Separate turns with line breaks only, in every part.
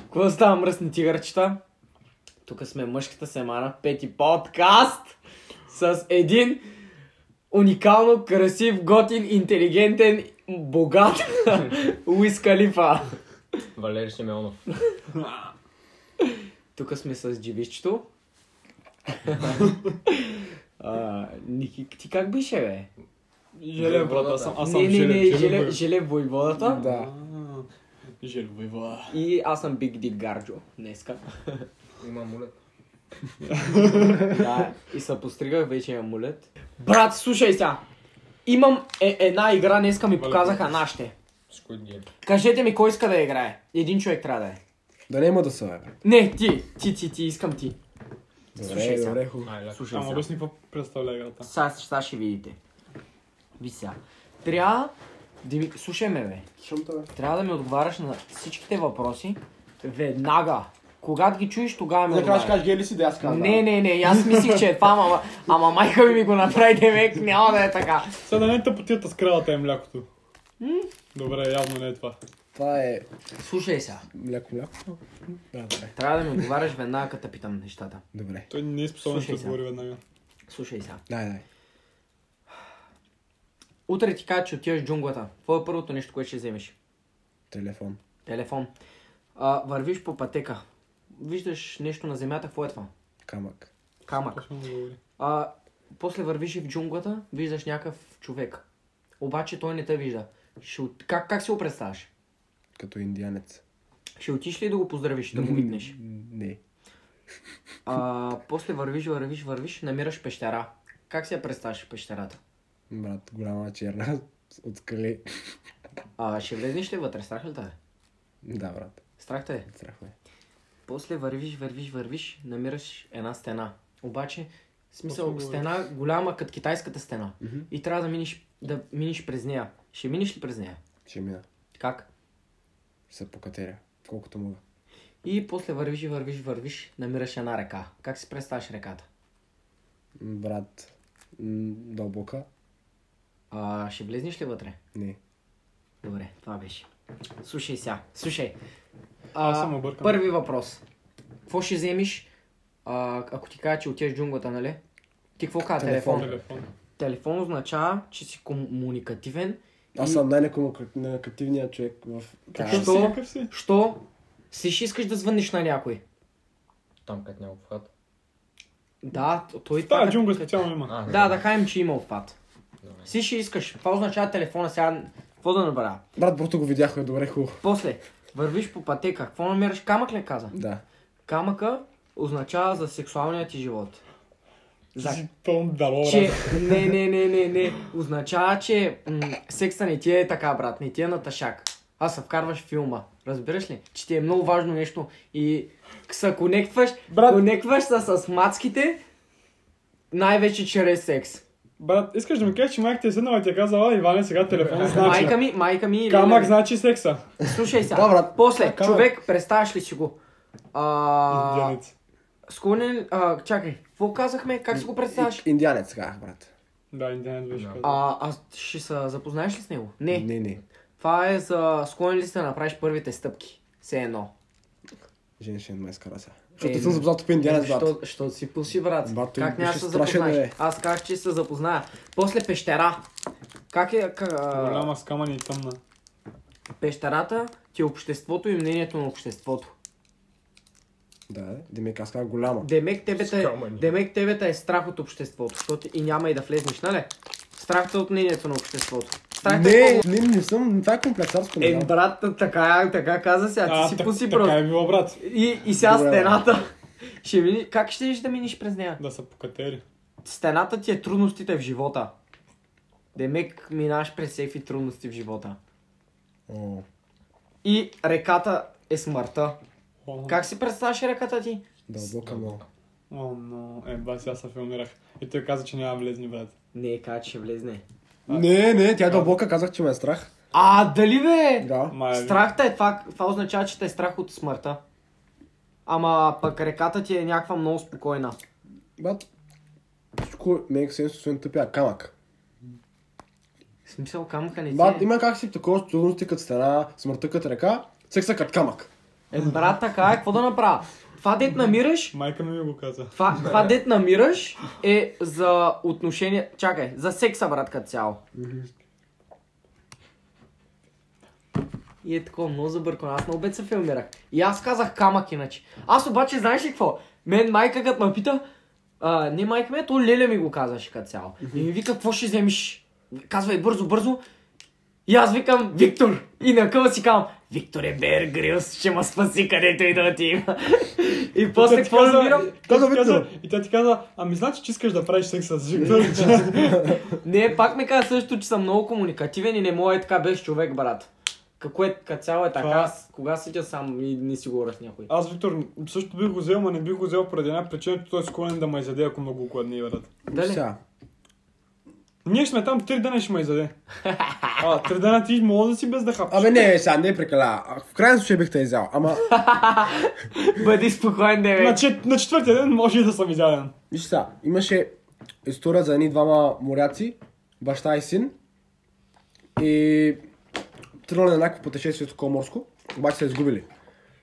Какво да става, мръсни тигърчета? Тук сме мъжката семана, пети подкаст с един уникално красив, готин, интелигентен, богат Уис Калифа.
Валери Симеонов.
Тук сме с джибичето. А, Ники, ти как беше, бе?
Желе, брат, аз съм, аз съм
не, не, не,
Желе.
Желе, Желе Войводата.
Да. Желе, войва.
И аз съм Биг Дик Гарджо днеска.
Има мулет.
Да, и се постригах вече имам мулет. Брат, слушай сега. Имам е, една игра, днеска ми показаха нашите.
Squid Game.
Кажете ми кой иска да я играе. Един човек трябва да е.
Да няма да са.
Не, ти, ти, ти, ти, искам ти. Слушай
Добре,
сега.
добре, хубаво.
Ай, лак.
Слушай
Ама
сега.
обясни какво представлява играта.
Сега, сега ще видите. Ви сега. Трябва... Дими... Слушай ме, бе. Трябва да ми отговаряш на всичките въпроси веднага. Когато ги чуеш, тогава ми
Накрая ще
отговаряш.
кажеш гей ли си, да аз казвам.
Не, не, не, аз мислих, че е това, ама, ама майка ми ми го направи демек, няма да е така.
Сега да не е тъпотията с кравата е млякото. Добре, явно не е това.
Това е
Слушай сега.
мляко мляко. Да, добре.
Трябва да ми отговаряш веднага, като те питам нещата.
Добре.
Той не е способен да
Слушай сега.
отговори веднага.
Слушай сега.
Дай, дай.
Утре ти кажа, че отиваш в джунглата. Какво е първото нещо, което ще вземеш?
Телефон.
Телефон. А, вървиш по пътека. Виждаш нещо на земята, какво е това?
Камък.
Камък.
Точно му говори.
А, после вървиш и в джунглата, виждаш някакъв човек. Обаче той не те вижда. Ще от... как, как си го представяш?
Като индианец.
Ще отиш ли да го поздравиш, да го викнеш?
Не.
А, после вървиш, вървиш, вървиш, намираш пещера. Как си я представяш пещерата?
Брат, голяма черна. От скали.
А, ще влезеш ли вътре? Страх ли те? е?
Да, брат.
Страх те е.
Страх ме.
После вървиш, вървиш, вървиш, намираш една стена. Обаче, в смисъл,
Какво
стена голяма, като китайската стена.
Мгм.
И трябва да миниш, да миниш през нея. Ще миниш ли през нея?
Ще мина.
Как?
Ще се покатеря. Колкото мога.
И после вървиш, вървиш, вървиш, намираш една река. Как си представяш реката?
М, Брат. м, Дълбока.
А, ще влезнеш ли вътре?
Не.
Добре, това беше. Слушай сега. Слушай.
Аз съм объркан.
Първи въпрос. Какво ще вземеш, а, ако ти кажа, че отиваш в джунглата, нали? Ти какво каза? Телефон.
Телефон.
телефон.
Телефон.
означава, че си комуникативен.
Аз
и-
съм най-некомуникативният човек в тази.
Какъв си,
Що?
какъв си?
Що? Си ще искаш да звъниш на някой.
Там където няма обхват.
Да, т- той
Тая
като-
джунгла специално има.
А,
Да, да кажем, че има обхват.
Добре.
Си ще искаш. Това означава телефона сега. Какво да набра?
Брат, брото го видяхме. Добре, хубаво.
После, вървиш по пътека. Какво намираш? Камък ли каза?
Да.
Камъка означава за сексуалния ти живот. За...
Ти си пълн дало,
Че, не, не, не, не, не. Означава, че м- секса не ти е така, брат. Не ти е на ташак. А се вкарваш в филма. Разбираш ли? Че ти е много важно нещо. И се конектваш, брат...
Брат.
конектваш се с мацките, най-вече чрез секс.
Брат, искаш да ми кажеш, че майка ти е седнала и ти е казала, Иване, сега телефон значи.
Майка ми, е майка ми... или-
Камък значи секса.
Слушай сега.
Да, брат.
После,
Камък.
човек, представяш ли си го? А,
Индианец.
склонен... А, чакай, какво казахме? Как си го представяш?
И- Индианец казах, брат.
Да, индианец беше
Да.
казал.
А, аз ще се запознаеш ли с него? Не.
Не, не.
Това е за склонен ли си да направиш първите стъпки. Все едно.
Женщин ме изкара сега.
Е,
Защото съм запознат по индианец, брат.
Що, що си пуси, брат?
Брат, той
как няма да
беше
се
страшен,
запознаеш?
бе.
Аз казах, че се запозная. После пещера. Как е... Как, а,
Голяма с камъни и тъмна.
пещерата ти е обществото и мнението на обществото.
Да, да. Демек, аз казах голяма.
Демек тебета, е,
Скамани.
демек тебета е страх от обществото, защото и няма и да влезнеш, нали? Страх те от мнението на обществото. Страх те
Не,
от-
не, не съм. Това е комплексарско.
Е,
не знам.
брат, така, така каза сега, ти
А,
си
так-
пуси просто.
така е било, брат.
И, и сега
Добре, бе.
стената. Ще мини... Как ще да миниш през нея?
Да са покатери.
Стената ти е трудностите в живота. Демек минаш през всеки трудности в живота.
О,
И реката е смъртта.
О,
Как си представяш реката ти?
дълбока много.
О, но. Е, ба, сега се филмирах. И той каза, че няма влезни, брат.
Не е че ще влезне.
Не, не, тя е дълбока, казах, че ме е страх.
А, дали бе?
Да.
Май,
Страхта е това, това означава, че те е страх от смъртта. Ама пък реката ти е някаква много спокойна.
Брат, всичко не е сенс, освен тъпя камък.
В смисъл камъка не ти
Брат,
е.
има как си такова трудности като стена, смъртта като река, секса като камък.
Е, брат, така е, какво да направя? Това дет намираш,
Майка ми го каза.
това, това дет намираш е за отношения, чакай, за секса, брат, като цяло. И е такова много забъркано. Аз много бед се филмирах. И аз казах камък иначе. Аз обаче знаеш ли какво? Мен майка като ме пита, а, не майка ми, а то Леля ми го казваше като цяло. И ми вика, какво ще вземеш? Казвай бързо, бързо. И аз викам, Виктор! И на къл си казвам, Виктор е Бер Грилс, ще ме спаси където и да отива. и после
Тя ти
какво
каза-
разбирам?
тя ти
Каза Виктор.
каза- И тя ти каза, ами значи, че искаш да правиш секс с Виктор.
Не, пак ми каза също, че съм много комуникативен и не мога е така без човек, брат. Какво е като цяло е така,
Това-
аз кога сидя сам и не си говоря с някой.
Аз, Виктор, също бих го взел, но не бих го взел поради една причина, че той е склонен да ме изяде, ако много го кладне, брат.
Дали?
Сега.
Ние ще сме там, три дена ще ме изяде. А, три дена ти мога да си без да хапаш.
Абе не, сега не прекаля. В крайна случай бих те изял. Ама,
Бъди спокоен, деве.
На, чет, на четвъртия ден може и да съм изяден.
виж сега, имаше история за едни двама моряци, баща и син. И тръгнали на някакво пътешествие такова морско, обаче се изгубили.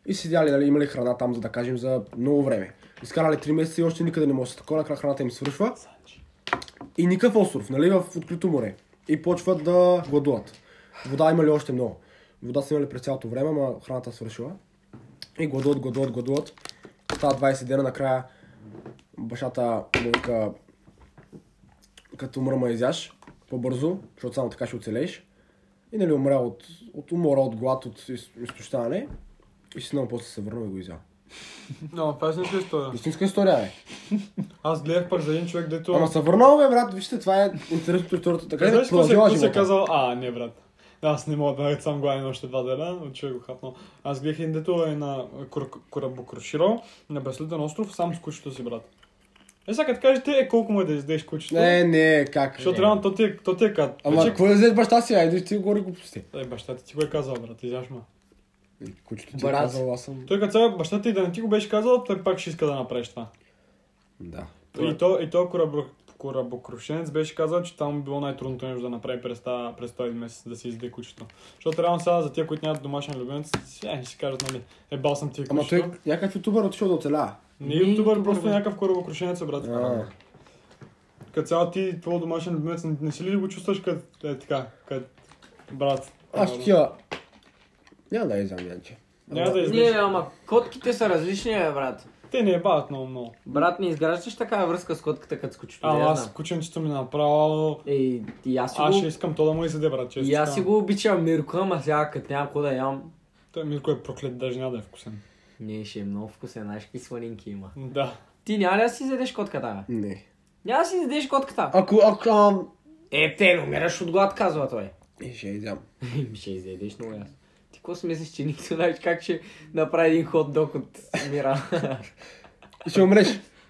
И седяли, нали, имали храна там, за да кажем, за много време. Изкарали 3 месеца и още никъде не може да се такова, накрая храната им свършва. И никакъв остров, нали, в открито море. И почват да гладуват. Вода имали още много. Вода са имали през цялото време, но храната свършила. И гладуват, гладуват, гладуват. Стават 20 дена, накрая бащата му вика, като мръма изяш, по-бързо, защото само така ще оцелееш. И нали умря от, от умора, от глад, от из- изтощаване. И си много после се върна и го изял.
Но, това е истинска история.
Истинска история е.
Аз гледах пък за един човек, дето...
Ама се върнал, бе, брат, вижте, това е интересното историята. Така е
Знаеш какво се,
продължила
какво се
живота.
казал? А, не, брат. Аз не мога да бъда сам главен още два дена, от човек го хапнал. Аз гледах един дето е на кор- корабокруширал на безлюден остров, сам с кучето си, брат. Е, сега като кажете, е колко му е да издеш кучето.
Не, не, как?
защото реално то ти е, то ти е кат.
Ама
Вече-
какво да взеш баща си, айде ти горе го пусти.
Е, баща ти ти го е казал, брат, изяш ма.
Кучето ти
Брат.
е казал, аз съм...
Той като цяло баща ти да не ти го беше казал, той пак ще иска да направиш това.
Да.
И то, и то корабо, корабокрушенец беше казал, че там било най-трудното нещо да направи през, тази, през този месец да си изде кучето. Защото реално сега за тия, които нямат домашен любимец, сега ще си кажат, нали, е бал съм тия
Ама
кучето.
той някакъв ютубър отишъл да оцеля.
Не
Не
е
е
ютубър,
ютубър,
просто
бе.
някакъв корабокрушенец, е, брат.
А.
Като цяло ти, твой домашен любимец, не, не си ли го чувстваш като е така, като брат?
Аз такива... Няма да изям, Янче.
Няма да
Не,
излезеш.
ама котките са различни, бе, брат.
Те не е бават много много.
Брат, не изграждаш такава връзка с котката, като с кучето.
А,
не я
аз
знам.
кученчето ми е направо...
Ей, и аз си
Аз ще
го...
искам то да му изяде, брат. често
И аз си
казвам.
го обичам Мирко, ама сега като няма какво да ям.
Той Мирко е проклет, даже няма да е вкусен.
Не, ще е много вкусен, знаеш какви сванинки има.
Да.
Ти няма ли да си изядеш котката, бе?
Не.
Няма да си изядеш котката.
Ако, ако... ам,
Е, те, умираш от глад, казва той.
Е, ще я изям.
Ми ще изядеш много ясно. Ти какво си мислиш, че никто знаеш как ще направи един ход док от мира?
Ще умреш.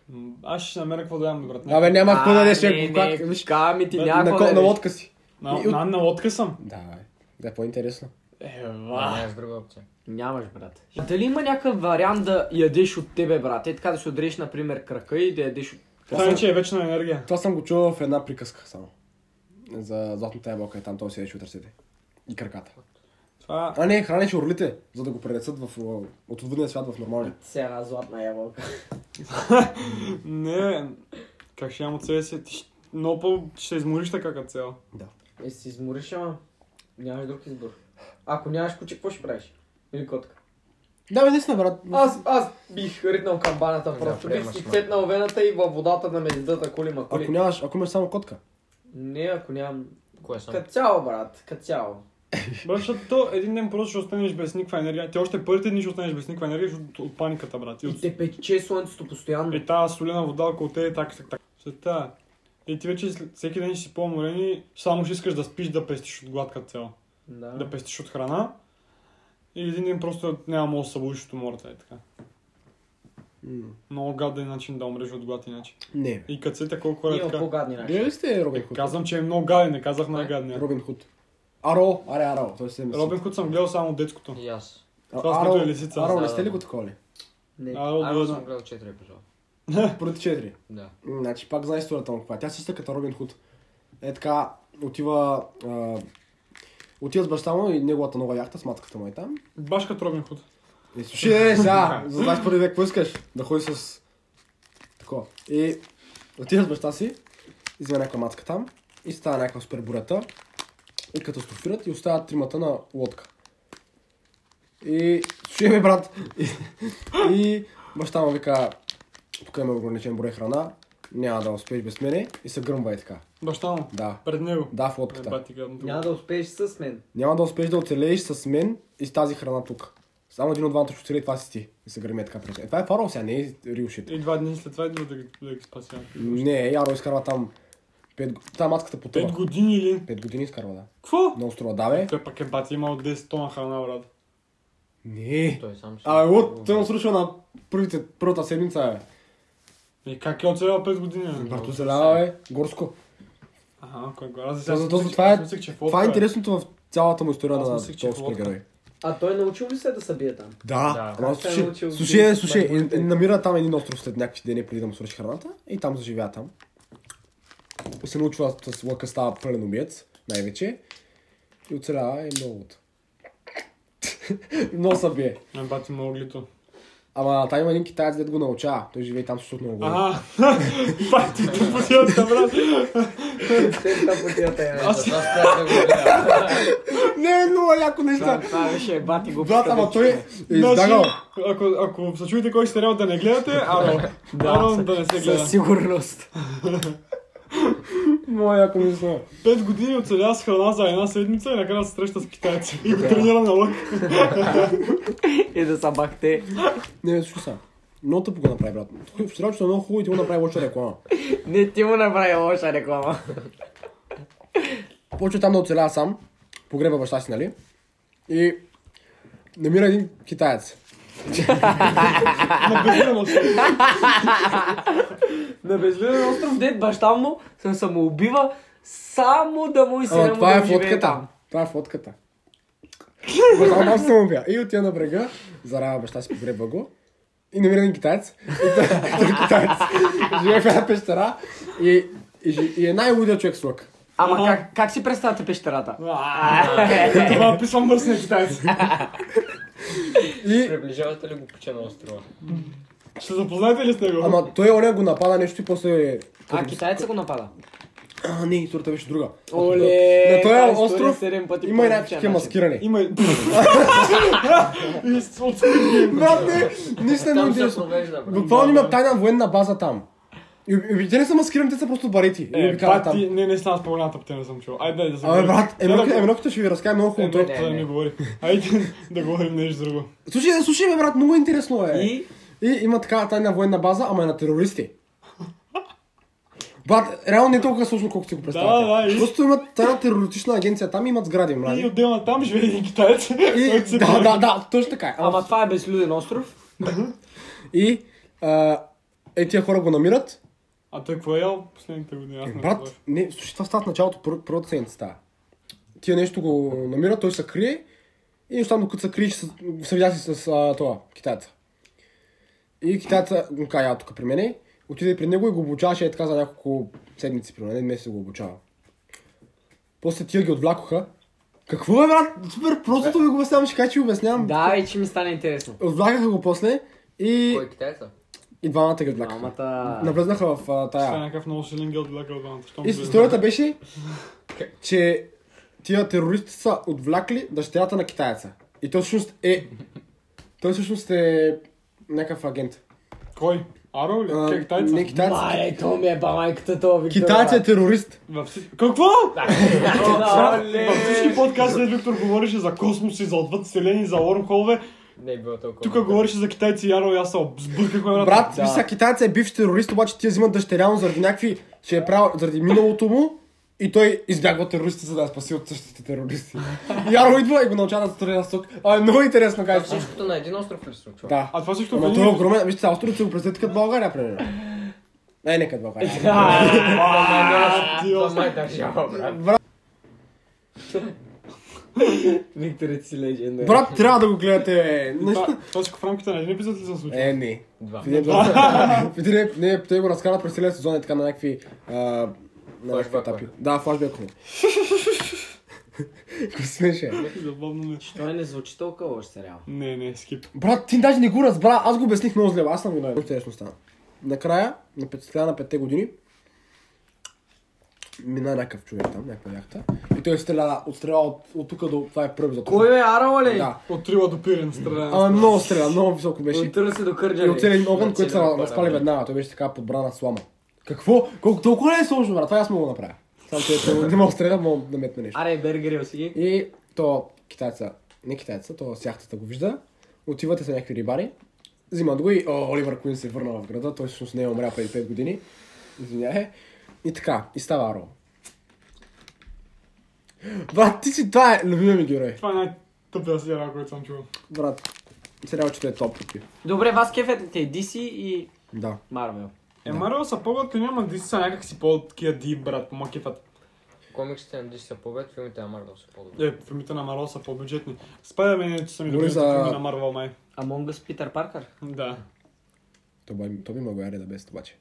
М, Аз ще намеря какво да ям, брат.
Абе, няма какво да дадеш,
А,
ако
не,
как...
не,
Виж,
ками ти
на,
някой
ко- на
да
лодка си.
на,
и от-
на, на лодка съм.
Да, бе. Да е по-интересно.
Ева.
Нямаш друга опция.
Нямаш, брат. Дали има някакъв вариант да ядеш от тебе, брат? Е така да си отрежеш, например, крака и да ядеш от...
Това вече е вечна енергия.
Това съм го чувал в една приказка само. За златната ябълка и там той си ядеше от ръцете. И краката.
Това
А не, хранеше орлите, за да го пренесат в, а, от отвъдния свят в нормалния.
Се една златна ябълка.
не е- Как ще ям от себе си? Ти ще- Много по ще се измориш така като цяло.
Е, си измориш, ама нямаш друг избор. Ако нямаш куче, какво ще правиш? Или котка?
Да, бе, наистина, брат.
Аз, аз бих ритнал камбаната, просто бих
приемаш,
си
ма.
цепнал вената и във водата на медитата, коли ма коли.
Ако нямаш, ако имаш само котка.
Не, ако нямам...
Кое съм?
Като цяло, брат, като цяло.
Брат, защото то един ден просто ще останеш без никаква енергия. Ти още първите дни ще останеш без никаква енергия защото от, от паниката, брат. И,
И
от...
те пече слънцето постоянно.
и тази солена вода около те и така, така, така. След тая. И ти вече след- всеки ден ще си по-уморен и само ще искаш да спиш да пестиш от глад като цяло.
Да.
да пестиш от храна. И един ден просто няма мога да се събудиш от умората и така.
М,
Много гаден начин да умреш от глад иначе.
Не, бе.
И като сете колко хора
Има
така.
по-гадни начини.
Вие ли сте Робин
Е,
Худ?
казвам, че е много гаден, не казах най-гадния.
Робин Худ. Аро, аре, аро. Той се
Е. Робин Худ съм гледал само детското.
Е,
И аз.
това с като е лисица.
Аро, не
Да,
сте ли
да.
го такова ли?
Не.
А,
Аз
да,
съм гледал 4 епизода.
Поради четири.
Да.
М, Значи пак знае историята му каква. е. Тя си иска като Робин Худ. Е така, отива... А, отива с баща му и неговата нова яхта с матката му и там.
Баш като Робин Худ.
Е, слушай, е, сега, за 21 век, какво искаш? Да ходи с... Тако. И отиваш с баща си, взема някаква мацка там и става някаква супер бурята и катастрофират и оставят тримата на лодка. И слушай ме, брат. И, и баща му вика, тук има ограничен брой храна, няма да успееш без мене и се гръмва и така.
Баща му.
Да.
Пред него.
Да, в
Е,
лодката.
бати гадното.
Няма да успееш с мен.
Няма да успееш да оцелееш с мен и с тази храна тук. Само един от двамата ще оцелее, това си ти. И се гърми е така пред. Е, това е фарал сега, не е real shit.
И два дни след това идва да ги, да ги спася.
Не, Яро изкарва там. Пет, г- та мацката
Пет
потъва.
години или?
Пет години изкарва, да.
Какво?
Много струва, да бе.
Той пък е бати имал 10 тона храна, брат.
Не.
Той сам ще...
А, от, той му срушва на първите, първата седмица,
И как е оцелял 5 години?
бе.
бе?
Брато оцелява, бе. Горско.
Аха, кой го аз
За-
аз
за-
мислех,
за-
че-
това е-
аз мислех, че фотка
Това е интересното в цялата му история
Аз
на
мислех, че
този
е лодка.
супергерой.
А той научил ли се да се бие там?
Да,
Да.
да.
Как се е
слушай,
научил
слушай,
да-
слушай,
да-
е- е, намира там един остров след някакви дни преди да му свърши храната и там заживя там. И Се научва с лъка става пълен обиец, най-вече. И оцелява и е много от. много се бие.
Не бати му е оглито.
Ама там има един китаец, дед го научава. Той живее там с сутно го.
Аха, бати ти путилата, брат.
Те там потията е.
Аз спрях да го гледам.
Не, е много яко неща.
Това беше бати го.
Брат, ама той е
Значи,
избягал.
ако, ако се чуете кой сериал да не гледате, Арон.
Да,
Арон да не се гледа.
Със сигурност.
Много яко мисля.
Пет години оцеля с храна за една седмица и накрая се среща с китайци. И го тренира на лък.
И да са бахте.
Не, слушай сега. Много тъпо го направи, брат. В сериал, че е много хубаво и ти го направи лоша реклама.
Не ти му направи лоша реклама.
Почва там да оцелява сам, погреба баща си, нали? И намира един китаец.
На безумно се.
На безлюден остров дед баща му се самоубива само да му и се
Ама
му
това
да
е
живее
фотката.
там.
Това е фотката. Баща му се убия. И отива на брега, зарава баща си, погреба го. И намира един китаец. И той- той е китаец. Живее в една пещера. И, и, жи- и е най-лудия човек с лък.
Ама как, как си представяте пещерата?
Това описвам мръсния китайец.
И,
Приближавате ли го пича на острова?
Ще запознаете ли с него?
ама той оня го напада нещо и после...
А китайца го напада.
А, не, историята беше друга.
Оле,
На този
тази история
остров
седем пъти
има и
повече
някакви такива
начин.
маскирани.
Има и... И с- от Squid Game.
Брат, не, наистина ми е
Там се
интересно.
провежда, брат.
Буквално има тайна военна база там. И, и, и те не са маскирани, те са просто барети. И
Е,
обикалят
бати,
там.
не, не знам, аз по-голямата птен не съм чул. Айде, да се
Абе, брат,
Е, да,
Емроката Емроката ще ви разкаже много
Е,
хубаво.
брат,
Той-
това не ми говори. Айде да говорим нещо друго.
Слушай, бе, слушай, бе, брат, много интересно е. И,
И
има такава тайна военна база, ама е на терористи. Брат, реално не е толкова сложно, колкото си го представяте.
Да, да, и-
Просто имат тайна терористична агенция, там имат сгради,
И
мрази.
отделно там живее един китаец.
Нали? И,
който се
да,
бие.
да, да, точно така. е.
Ама това е безлюден остров.
И а, е, тия хора го намират.
А той какво е ял последните години? Аз не знам.
Брат, не, слушай, това става в началото, пър- първата седмица става. Тия нещо го намира, той се крие и още там, докато се крие, ще се се видя си с а, това, китайца. И китайца го кая тук при мене, отиде при него и го обучаваше е така за няколко седмици, при мен, месец го обучава. После тия ги отвлякоха. Какво е, брат? Супер, просто ви го обяснявам, ще кажа, че ви обяснявам.
Да, и че ми стана интересно.
Отвлякаха го после и,
Кой е китайца?
и двамата ги отвлякаха.
Двамата...
Навлезнаха в а,
Това е
тая.
някакъв много силен гел да от двамата. Щом
И
влезе.
историята беше, че тия терористи са отвлякли дъщерята на китайца. И той всъщност е... Той всъщност е някакъв агент.
Кой? Аро ли?
А,
Как е китайца?
Не китайца.
Мале, то ми е ба майката, то Виктор.
Китайец е
брат.
терорист.
Във всички... Какво?
Да, оле.
Във всички подкасти Виктор говореше за космоси, за отвъд вселени, за вормхолове.
Не е било толкова.
Тук говореше за китайци и Аро и аз се сбърках, брат.
Брат,
Да.
виж сега, китайец е бивш терорист, обаче тия взимат дъщеря му заради някакви... Ще е правил заради миналото му. И той избягва терористи, за да я спаси от същите терористи. Яро идва и го научава да се стреля с ток. А, е много интересно,
А
кажеш.
Всичкото на един остров ли се случва?
Да.
А това също
Ама той е огромен. Вижте, сега Австрия го представите като България, примерно. Е, Не, не като България.
Да.
А, ти,
Това
о,
май държава, брат.
Викторът си легенда.
Брат, трябва да го гледате. бе.
това- Това всичко в рамките на един епизод ли се случва?
Е, не.
Два.
В един епизод- в един еп- не, те го разкарат през целия сезон е така на някакви... а, на някакви
Флашбекове.
етапи. Да, флашбекове. Ако смеше.
Забавно ми. е.
Той не звучи толкова лош сериал.
Не, не, скип.
Брат, ти даже не го разбра, аз го обясних много зле, аз съм го най Интересно стана. Накрая, на пет- края на петте години, мина някакъв човек там, някаква яхта. И той е стреля, отстреля от, от тук до това е първи за
Кой е? бе, Арала ли?
Да.
От Рила до Пирин страна.
Ама много стреля, много високо беше.
От Търси до Кърджали.
И от целен огън,
От
който се
целен огън,
разпали
да.
веднага. Той беше така подбрана слама. Какво? Колко толкова не е сложно, брат? Това и аз мога да направя. Само че ако не мога да стреля, мога да метна нещо.
Аре, бергерил си ги.
И то китайца, не китайца, то с яхтата го вижда, отивате са някакви рибари, взимат го и о, Оливър Куин се върна в града, той всъщност не е умрял преди 5 години, извиняе, и така, и става Аро. Брат, ти си, това е любимия ми герой.
Това е най-тъпия сериал, който съм чувал.
Брат, сериалчето е топ, тъпи.
Добре, вас кефетите DC и
Да.
Марвел.
Е, Марвел са по-готини, ама Диси са някакси по-такива дип, брат, по макифат.
Комиксите на DC са по-бед, филмите на Marvel са по-добри.
Е, филмите на Марвел са по-бюджетни. Спайдермен, че са ми
Говори
добри
за-
филми на Марвел, май.
Among Us Питър Паркър.
Да.
То, бай- то би ма го яре да без обаче.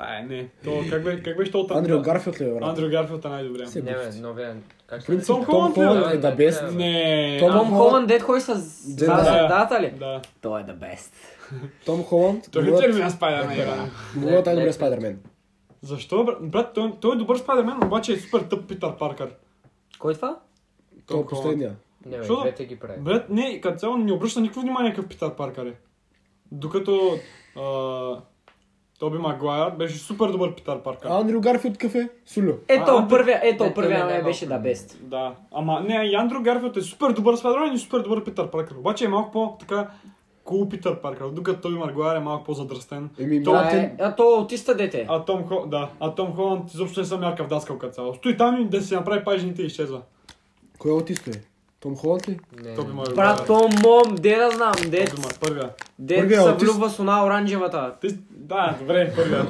А, е, не. То, как, бе, как беше то от
Андрю Гарфилд ли е, брат?
Андрю Гарфилд е най-добрия.
Се
Не, бе,
бифти.
новия... Как
В
се нарича?
принцип,
Том
Том
Холанд ли е,
Холанд
брат?
е да без.
Не,
Не.
Том
а,
Том
Хол-
Холанд, дед кой са с
Джедай.
да, средата ли?
Да.
Той е the best.
Том Холанд,
Той
могат-
ли ми на
Е,
Спайдермен, Ивана?
могат най-добрия Спайдермен.
Защо, брат? брат? Той, той е добър Спайдермен, обаче е супер тъп Питър Паркър.
Кой това?
Той е
Том Холанд.
последния.
Не, бе,
Що да-
двете ги прави.
Брат, не, като цяло не обръща никакво внимание какъв Питър Паркър е. Докато а, Тоби Магуайр беше супер добър Питър Паркър.
Андрю Гарфилд кафе? Сулю.
Ето
А,
първия, ето
той
първия
не е
ме беше
малко.
да best.
Да, ама не, и Андрю Гарфилд е супер добър Спайдермен и супер добър Питър Паркър. Обаче е малко по-така кул Питър Паркър, докато Тоби Магуайр е малко по-задръстен.
Еми,
Том-
брат,
А, е, а то аутиста дете.
А Том, Хо... да, а Том Холанд изобщо не съм мярка в даскалка цяло. Стои там и да си направи пажните и изчезва.
Кой е отисто е? Том Холанд ли?
Не,
Тоби Магуайр.
Е, Брат, то мом, де да знам, дед,
Тоби Ма- Първия.
дед
Първия
се
аутист.
влюбва с она оранжевата.
Ти... Да, добре, първия.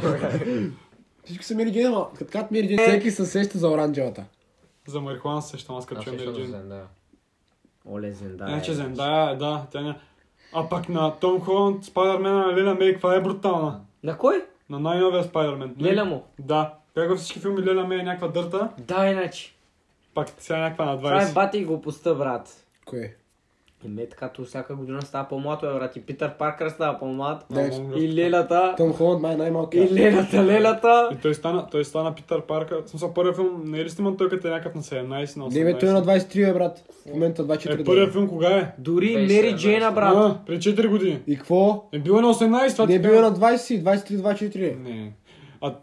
Всички са Мери Джейн, ама като кат Мери Джейн, всеки се сеща за оранжевата.
За марихуана се сещам аз като
аз
чуя
ще
Мери Джейн.
да.
Оле, Зендая.
Иначе Зендая, да, тя не... А пак на Том Холанд, Спайдермена, Леля Мей, каква е брутална?
На кой?
На най-новия Спайдермен.
Леля му.
Да. Как във всички филми Леля Мей е някаква дърта,
Да, иначе.
пак сега е някаква на
Това е
20.
бати и глупостта, брат.
Кой е?
И ме така, то всяка година става по-млад, бе, брат. И Питър Паркър става по-млад.
Да, е.
Много
И лелята.
Том Холанд май е най-малкият.
И лелята, лелята.
И той стана, той стана Питър Парка. В смисъл, първият филм, не е ли сниман той като е някакъв на 17, на 18?
Деве, той е на 23, бе, брат. В момента 24.
Е, първият
да.
филм кога е?
Дори
Беше,
Мери
да.
Джейна, брат.
А, преди 4 години.
И какво?
Е бил на 18, това
Не е
ти
бил
казвам.
на 20, 23, 24.
Не. А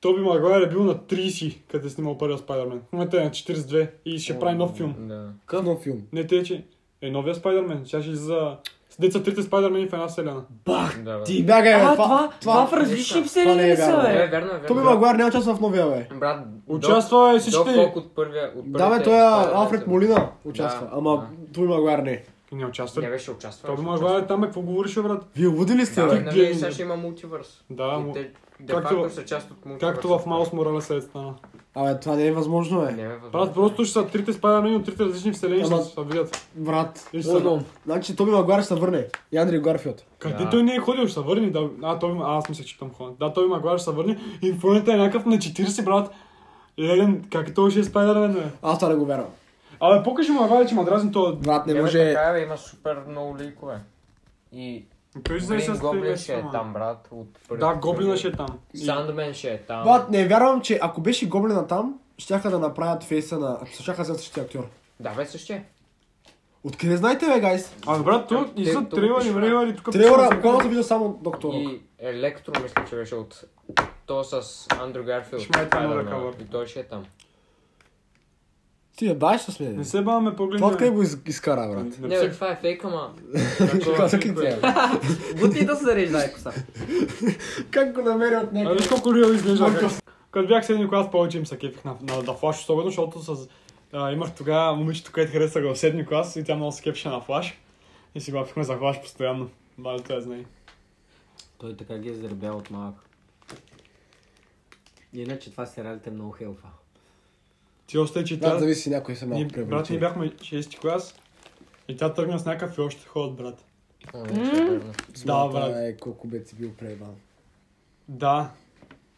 Тоби Магуайр е бил на 30, къде е снимал първия Спайдермен. В момента е на 42 и ще прави нов филм.
Да.
Къв нов филм?
Не те, че е новия Спайдермен. Сега ще излиза... С деца трите Спайдермени в една вселена.
Бах!
Да, бе.
Ти
Бягай, бе,
А,
е, това-
това, това в различни
Това не е
вселени са,
вярно.
Е,
бе.
вярно, е,
Тоби
вярно.
Магуар не участва в новия, бе.
Брат,
Участва е
Док
всичките...
Хок от първия... от
Да, бе,
първите
той е
Spider-Man
Алфред
са-
Молина участва.
Да,
Ама Тоби Магуар не.
Не
Не
участва.
беше участвал.
Тоби Магуайр е там, е, какво говориш, бе, брат?
Вие луди ли сте, бе?
Да.
Нали, сега ще има мултивърс.
Да,
И
му-
те де
както-
факто са част от мултивърс.
Както в Маус Моралес е стана.
Абе, това не е възможно, бе.
Не, бе, възможно.
Брат, просто ще са трите Спайдермени от трите различни вселени, ще
Ама-
се видят.
Брат.
И ще са-
Лудом.
Значи Тоби Магуар ще се върне. И Андрю Гарфилд.
Къде
Да.
той не е ходил, ще се върне. Да, а, той, а, аз мислех, че там ходен. Да, той Магуайр ще се върне. И в момента е някакъв на 40, брат. Елен, как той ще е Спайдермен, бе?
Аз това не го вярвам.
Абе, покажи му Магуайр, че ма дразни то.
Брат, не
Е, бе,
може.
Така, е, бе, има супер много ликове. И
Той ще се
Green Goblin ще е
ама.
там, брат. От първите
Да, Гоблина
филми.
ще е там. И-
Сандмен ще е там.
Брат, не вярвам, че ако беше гоблина там, щяха да направят фейса на... Щяха да вземат същия актьор.
Да, бе, е. същия.
Откъде знаете, бе, гайс?
Абе, брат, той
Те-
и са
те-
трейлери,
те-
врейлери, тук...
Трейлера, буквално съм виждал само доктор. Рок.
И Електро, мисля, че беше от... То с Андрю Гарфилд.
Ще ме е там,
Spider-Man.
бе, кавър.
И той ще е там.
Ти не баш с
Не
мен.
се баваме, погледни.
Това откъде го из- изкара, брат?
Не, бе, това е фейк, ама...
Това са кития, бе.
Бути Е, да се зареждай коса.
Ами-
Как го намери от
А
някъде?
Е, виж колко реал изглежда.
Майка.
бе. Като бях седми клас, повече им се кефих на, на The Flash, особено, защото с, а, имах тогава момичето, което харесах в седми клас и тя много се кефеше на Флаш. И си бавихме за Флаш постоянно. Бали, това знае.
Той така ги е заребял от малък. Иначе това
е
сериалите много хелфа.
Ти още, е, че тя...
Брат, зависи някой се
Ние,
малко
брат, ние
превръчи.
бяхме 6 клас и тя тръгна с някакъв и още ход, брат.
О, не, ще е верно.
Да, брат.
Е, колко бе си бил преебан.
Да.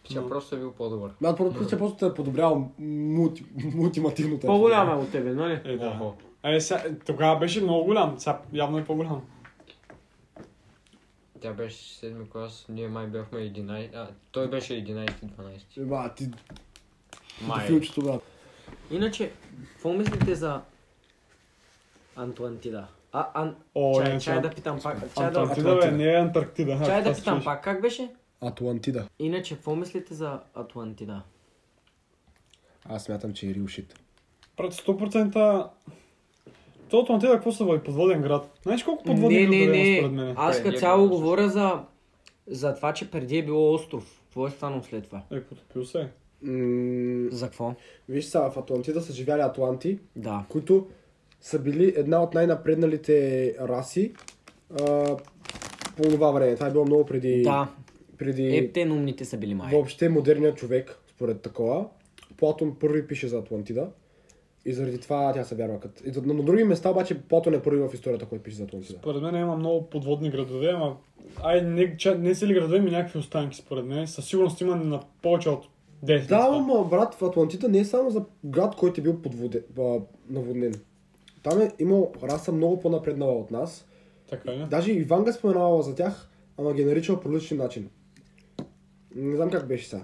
Че просто е бил по-добър.
Аз просто, че просто те е подобрял мулти, мултимативно. те е
По-голяма е от тебе, нали?
Е, да.
Охо.
Е, сега, тогава беше много голям, сега явно е по-голям.
Тя беше 7 клас, ние май бяхме 11, а той беше 11-12.
подобрял. Еба, Е, ти
Май.
филчето, брат.
Иначе, какво мислите за Антуантида? А, ан...
О,
чай,
е,
чай
чай,
да питам пак. Чай да,
Антарктида, бе, не е Антарктида.
чай да
Какво
питам
слушаш?
пак. Как беше?
Атлантида.
Иначе, какво мислите за Атлантида?
Аз смятам, че е real shit.
Пред 100% то Атлантида какво са бе? Подводен град. Знаеш колко подводни
Не, не,
градове има
не.
според мен?
Аз
Е,
като
ние
цяло
говорим
говоря за, за това, че преди е било остров. Какво е станало след това?
Е, потопил се.
М,
За какво?
Виж сега, в Атлантида са живяли атланти,
Да.
които са били една от най-напредналите раси а, по това време. Това е било много преди,
Да.
преди
Ептен умните Е, са били май.
въобще модерният човек, според такова. Платон първи пише за Атлантида и заради това тя се вярва. Като... и за- Но на други места обаче Платон е първи в историята, който пише за Атлантида.
Според мен има много подводни градове, ама ай, не, че, не цели градове, ми някакви останки според мен. Със сигурност има на повече от 10
Да,
места.
ама брат, в Атлантида не е само за град, който е бил подводен, а, наводнен. Там е имал раса много по-напреднала от нас.
Така е.
Даже и Ванга споменавала за тях, ама ги е наричала по различен начин. Не знам как беше сега.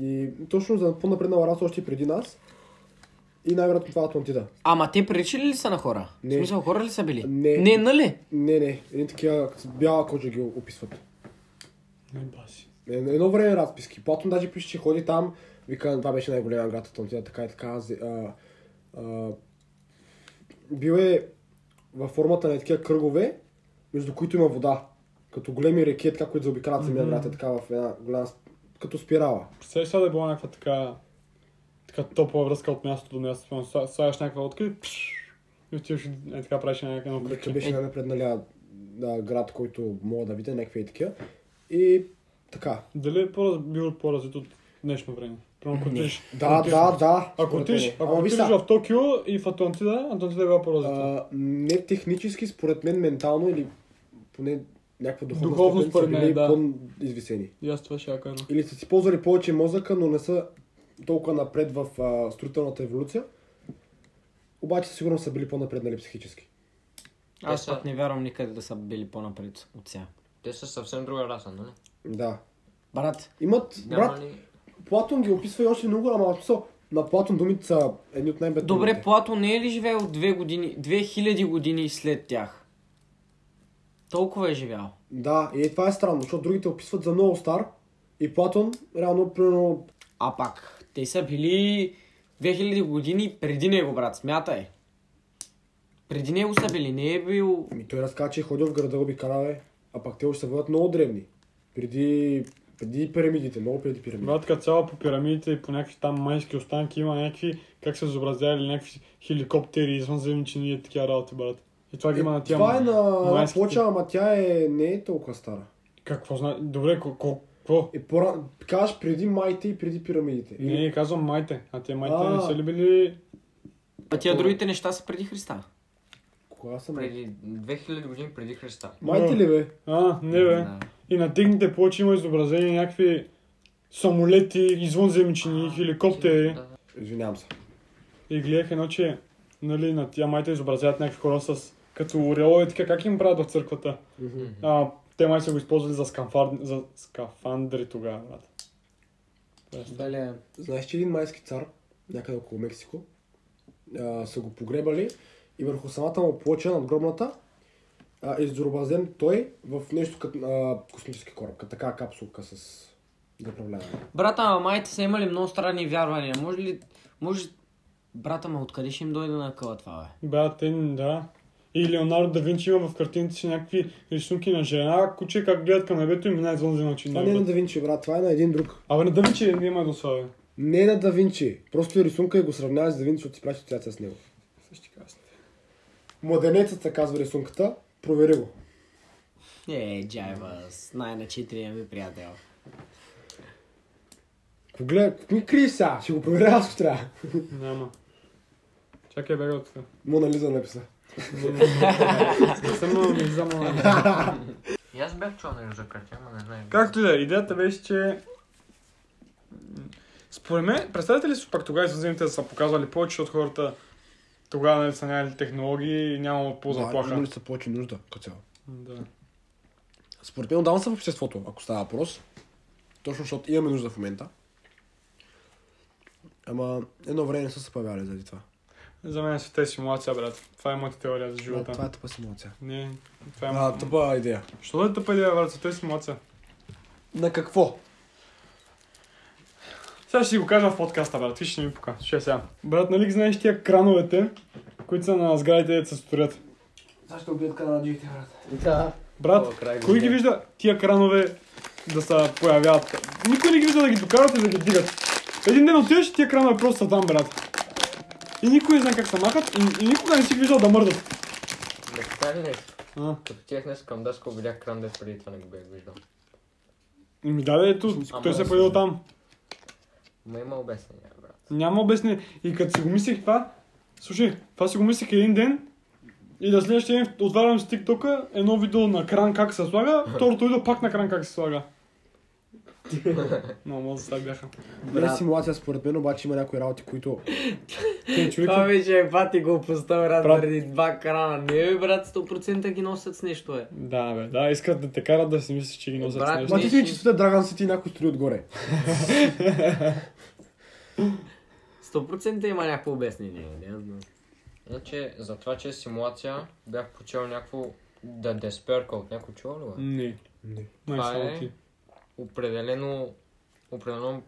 И точно за по-напреднала раса още преди нас. И най-вероятно това е Атлантида.
Ама те приличали ли са на хора?
Не.
В смисъл, хора ли са били?
Не.
Не, нали?
Не, не, едни такива с бяла кожа ги описват.
Не баси.
Е- Едно време разписки. Платон даже пише, че ходи там, вика, това беше най-голям град Атлантида, така и така. зе- А, а, бил е във формата на такива кръгове, между които има вода. Като големи реки, е така, които заобикалят самия град, е така в една голяма, сп- като спирала.
Представяш сега да е била някаква така, така топла връзка от място до място. Примерно, сла- Слагаш някаква лодка и пш, и отиваш и е така правиш някаква едно
Мръча
кръгче.
беше най-напредналия да, град, който мога да видя, някакви и такива. И така.
Дали е по-раз- било по-развито от днешно време? Примерно, ако отидеш...
Да, да, да.
Ако
според
отидеш
мен.
ако
Ама виж
отидеш
сега,
в Токио и в Атлантида, Атлантида е била по-развита.
а, не технически, според мен ментално или поне някаква духовна
Духовно,
степен
според
са
мен,
били
да.
по-извисени.
И аз това ще я кажа.
Или са си ползвали повече мозъка, но не са толкова напред в а, строителната еволюция. Обаче сигурно са били по-напреднали психически.
Аз
Те са-
пък не вярвам никъде да са били по-напред от сега.
Те са съвсем друга раса, нали?
Да.
Брат,
Имат, брат,
Няма ли...
Платон ги описва и още много, ама в смисъл, на Платон думите са едни от най-бедните.
добре, Плато не е ли живеел две години, 2000 години след тях? Толкова е живял.
Да, и това е странно, защото другите описват за много стар и Платон, реално, примерно,
А пак, те са били 2000 години преди него, брат, смятай. Преди него са били, не е бил...
ми той разказа, че е ходил в града обикараве, а пак те още се водят много древни. Преди, преди пирамидите, много преди пирамидите.
Брат, като цяло по пирамидите и по някакви там майски останки има някакви, как са изобразявали някакви хеликоптери, извънземничени и е такива работи, брат. И това ги има на тия
това е на, на
майските.
плоча, ама тя е, не е толкова стара.
Какво знае? Добре, колко?
Е, пора... Кажеш преди майте и преди пирамидите. Или-
Не, казвам майте. А тия майте
А.
не са ли били...
А тия другите неща са преди Христа.
Кога са майте?
Преди 2000 години преди Христа.
Майте ли бе?
А, не бе.
Да.
И на техните плочи има изобразени някакви самолети, извънземнични, е хеликоптери.
Да.
Извинявам се.
И гледах едно, че нали, на тия майта изобразяват някакви хора с като ореола и така, как им правят в църквата. А, те май са го използвали за, скафар... за скафандри тогава, брат.
Далее.
Знаеш, че един майски цар, някъде около Мексико, а, са го погребали и върху самата му плоча над гробната а, е изобразен той в нещо като а, космически кораб, като така капсулка с заправляване.
Брата, ама майте са имали много странни вярвания. Може ли... Може... Брата, ма откъде ще им дойде на къла това, бе?
Брат, те, да. И Леонардо да Винчи има в картините си някакви рисунки на жена, куче как гледат към небето и мина извън
Това не е на
земната.
Да Винчи, брат, това е на един друг.
Абе, на Да Винчи има едно славе.
Не е на Да Винчи, просто е рисунка и го сравняваш с Да Винчи, защото си правиш асоциация с него.
Същи казвате.
Младенецът се казва рисунката, провери го.
Е, джайба, с най-начитрия ми приятел.
Ако гледа, ако ми крие сега, ще го проверя аз ако трябва.
Няма. Чакай, бега от тук.
Мона Лиза написа.
Само ми взема...
И аз бях чул нещо за картина, ама не знам.
Както и да, е, идеята беше, че Според мен, представете ли си пак тогава извънземните да са показвали повече от хората тогава нали, са нямали технологии и няма
Да,
по-заплаха.
имали са повече нужда като цяло.
Да.
Според мен отдавна са в обществото, ако става въпрос. Точно защото имаме нужда в момента. Ама едно време не са се появявали заради това.
За мен си те симулация, брат. Това е моята теория за
Да,
живота.
това е тъпа симулация.
Не, това е...
А, тъпа идея.
Що да е тъпа идея, брат? За те симулация.
На какво?
Сега ще си го кажа в подкаста, брат. Ти ще ми пока. Ще сега. Брат, нали ги знаеш тия крановете, които са на сградите, дето се строят?
Защо бият канала на дивите, брат?
Да.
Брат,
О, край го
кой ги
видя.
вижда тия кранове да се появяват? Никой не ги вижда да ги докарат и да ги дигат. Един ден отиваш и тия кранове просто са там, брат. И никой не знае как се махат и, и никога не си ги виждал да мърдат.
Да, така ли не?
А,
Като тях днес към Даско видях кран, дет преди това не го бях виждал.
и ми даде ето,
Ама
той се е
да
появил
се-
там.
Ма има обяснение, брат.
Няма обяснение. И като си го мислех това, слушай, това си го мислех един ден и да следващия ден отварям с тиктока едно видео на кран как се слага, второто видео пак на кран как се слага. Много мозъци так бяха.
Не е симулация според мен, обаче има някои работи, които...
Те, човек,
Това вече е пати глупостта, брат,
Брат.
заради два крана. Не бе, брат, 100% ги носят с нещо, е.
Да, бе, да, искат да те карат да си мислиш, че ги носят с
Брат,
нещо.
Ма ти
Не,
си
ще-
чисто Драган Сити и някой строи отгоре.
100% има някакво обяснение, не аз знам.
Иначе, за това, че е симулация, бях почел някакво да десперка от някой чувал ли? бе?
Не.
Не.
Май
Това
само
е.
ти.
определено, определено,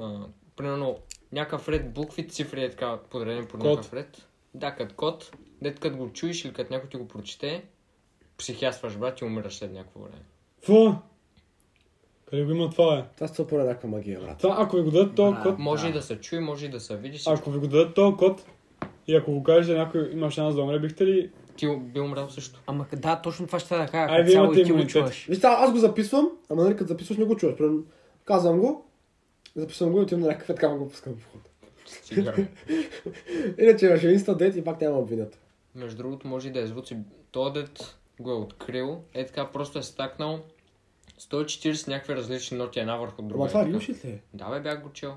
а, примерно, някакъв ред букви, цифри е така подреден по
Код.
някакъв ред. Да, като код, дед като го чуеш или като някой ти го прочете, психиастваш, брат, и умираш след някакво време.
Фу! Къде го има това, е?
Това са пора някаква магия, брат.
Това, ако ви го дадат този
Брат.
код,
Може
Да.
и да се чуе, може и да се види, всичко.
ако ви го дадат този код, и ако го кажеш, някой има шанс да умре, бихте ли
Ти би умрял също.
Ама да, точно това ще да кажа.
Ай,
Ай,
вие
цяло
имате
и ти го
имунитет.
чуваш.
Вижте, аз го записвам, ама нали като записваш не го чуваш. Примерно, казвам го, записвам го и отивам на някакъв така го пускам в ход.
Цигара.
Иначе имаше инстадет и пак няма обвинят.
Между другото, може и да е звуци. Той дед го е открил, е така просто е стакнал 140 някакви различни ноти, една върху друга.
Ама
е
това
така.
рюши ли е?
Да, бе, бях го чел.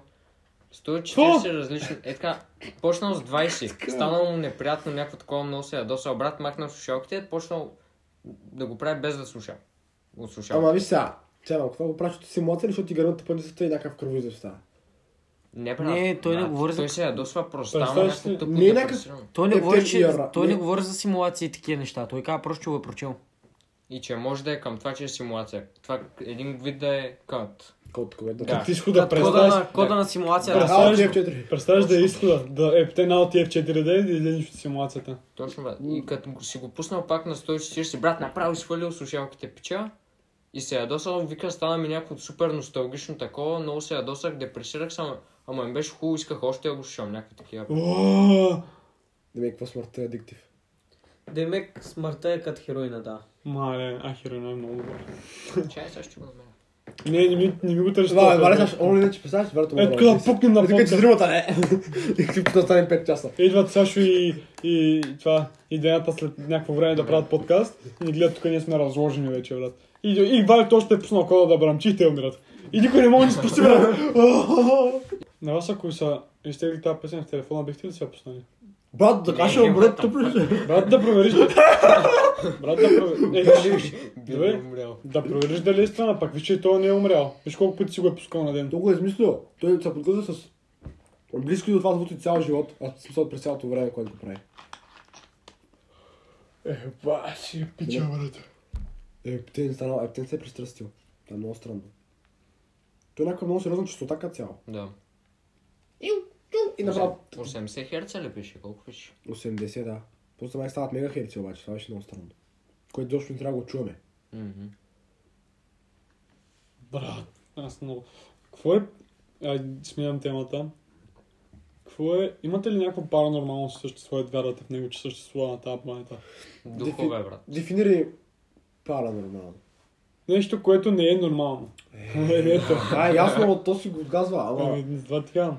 140
Какво?
различни. Е така, почнал с 20. Станало му неприятно, някакво такова много се ядосал. Брат махнал слушалките, е почнал да го прави без да слуша. От слушалките.
Ама виж сега, сега малко, това го правиш от симулация ли, защото ти гърната пълницата и някакъв кръвоизлив става.
Не, брат.
Не, той не
брат,
говори за-
Той се ядосва просто. Става
Представяш
някакво
си,
тъпо
не е
не,
някакъв-
Той не,
Те-
говори,
те-
че,
яра.
той не
Не.
говори за симулации и такива неща. Той казва просто, че го е прочел.
И че може да е към това, че е симулация. Това един вид да е кът.
Колкото кога е да.
Да.
ти изхода
Да, кода
представяш?
на, кода на симулация.
Да.
Да.
А,
Представяш
от
ли?
F4.
Представяш да е изхода, да е птен от F4D и да излезеш от симулацията.
Точно, брат. И като го- си го пуснал пак на 140, брат, направо изхвърлил слушалките пича. И се ядосал, вика, стана ми някакво супер носталгично такова, много се ядосах, депресирах съм, ама им беше хубаво, исках още да го слушам, някакви такива.
Уа!
Да ми е какво смъртта е адиктив.
Демек смъртта е като хероина, да.
Мале, а херона е много добър.
Чай, Е, сега ще го намеря.
Не, не ми, не ми го търсиш.
Това е, валя,
брат.
знаеш, он иначе представяш, брат,
Е, тук да пукнем на
Вика, че
фонда.
зримата не. И клипът да стане 5 часа.
Идват Сашо и, и това, и Дената след някакво време да правят подкаст. И ни гледат, тук ние сме разложени вече, брат. И, и Валик още е пуснал кода да брамчи и те умират. И никой не може да ни спасти, брат. На вас, ако са изтегли тази песен в телефона, бихте ли се я пуснали?
Брат, да
Не,
каже,
няма
брат,
там.
тъпо ли ще?
Брат, да провериш. Брат, да провериш. Добре.
Бил умрял.
Да провериш дали е страна, пак виж, че и той не е умрял. Виж колко пъти си го е пускал на ден.
Той го е измислил. Той се подготвя с близко до това звучи цял живот, а в смисъл през цялото време, което го прави.
Е, ба, си
пича,
брат.
Ептен станал, Ептен се е пристрастил. Това е много странно. Той е някаква много сериозна частота като цяло.
Да.
И направо
80 херца ли пише? Колко пише?
80, да. После май стават мегахерци обаче, това беше много странно. Което точно не трябва да го чуваме.
Мгм.
Брат, аз много. Какво е... Ай, сменям темата. Какво е... Имате ли някакво паранормално същество и вярвате в него, че съществува на тази планета?
Духове, брат.
Дефинирай паранормално.
Нещо, което не е нормално. Ето.
Да, е ясно, но то си го казва, ама
Ами, Затова ти казвам.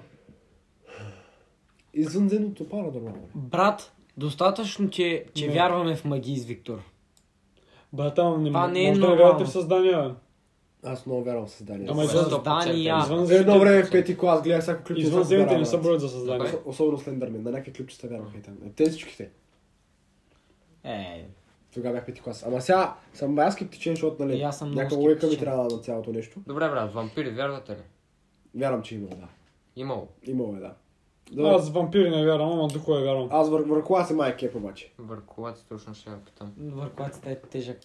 извънземното паранормално.
Брат, достатъчно, че, че
Не.
вярваме в магии с Виктор.
Брат, ама не,
Това не е
може да не
нормално.
вярвате в създания, бе.
Аз много вярвам в създание.
Ама извън-
Сто
Дания.
процента.
извън-
Е, Едно време в пети клас гледах всяко клип.
Извънземните не се
брат.
броят за създание.
Добре.
Ос- Особено Слендърмен, на някакви клипчета вярваха и там. Те всичките.
Е,
Тогава бях пети клас. Ама сега съм бая скептичен, защото нали,
И аз съм много
някаква логика ми
скептичен.
трябва на цялото нещо.
Добре, брат, вампири, вярвате ли?
Вярвам, че имало, да.
Имало.
Имало е, да. Добре.
Аз вампири не вярвам, ама духове вярвам.
Аз вър- върху се май е кеп обаче.
Върколаци точно ще я питам.
върклаците е тежък.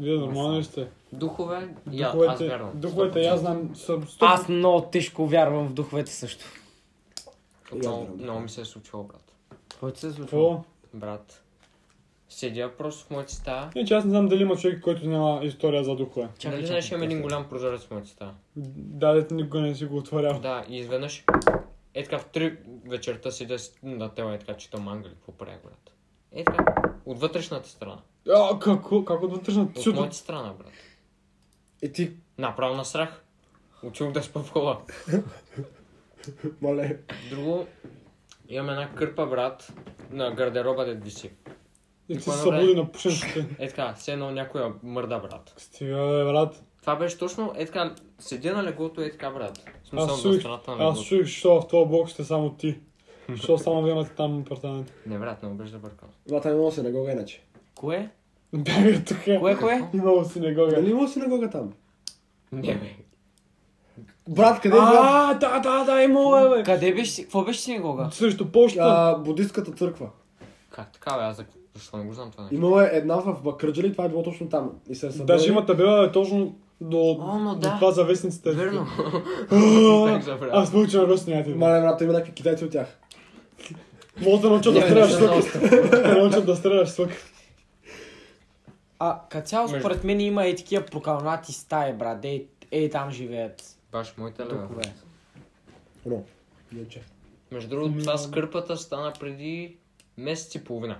Вие нормални ли сте?
Духове, я, аз
Духовете,
вярвам.
духовете, я знам, съм сто...
Аз много тежко вярвам в духовете също.
Защото
И аз
Много,
вярвам.
много ми се е случило, брат.
Какво ти се случва?
Какво?
Брат. Седя просто в моята стая.
Не, че аз не знам дали има човек, който няма история за духове.
Чакай, чакай,
Нали знаеш, имам един голям прозорец в моята стая.
Да, дете никога не си го отворял.
Да, и изведнъж е така в 3 вечерта седя с- на тела е така, чета манга или какво прави, брат. Е така, от вътрешната страна.
А, какво? Как от вътрешната
От
чудо?
моята страна, брат.
И ти,
Направо на страх. Отидох да спа в кола.
мале,
Друго, имам една кърпа, брат, на гардероба дед виси.
И ти се
Никога не
събуди
бе.
на пушенците.
Е така, все едно някоя мърда, брат.
Стига, бе, брат.
Това беше точно, е така, седя на легото, е така, брат. В
Аз
смисъл, на
чуих,
страната на
аз
легото.
чуих, що в това блок ще само ти. Що само вие имате там апартамент.
Не, брат, не обръща бъркам.
вата не носи нагога иначе.
Кое?
Бягай тук.
Кое, кое?
Имало синагога.
Нали имало синагога там?
Не, бе.
Брат, къде е била?
А, да, да, да, имало е, бе.
Къде беше? си- Какво беше синагога?
Срещу почта.
А, будистката църква.
Как така, бе? Аз за- защо не го знам това нещо?
Имало е една в Бакърджали, това е било точно там. И се е събрали.
Даже има табела бе, точно до,
О, но
до
да. е
това за вестниците.
Верно.
А,
Как забравя?
Аз науча на русния ти.
Мале, брат, има някакви китайци от тях.
Може да научат да
Не,
стреляш
не,
свък.
не,
Да научат да стреляш свък.
А, като цяло,
Между-
според мен има и такива прокалнати стаи, брат. Ей, ей там живеят.
Баш моите лева.
Духове.
Но, иначе.
Между другото, това с кърпата стана преди месец и половина.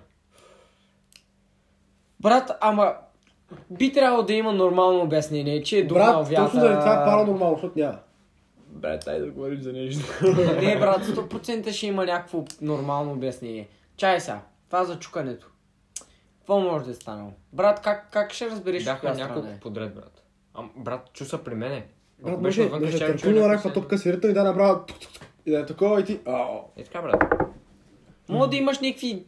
Брат, ама би трябвало да има нормално обяснение, че е духнал
Брат,
вятър.
точно заради това е паранормално, защото няма.
Брат, дай да говорим за нещо.
е.
Не, брат, 100% ще има някакво нормално обяснение. Чай сега, това за чукането. Какво може да е станало? Брат, как, как ще разбереш от
Бяха
коя страна
няколко
е?
подред, брат. А, брат, чу са при мене.
Брат,
Ако беше
може,
отвън,
може
ще
да
я чуя
търкула
някой
някаква
се-
топка с ритъм и да направя тук, тук, тук, и да е такова и ти... Ао.
Е така, брат.
Мога да имаш някакви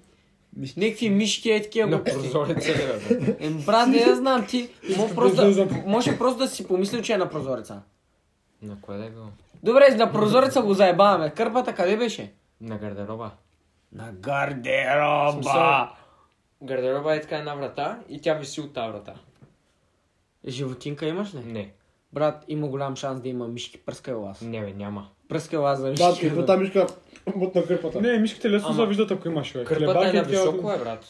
някакви мишки е такива
На
глупости.
прозореца ли, бе, брат?
Е, брат, не я знам ти. Мога просто,
да излизам.
да- може просто да си помисля, че е на прозореца.
На кое да е било?
Добре, на прозореца го заебаваме. Кърпата къде беше?
На гардероба.
На
Смисъл-
гардероба.
Гардероба е така една врата и тя виси от тази врата.
Животинка имаш ли?
Не,
Брат, има голям шанс да има мишки. Пръскай лаз.
не бе, няма.
Пръскай лаз за
Брат,
мишки.
и там мишка бутна кърпата.
Не, мишките лесно
Ама-
се виждат, ако имаш. бе.
Кърпата е
Хлебаки
на
и такива-
високо, е, брат.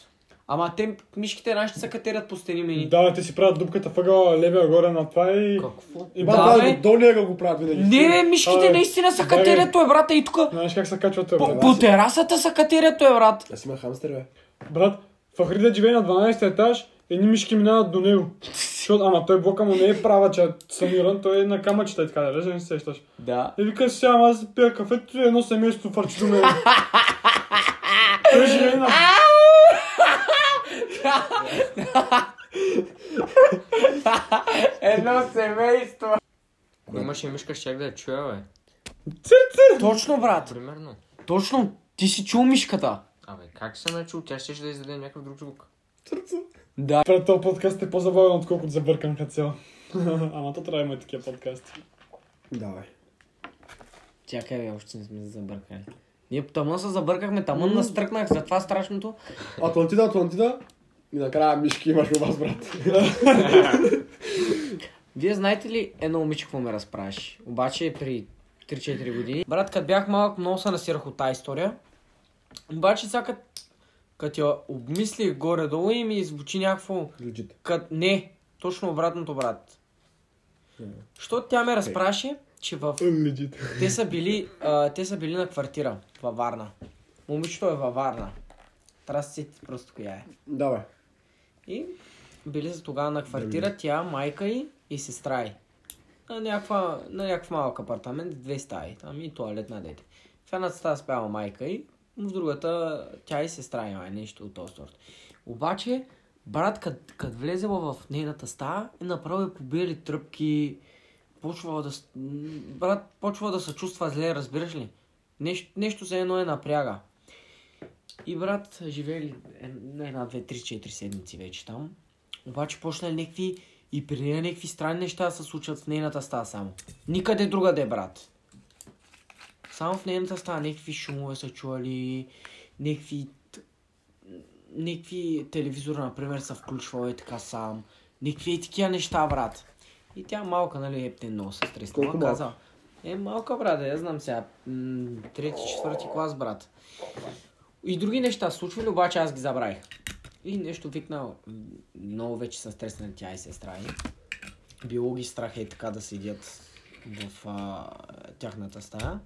Ама те мишките нашите се катерят по стени мини.
Да, бе, те си правят дупката въгъла, левия горе на това и...
Какво?
И
Брат,
Да,
даже
бе.
до долния го правят винаги.
Не, бе, мишките
Абе,
наистина са
да, бе.
катерят, той брата и тук.
Знаеш как се качват, бе,
По,
брат?
по терасата са катерят, той брат.
Аз имам хамстер, бе.
Брат, Фахрида живее на 12 етаж, едни мишки минават до него. Защото, ама той блока му не е права, че е саниран, той е на камъчета и така, да не се сещаш.
Да.
И викаш сега, ама аз пия кафето и едно семейство фарчи до мен. Той живее на...
Едно семейство.
Ако имаше мишка, щях да я чуя, бе.
Точно, брат.
Примерно.
Точно. Ти си чул мишката.
Абе, как се начул? Тя ще да издаде някакъв друг звук.
Да.
Пред този подкаст е по-забавен, отколкото забъркан като цяло. Ама то трябва да има и такива подкасти.
Давай.
Чакай, бе, още не сме се забъркали. Ние тъмън се забъркахме, тъмън настръкнах за това страшното.
Атлантида, Атлантида. И накрая мишки имаш у вас, брат.
Вие знаете ли едно момиче какво ме разправяше? Обаче при 3-4 години. Брат, като бях малък, много се насирах от тази история. Обаче сега като- като я обмислих горе-долу и ми звучи някакво...
Легит.
Кът... Не, точно обратното, брат. Що тя ме разпраше, че в...
Легит.
те, са били, а, те са били на квартира във Варна. Момичето е във Варна. Трябва да се сетите просто коя е.
Давай.
И били за тогава на квартира тя, майка й и сестра й. На, някаква, на някакъв малък апартамент, с две стаи, там и туалет на дете. В едната стая спява майка й, в другата тя и сестра й, май, нещо от този сорт. Обаче, брат, като влезела в нейната стая, е направо е побили тръпки, почва да... с- м, Брат, почва да се чувства зле, разбираш ли? Нещо, нещо за едно е напряга. И брат, живели една, една, две, три, четири седмици вече там. Обаче почнали някакви и при нея някакви странни неща да се случват в нейната стая само. Никъде другаде, брат. Само в нейната стая някакви шумове са чували, някакви... т- Някакви телевизора, например, са включвал е така сам. Някакви е такива неща, брат. И тя малка, нали, е много се
Колко
стреснала.
малка?
Каза, е малка, брат, я знам сега. м, Трети, четвърти клас, брат. И други неща случвали, обаче аз ги забравих. И нещо викнал, м, много вече са стреснали тя и сестра й било ги страх е така да седят в а, тяхната стая.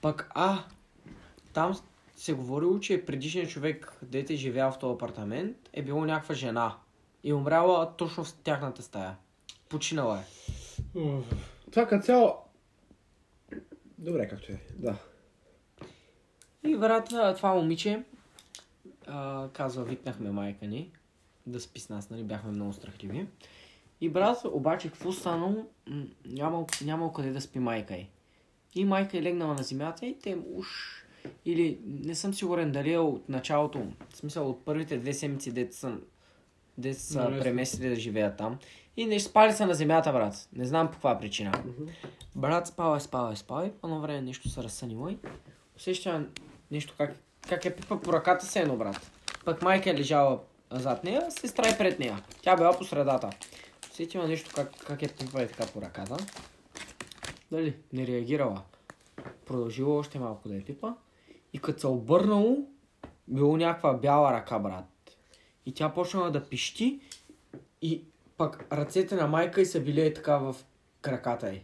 Пък, а, там се говорило, че предишният човек, дете е живял в този апартамент, е било някаква жена. И умряла точно в тяхната стая. Починала е.
Уф.
Това като цяло... Добре, както е. Да.
И брат, а, това момиче, а, казва, викнахме майка ни да спи с нас, нали, бяхме много страхливи. И брат, обаче, какво станало, М, нямал, нямал къде да спи майка й. И майка е легнала на земята и те уж... Или не съм сигурен дали е от началото, в смисъл от първите две седмици, дето съм де са
Нарезват.
преместили да живеят там. И не спали са на земята, брат. Не знам по каква причина. Брат спава, спава, спава и по едно време нещо се разсънило и усеща нещо как, как е пипа по ръката се едно, брат. Пък майка е лежала зад нея, сестра е пред нея. Тя била по средата. Усетила нещо как, как е пипа е така по ръката. Дали, не реагирала. Продължило още малко да е пипа. И като се обърнало, било някаква бяла ръка, брат. И тя почнала да пищи. И пък ръцете на майка й са били е така в краката й.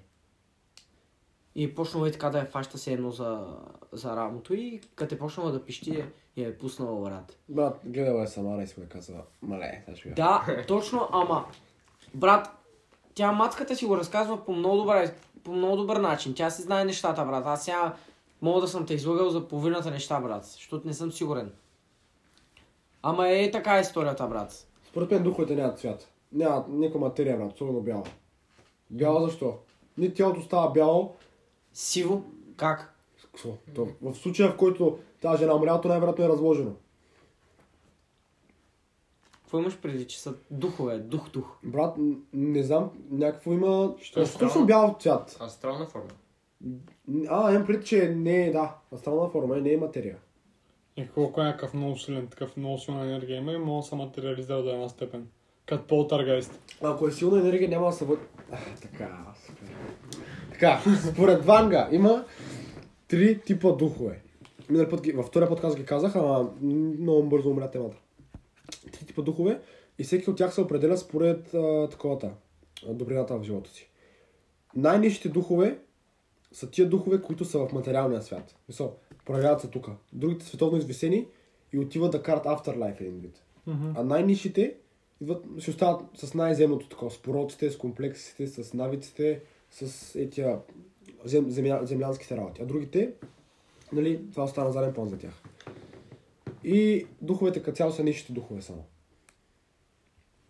И е почнала е така да я фаща се едно за, за рамото и като е почнала да пищи, я е пуснала брат.
Брат, гледала е Самара и си му е казала, мале, сега ще я.
Да, точно, ама. Брат, тя мацката си го разказва по много добър, по много добър начин. Тя си знае нещата, брат. Аз сега мога да съм те излагал за половината неща, брат, защото не съм сигурен. Ама е така е историята, брат.
Според мен духовете нямат цвят. Нямат никаква материя, брат, особено бяло. Бяло защо? Ни тялото става бяло.
Сиво, как?
с Какво? То, в случая, в който тази жена умря, то най-вероятно е разложено.
Какво имаш преди, че са духове, дух, дух?
Брат, н- не знам, някакво има...
Що е
Точно
странно?
бял цвят.
Астрална е форма.
А, имам пред, че не е, да, астрална форма и не е материя.
И колко е някакъв много силен, такъв много силна енергия има и може да се материализира до една степен. Като полтергайст.
Ако е силна енергия, няма да се въд... А, така, супер. Така, според Ванга има три типа духове. Минали път, ги- във втория подкаст ги казах, ама много бързо умря темата. Три типа духове и всеки от тях се определя според а, таковата, а, добрината в живота си. Най-нищите духове са тия духове, които са в материалния свят. Мисъл, проявяват се тук. Другите световно извесени и отиват да карат afterlife един вид. А най-нишите идват, ще остават с най-земното такова, с пороците, с комплексите, с навиците, с етия зем, земя, землянските работи. А другите, нали, това остана заден план за тях. И духовете като цяло са нишите духове само.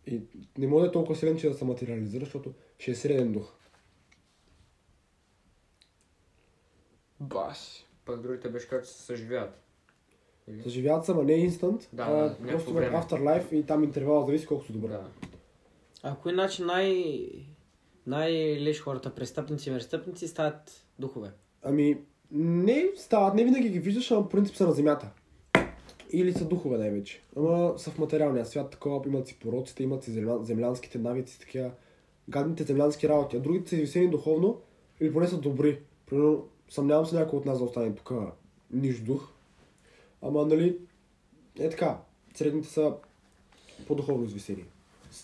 И не може да е толкова силен, че да се материализира, защото ще е среден дух.
Бас. Пък другите беше как се съживяват.
Съживяват се, ама не е инстант,
Да, да,
а
някакво
просто в
време.
afterlife и там интервала зависи колко са добър.
Да.
Ако иначе най... най-леш хората, престъпници и престъпници, стават духове.
Ами, не стават, не винаги ги виждаш, ама по принцип са на земята. Или са духове най-вече. Ама са в материалния свят, такова имат си пороците, имат си земля- землянските навици, такива гадните землянски работи. А другите са извисени духовно, или поне са добри. Примерно, съмнявам се някой от нас да остане тук ниш дух. Ама, нали, е така, средните са по-духовно извисени.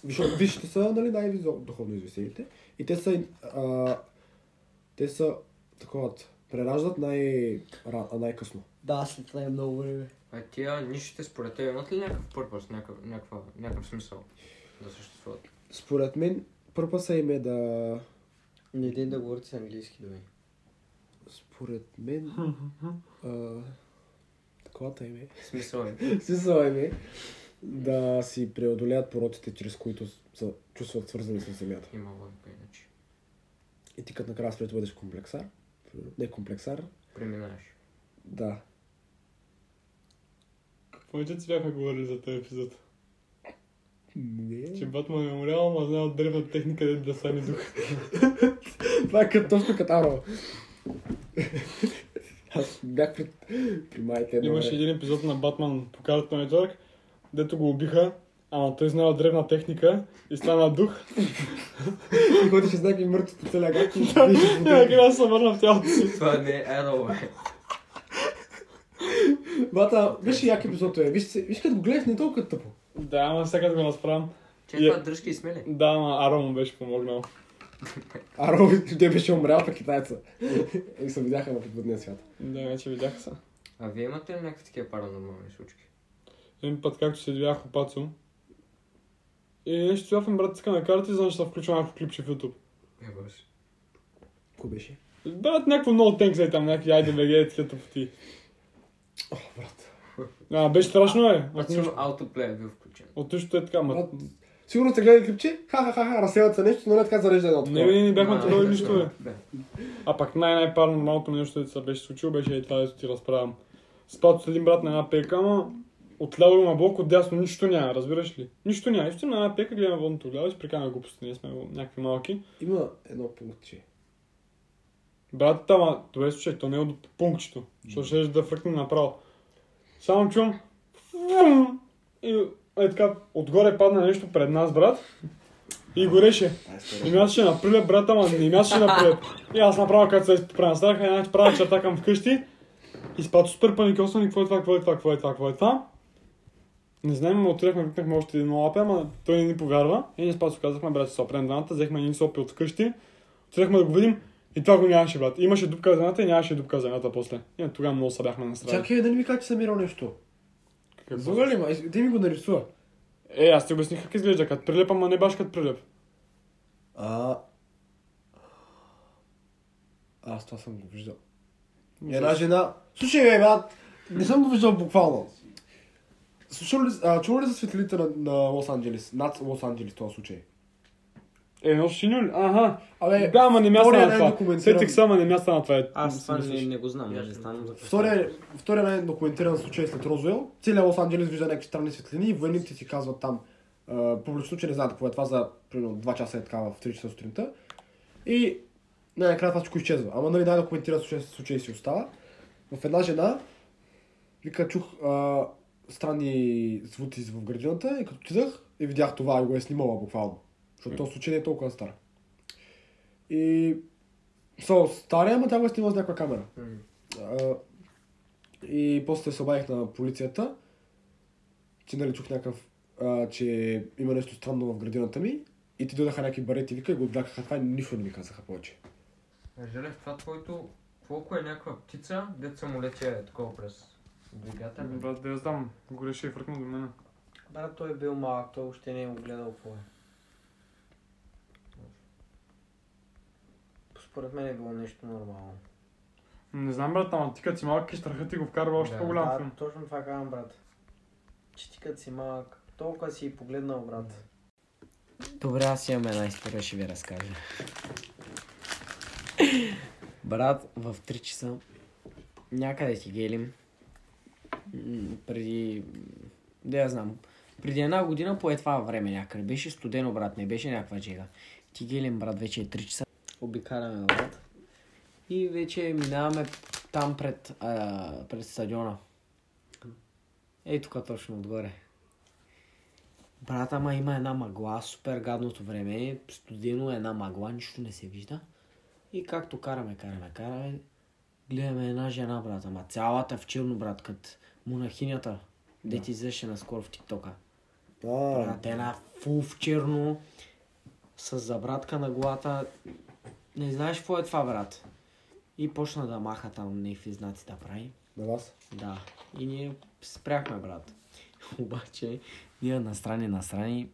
Виш- Висшите са, нали, най-духовно извисените. И те са, а, те са такова, прераждат най- ра- а, най-късно.
Да, след това е много време.
А тия нишите според теб имат ли някакъв пърпъс, някакъв, някаква, някакъв смисъл да съществуват?
Според мен, пърпаса им е да...
Не дей да говорите с английски думи.
Според мен... а, таковата им е...
Смисъл е.
Смисъл им е да си преодолеят пороците, чрез които се чувстват свързани с земята.
Има логика иначе.
И ти като накрая спред бъдеш комплексар. Не комплексар.
Преминаваш.
Да.
Повече си бяхме говорили за този епизод.
Не.
Че Батман е умрял, ама знае от древната техника да да сами дух.
Това е като, точно като Арова. Аз бях при, при майка едно
Имаше
време.
един епизод на Батман по Cartoon Network, дето го убиха, ама той знае от древна техника и стана дух.
И ходеше с някакви мъртви по целия град. и
И
беше потъпен.
накрая Е, се върна в тялото си.
Това не е Arrow. бе.
Бата, беше як епизод е. Виж, се- виж като го гледаш не е толкова тъпо.
Да, ама сега като го насправям.
Че това дръжки и смели.
Да, ама Аро му беше помогнал.
Аро, той беше умрял пък китайца. И се видяха на подводния свят.
Да, вече видях се.
А вие имате ли някакви такива паранормални случки?
Един път, както се видях опацо. И нещо сляпен брат така на карти, знаеш, ще включва някакво клипче в YouTube.
Е, бъс.
Ко беше?
Брат, някакво много тенк за там, някакви айде беге, такива тъпоти.
О, брат.
А, беше страшно е. Ако имаш-
Сигурно аутоплея е бил включен.
От същото е така, ма.
брат. Сигурно сте гледали клипче, ха-ха-ха, разселят се нещо, но не е така зарежда едно
Не,
такова.
не, не бяхме
А,
трудови
да,
нищо, бе.
Да.
А пак най-най-паранормалното нещо, което се беше случило, беше и това, дето ти разправям. Спад с един брат на една пека, ама отляво има блок, отдясно нищо няма, разбираш ли? Нищо няма. Истина на една пека гледаме водното отляво и си прикараме глупости, ние сме някакви малки.
Има едно пунктче.
Брат, там, а, добре слушай, то не е от пунктчето, защото ще да фръкне направо. Само чувам. фум, И е така, отгоре падна нещо пред нас, брат. И гореше.
е
И ми аз ще наприля, брат, ама не ми аз ще наприля. И аз направо като се изправя страха, една права черта към вкъщи. И спад супер паникосан, и какво е това, какво е това, какво е това, какво е това. Не знаем, ама отидахме, викнахме още един лапе, ама той не ни повярва. И ние спад казахме, брат, ще се опрем двамата, взехме един сопи от вкъщи. Отидахме да го видим и това го нямаше, брат. Имаше дупка за едната и нямаше дупка за едната после. И тогава много се бяхме настрадали.
Чакай, да не ми кажа, че съм мирал нещо.
Какво?
Зога ли ма? Ис- Ти ми го нарисува.
Е, аз ти обясних как изглежда, като прилеп, ама не баш като прилеп.
А... Аз това съм го виждал. Една жена... Ами, Слушай, бе, брат, не съм го виждал буквално. Слушал ли, а, чувал ли за светлините на, на Лос-Анджелес? Над Лос-Анджелес в този случай.
Е, едно синьо ли? Аха.
Абе,
Да, ама не мя
втория
стана
Е, не е
това.
документиран.
Сетих само не мя стана това. Е,
Аз това
мислиш.
не, не го знам, може да станам за
втория, втория най-документиран случай е след Розуел. Целият Лос-Анджелес вижда някакви странни светлини и войните си казват там а, публично, че не знаят какво е това за примерно 2 часа е така в 3 часа сутринта. И най-накрая това всичко изчезва. Ама нали най-документиран случай, случай си остава. В една жена, вика, чух а, странни звуци в градината и като отидах и видях това и го е снимала буквално. Защото този случай не е толкова стар. И... Со, стария, ама тя го е снимала с някаква камера. А, и после се обадих на полицията, че нали чух някакъв, а, че има нещо странно в градината ми. И ти дойдаха някакви барети, вика и го облякаха това и нищо не ми казаха повече.
Желев, това твоето... Колко е някаква птица, дето самолетя е такова през двигателя? бе?
Ами, Брат, да я знам. Гореше и фръкна до мене.
Брат, той е бил малък, той още не е го гледал какво е. Според мен е било нещо нормално.
Не знам, брат, ама ти като си малък и страхът ти го вкарва още
Да.
по-голям филм.
точно това казвам, брат. Че ти като си малък, толкова си и погледнал, брат. Добре, аз имам една история, ще ви разкажа. Брат, в 3 часа някъде си гелим. М, Преди... Да я знам. Преди една година по е това време някъде. Беше студено, брат, не беше някаква жега. Ти гелим, брат, вече е 3 часа. Обикараме, брат. И вече минаваме там пред, а, пред стадиона. Ей тук точно отгоре. Брат, ама има една магла, супер гадното време, студено е една магла, нищо не се вижда. И както караме, караме, караме, гледаме една жена, брат, ама цялата в черно, брат, кът монахинята, де ти излезе наскоро в тиктока.
А,
Брат, една фул в черно, с забратка на главата. Не знаеш какво е това, брат. И почна да маха там някакви знаци да прави.
на вас.
Да. И ние спряхме, брат. Обаче, ние настрани, настрани,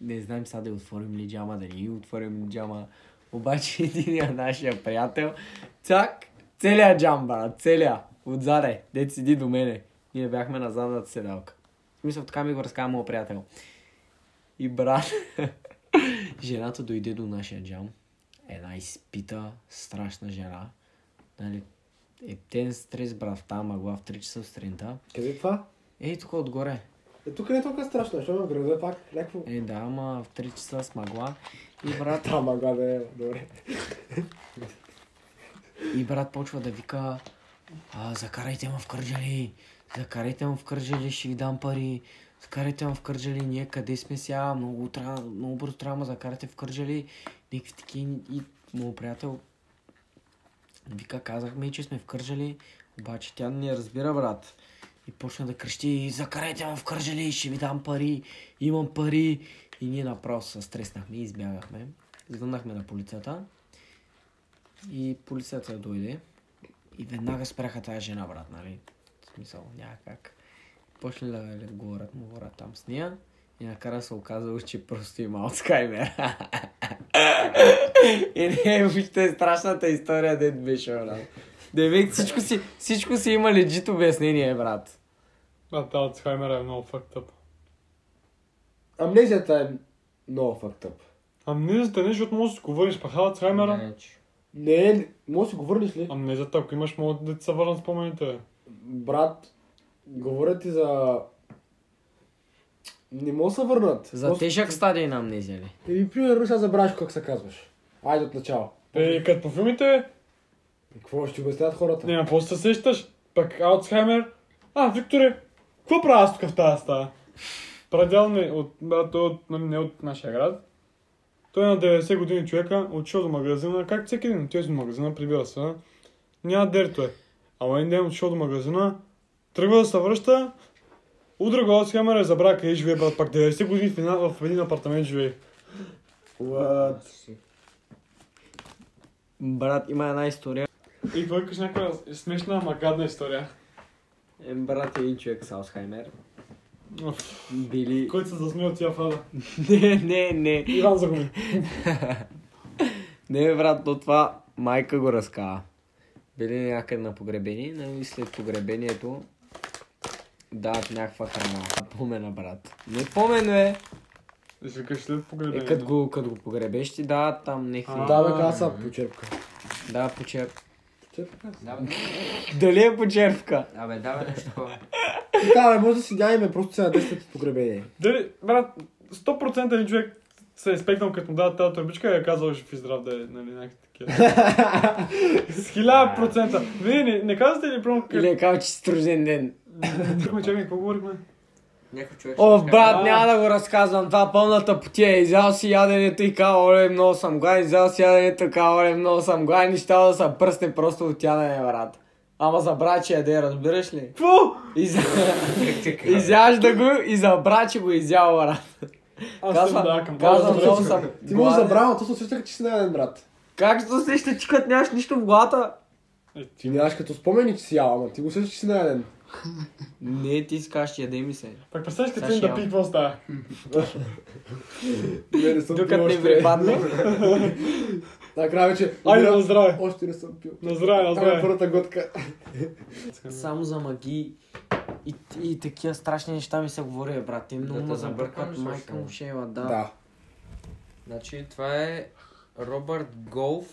не знаем сега да й отворим ли джама, да не й отворим ли джама. Обаче един нашия приятел, цак, целия джам, брат, целия, отзаде, дет седи до мене. Ние бяхме на задната седалка. В смисъл, така ми го разказа моят приятел. И брат, жената дойде до нашия джам. една изпита, страшна жена. Нали, е тен стрес, брат, в тази мъгла в 3 часа сутринта.
Къде е това?
Ей, тук отгоре.
Е, тук не е толкова страшно, защото в града пак някакво...
Е, да, ама в 3 часа с мъгла. И брат,
Та мага да е, добре.
И брат почва да вика, а, закарайте ме в Кърджали, закарайте ме в Кърджали, ще ви дам пари, закарайте ме в Кърджали, ние къде сме сега, много, трябва, много бързо трябва да ме закарате в Кърджали, някакви такива и моят приятел вика, казахме, че сме в Кърджали, обаче тя не разбира, брат. И почна да крещи, закарайте ме в Кърджали, ще ви дам пари, имам пари. И ние направо се стреснахме и избягахме. Звъннахме на полицията. И полицията дойде и веднага спряха тази жена, брат, нали? В смисъл, няма как. Почне да ли говорят му говорят там с нея и накара се оказало, че просто има Алцхаймер. и не е въобще страшната история, дед беше, брат. Девек, всичко си, всичко си има легит обяснение, брат.
Брат, Алцхаймера е много fucked up.
Амнезията е много fucked up.
Амнезията Ами, не, защото може да си го върнеш, паха Алцхаймера.
Не, че.
Не, е- може да си го върнеш ли?
Амнезията, ако имаш, могат да ти се върнат спомените. бе.
Брат, говоря ти за... Не мога да се върнат.
За тежък стадий на амнезия ли?
Или, примерно, сега забравяш как се казваш. Айде от начало.
Е, като по филмите,
Какво ще обясняват хората?
няма какво да се сещаш. Пък Алцхаймер. А, Викторе, какво правя аз тук в тази стая? Прадял ми от, брат, той от, нали, не от нашия град. Той е на 90 години човека, отишъл до магазина, как всеки ден, отива до магазина, прибира се, а? няма дерто е. Ама един ден отишъл до магазина, тръгва да се връща, удра го Алцхаймер е забравя къде живее, брат, пак 90 години в, една, в един апартамент живее.
What?
Брат, има една история.
И какво викаш някаква смешна, ама гадна история.
Е, брат, един човек с Алцхаймер.
Уф,
Били...
Който се засмя от тия фраза.
не, не, не.
Иван загуби.
Не, брат, но това майка го разкава. Били някъде на погребение, но и след погребението дават някаква храна. е Помена, брат. Не помен, бе.
Да си викаш след погледа.
Е, като го, като го погребеш, ти дават там някакви...
Да, бе, каза почерпка.
Да, почерп.
Почерпка.
Да, бе.
Дали е почерпка?
Абе, да, бе, нещо такова.
И Да, бе, може да си дяйме просто сега 10 погребение.
Дали, брат, 100% един човек се е спекнал, като му дава тази турбичка и е казал, ще ви здрав да е, нали, някакви такива. С хиляда процента. Вие не, не казвате ли, пром,
Или е казал, че си труден ден.
Дихме, чакай, какво говорихме?
Някой човек. ще
О,
разкаже.
брат, няма да го разказвам. Това пълната потия. е. Изял си яденето и каза, оле, много съм гладен. Изял си яденето и каза, оле, много съм гладен. И щял да се пръсне просто от ядене, брат. Ама забра, че яде, разбираш ли?
Какво?
Изя... Изяжда го и забра, че го е изял, брат.
Аз съм да,
Казва,
към
казва,
казвам,
много съм
Ти му
гладен.
забравя, то се усеща, че си наяден, брат.
Как ще усеща, че като нямаш нищо в главата?
Ти нямаш като спомени, че си ял, ама ти го усещаш, че си наяден.
Не, ти си кажеш, яде ми се.
Пак представиш, като
Сега
им да
ще
пи,
ям.
какво става?
Не, не съм пил
Докато не
още.
припадне.
Накрая вече...
Айде,
умирам.
на здраве!
Още не съм пил.
На здраве, на
Това е
здраве!
първата глътка.
Само за магии и, и такива страшни неща ми се говори, бе, брат. Те много
Да те
ме
забъркам
забъркат.
ли
Майка
също?
му ще ела, да.
Да.
Значи това е Робърт Голф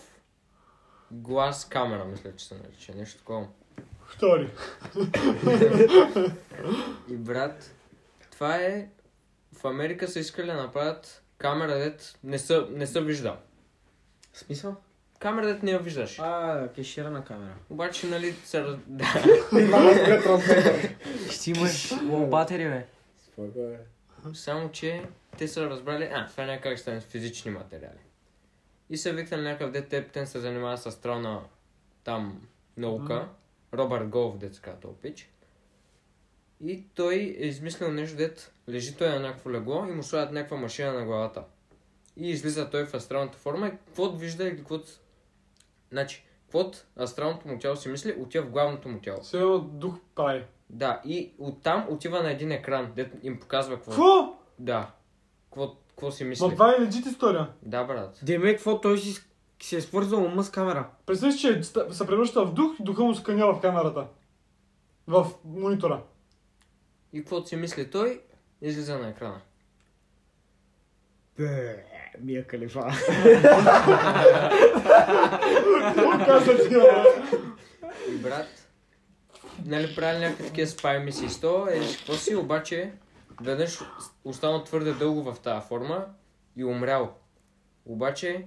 глас камера, мисля, че се нарича. Нещо такова.
Втори.
И брат, това е... В Америка са искали да направят камера, дет не са, не са виждал.
В смисъл?
Камера, дет не я виждаш.
А, кеширана камера.
Обаче, нали, се раз... Да.
Ще си имаш лопатери, бе.
Спокойно, бе.
Само, че те са разбрали, а, това няма как ще стане с физични материали. И са викнали някакъв дет, Тептен се занимава с астрална там наука, Робърт Голф, детска топич. И той е измислил нещо, дет лежи той на някакво легло и му слагат някаква машина на главата. И излиза той в астралната форма и каквото вижда или каквото... Значи, каквото астралното му тяло си мисли, отива в главното му тяло.
Все едно дух прави.
Да, и оттам отива на един екран, дето им показва какво е.
Какво?
да. Какво, какво си мисли?
Ма това е легит история.
Да, брат.
Деме, какво той си, си е свързал ума с камера?
Представи си, че ста- се превръща в дух и духа му сканява в камерата. В монитора.
И каквото си мисли той, излиза на екрана.
Мия Калифа.
Каза ти, бе.
И брат, нали правили някакви такива спай мисии с то, е, какво си, обаче веднъж останал твърде дълго в тази форма и умрял. Обаче,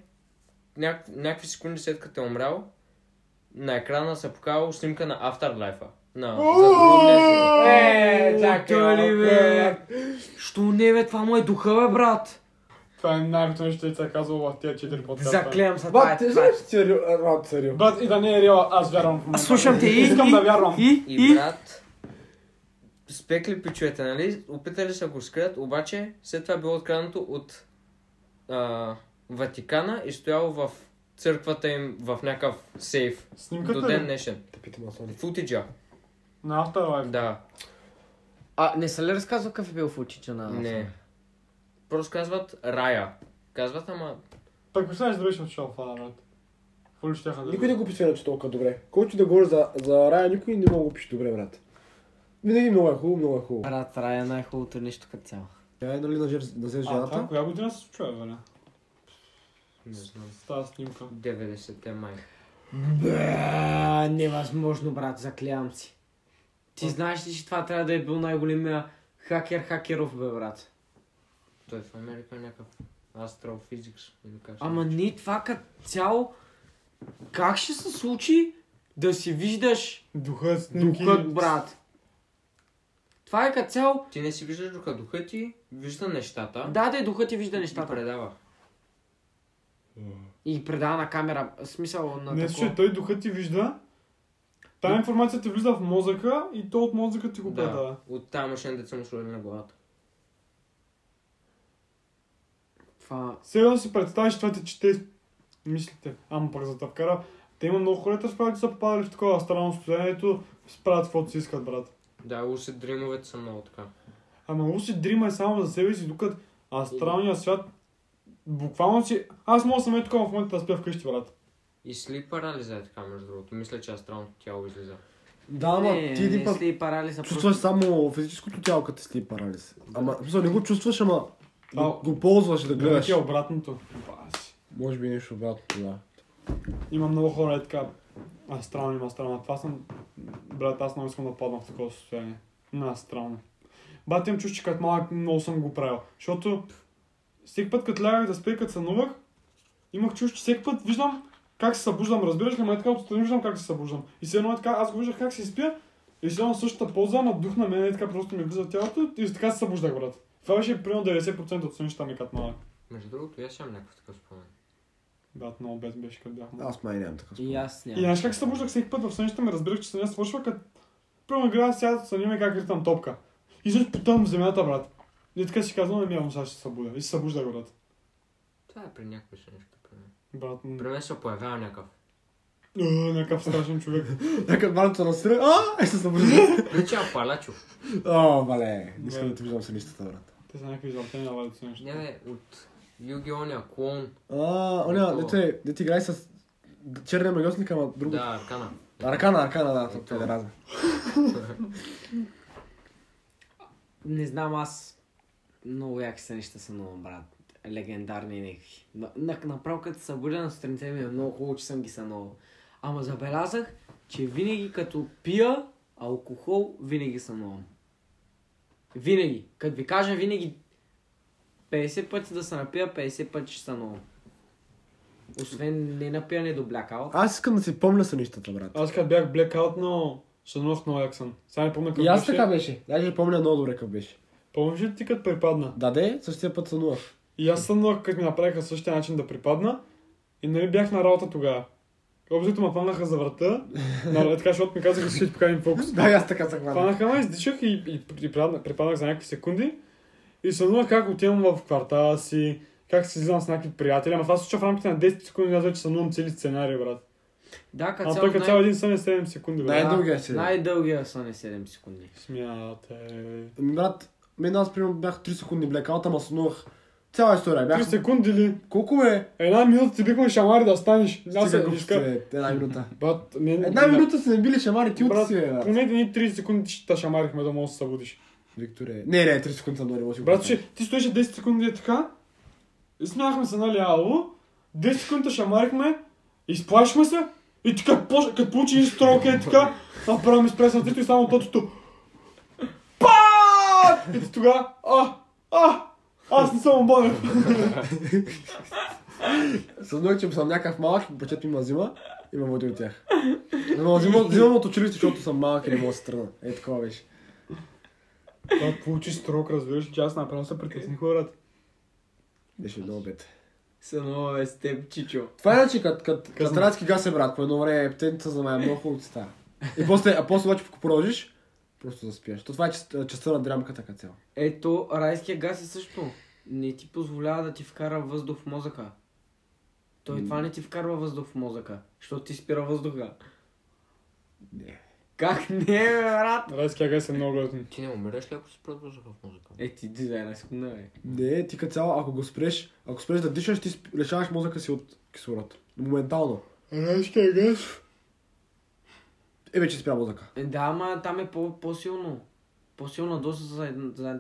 няк- някакви секунди след като е умрял, на екрана се показва снимка на Afterlife-а. На загробния свят.
Е,
чакай, бе. Що не, бе, това му е духа, бе, брат.
Това е най-голямото нещо, което се е казвало в тия четири подкаста.
Заклевам се, това е
Бат, ти
това.
знаеш, че е ре- работа се рил.
Брат, и да не е реал, аз вярвам в момента.
Аз слушам те и...
Искам
и-
да вярвам.
И,
И
и...
брат, спекли пичуете, нали? Опитали са го скрият, обаче след това било откраднато от а, Ватикана и стояло в църквата им в някакъв сейф. До
Снимката
ден
Е, ли?
днешен.
Те питам аз. Ани.
Футиджа.
На Afterlife.
Да,
А, не са ли разказва какъв е бил фучича на...
не. Просто казват рая. Казват, ама
Пък представяш да беше отшел това, брат. Какво ли ще да...
Никой не го е пише иначе толкова добре. Който да говори за, за рая, никой не мога да го пише добре, брат. Винаги много е хубаво, много е хубаво.
Брат, Рая е най-хубавото нещо като цяло.
Тя е нали на жер, да взеш
А, това
жената?
коя година се случва, бе, не?
не знам.
С тази снимка.
90-те май.
Бе, невъзможно, брат, заклявам си. Ти знаеш ли, че това трябва да е бил най-големия хакер хакеров, бе, брат?
Той в Америка е някакъв астрофизикс. Или как се
Ама не, това като цяло... Как ще се случи да си виждаш
Духът, снимки...
духът, брат? Това е като цяло...
Ти не си виждаш духа. Духът ти вижда нещата.
Да, да, духът ти вижда
Нещата
нещата.
предава.
И предава на камера. в Смисъл на
Не,
такова.
слушай, той духът ти вижда. Тая информация ти влиза в мозъка и то от мозъка ти го
е
предава.
Да, от тази машина деца му сложили на главата.
Това...
Сериозно си представиш това ти чете мислите. Ама пък за тъпкара. Те има много хората, с които са попадали в такова странно състояние, ето си правят каквото си искат, брат.
Да, усе дримовете са много така.
Ама Лусид Дрима е само за себе си, докато астралният свят буквално си... Аз мога да съм е тук в момента да спя вкъщи, брат.
И сли парализа е така, между другото. Мисля, че астралното тяло излиза.
Да, ама
не,
ти един
не
път
сте и парализа.
чувстваш само физическото тяло, като ти сли парализ. Ама, в смисъл, не го чувстваш, ама
А,
го, го ползваш да
Да,
гледаш.
е обратното. Баси.
Може би нещо обратно, да.
Има много хора е така астрални, има астрална. Това съм... Брат, аз много искам да падна в такова състояние. На астрално. Бат имам чувство, че като малък много съм го правил. Защото всеки път, като лягах да спя, и като сънувах, имах чувство, че всеки път виждам как се събуждам. Разбираш ли, ама е така отстрани виждам как се събуждам. И все едно е така, аз го виждах как се спя и все едно същата полза, ама дух на мен е така, просто ми влиза в тялото и така се събуждах, брат. Това беше примерно 90% от сънищата ми като малък.
Между другото, и аз имам някакъв такъв спомен.
Брат, много без беше, като бях малък.
Аз май нямам така.
И аз
И
нямам.
знаеш как се събуждах всеки път в сънища ми, разбирах, че съня свършва, като първо игра, сега съниме е как ритам топка. И след потъвам в земята, брат. И така си казвам, ами явно сега ще се събудя. И се събужда, брат.
Това е при някакви са нещо. при мен.
Брат, м-
При мен се появява някакъв.
Е, някакъв страшен човек.
Така барното насира, а, е се събужда.
Прича Палачо.
О, вале, не искам да ти виждам сънищата, брат.
Те са някакви изобретения, вали от сънища.
Не, бе, от Юги Оня, клон.
А, оня, дете, дете играй с черния магиосник, ама друг.
Да, Аркана.
Аркана, аркана, да, това е разна.
Не знам, аз много яки са неща са много, брат. Легендарни някакви. На- на- Направо като се събудя на сутринта ми е много хубаво, че съм ги сънувал. Ама забелязах, че винаги като пия алкохол, винаги сънувам. Винаги. Като ви кажа винаги 50 пъти да се напия, 50 пъти ще сънувам. Освен не напияне до блякаут.
Аз искам да си помня сънищата, брат.
Аз като бях blackout, но сънувах много як съм. Сега не помня как
И аз
беше.
така беше. Даже помня много добре как беше.
Помниш ли ти като припадна?
Да, де, същия път сънувах.
И аз сънувах, като ми направиха същия начин да припадна. И нали бях на работа тогава. Обзито ме фанаха за врата, на, така, защото ми казаха, че ще ти покажем фокус.
Да, и аз така се хвана.
Хванаха ме, издишах и, и, и припаднах, припаднах за някакви секунди. И сънувах как отивам в квартала си, как се излизам с някакви приятели. Ама това се случва в рамките на 10 секунди, аз вече сънувам цели сценарий, брат.
Да, като
А
цяло
той като цял
най-
един сън е 7 секунди, брат.
Най- Най-дългия си.
най-дългия сън е 7 секунди.
Смятай.
Ами, Брат, мен аз примерно бях 3 секунди блекаут, ама сънувах. Цяла история
3
бях.
секунди ли?
Колко е?
Една минута ти бихме шамари да станеш. Аз
Стига
се
глупости,
иска.
бе, Една минута.
Брат, не,
Една минута се не били шамари, ти
Брат,
от си, бе, брат.
поне едни 30 секунди ще те шамарихме да можеш да се събудиш.
Викторе. Не, не, 3 секунди съм дори. може би.
Брат, че ти стоеше 10 секунди е така И смяхме се, нали, ало, 10 секунди шамарихме, изплашихме се, и така, поч- като получи един строк, е така, направо ми спре сърцето и само тотото. Пат! И тогава, а, а, аз не съм обонен.
Съзнах, че съм някакъв малък и баща ми ме взима и ме води от тях. Но ме взимам, взимам от училище, защото съм малък и не мога да се тръгна. Е, такова беше.
Това получи строк, разбираш, че аз направо се притесних хората.
Беше много бед.
Сънуваме е, с теб, Чичо.
Това е иначе като кът, катрански газ е брат. По едно време птеница за мая много хубаво ти става. И после, а после обаче, ако продължиш, просто заспиеш. То това е част- частта на драмката като цяло.
Ето, райския газ е също. Не ти позволява да ти вкара въздух в мозъка. Той това не ти вкарва въздух в мозъка, защото ти спира въздуха.
Не.
Как не, бе, брат?
Райския газ е много готин.
Ти не умираш ли ако си спрат въздуха в мозъка?
Е, ти ти дай една секунда, бе.
Не, ти като цяло, ако го спреш, ако спреш да дишаш, ти сп- лишаваш мозъка си от кислород. Моментално.
Райския газ.
Е, вече спря мозъка.
Е, Да, ама там е по- по-силно. По-силна доза за, една- за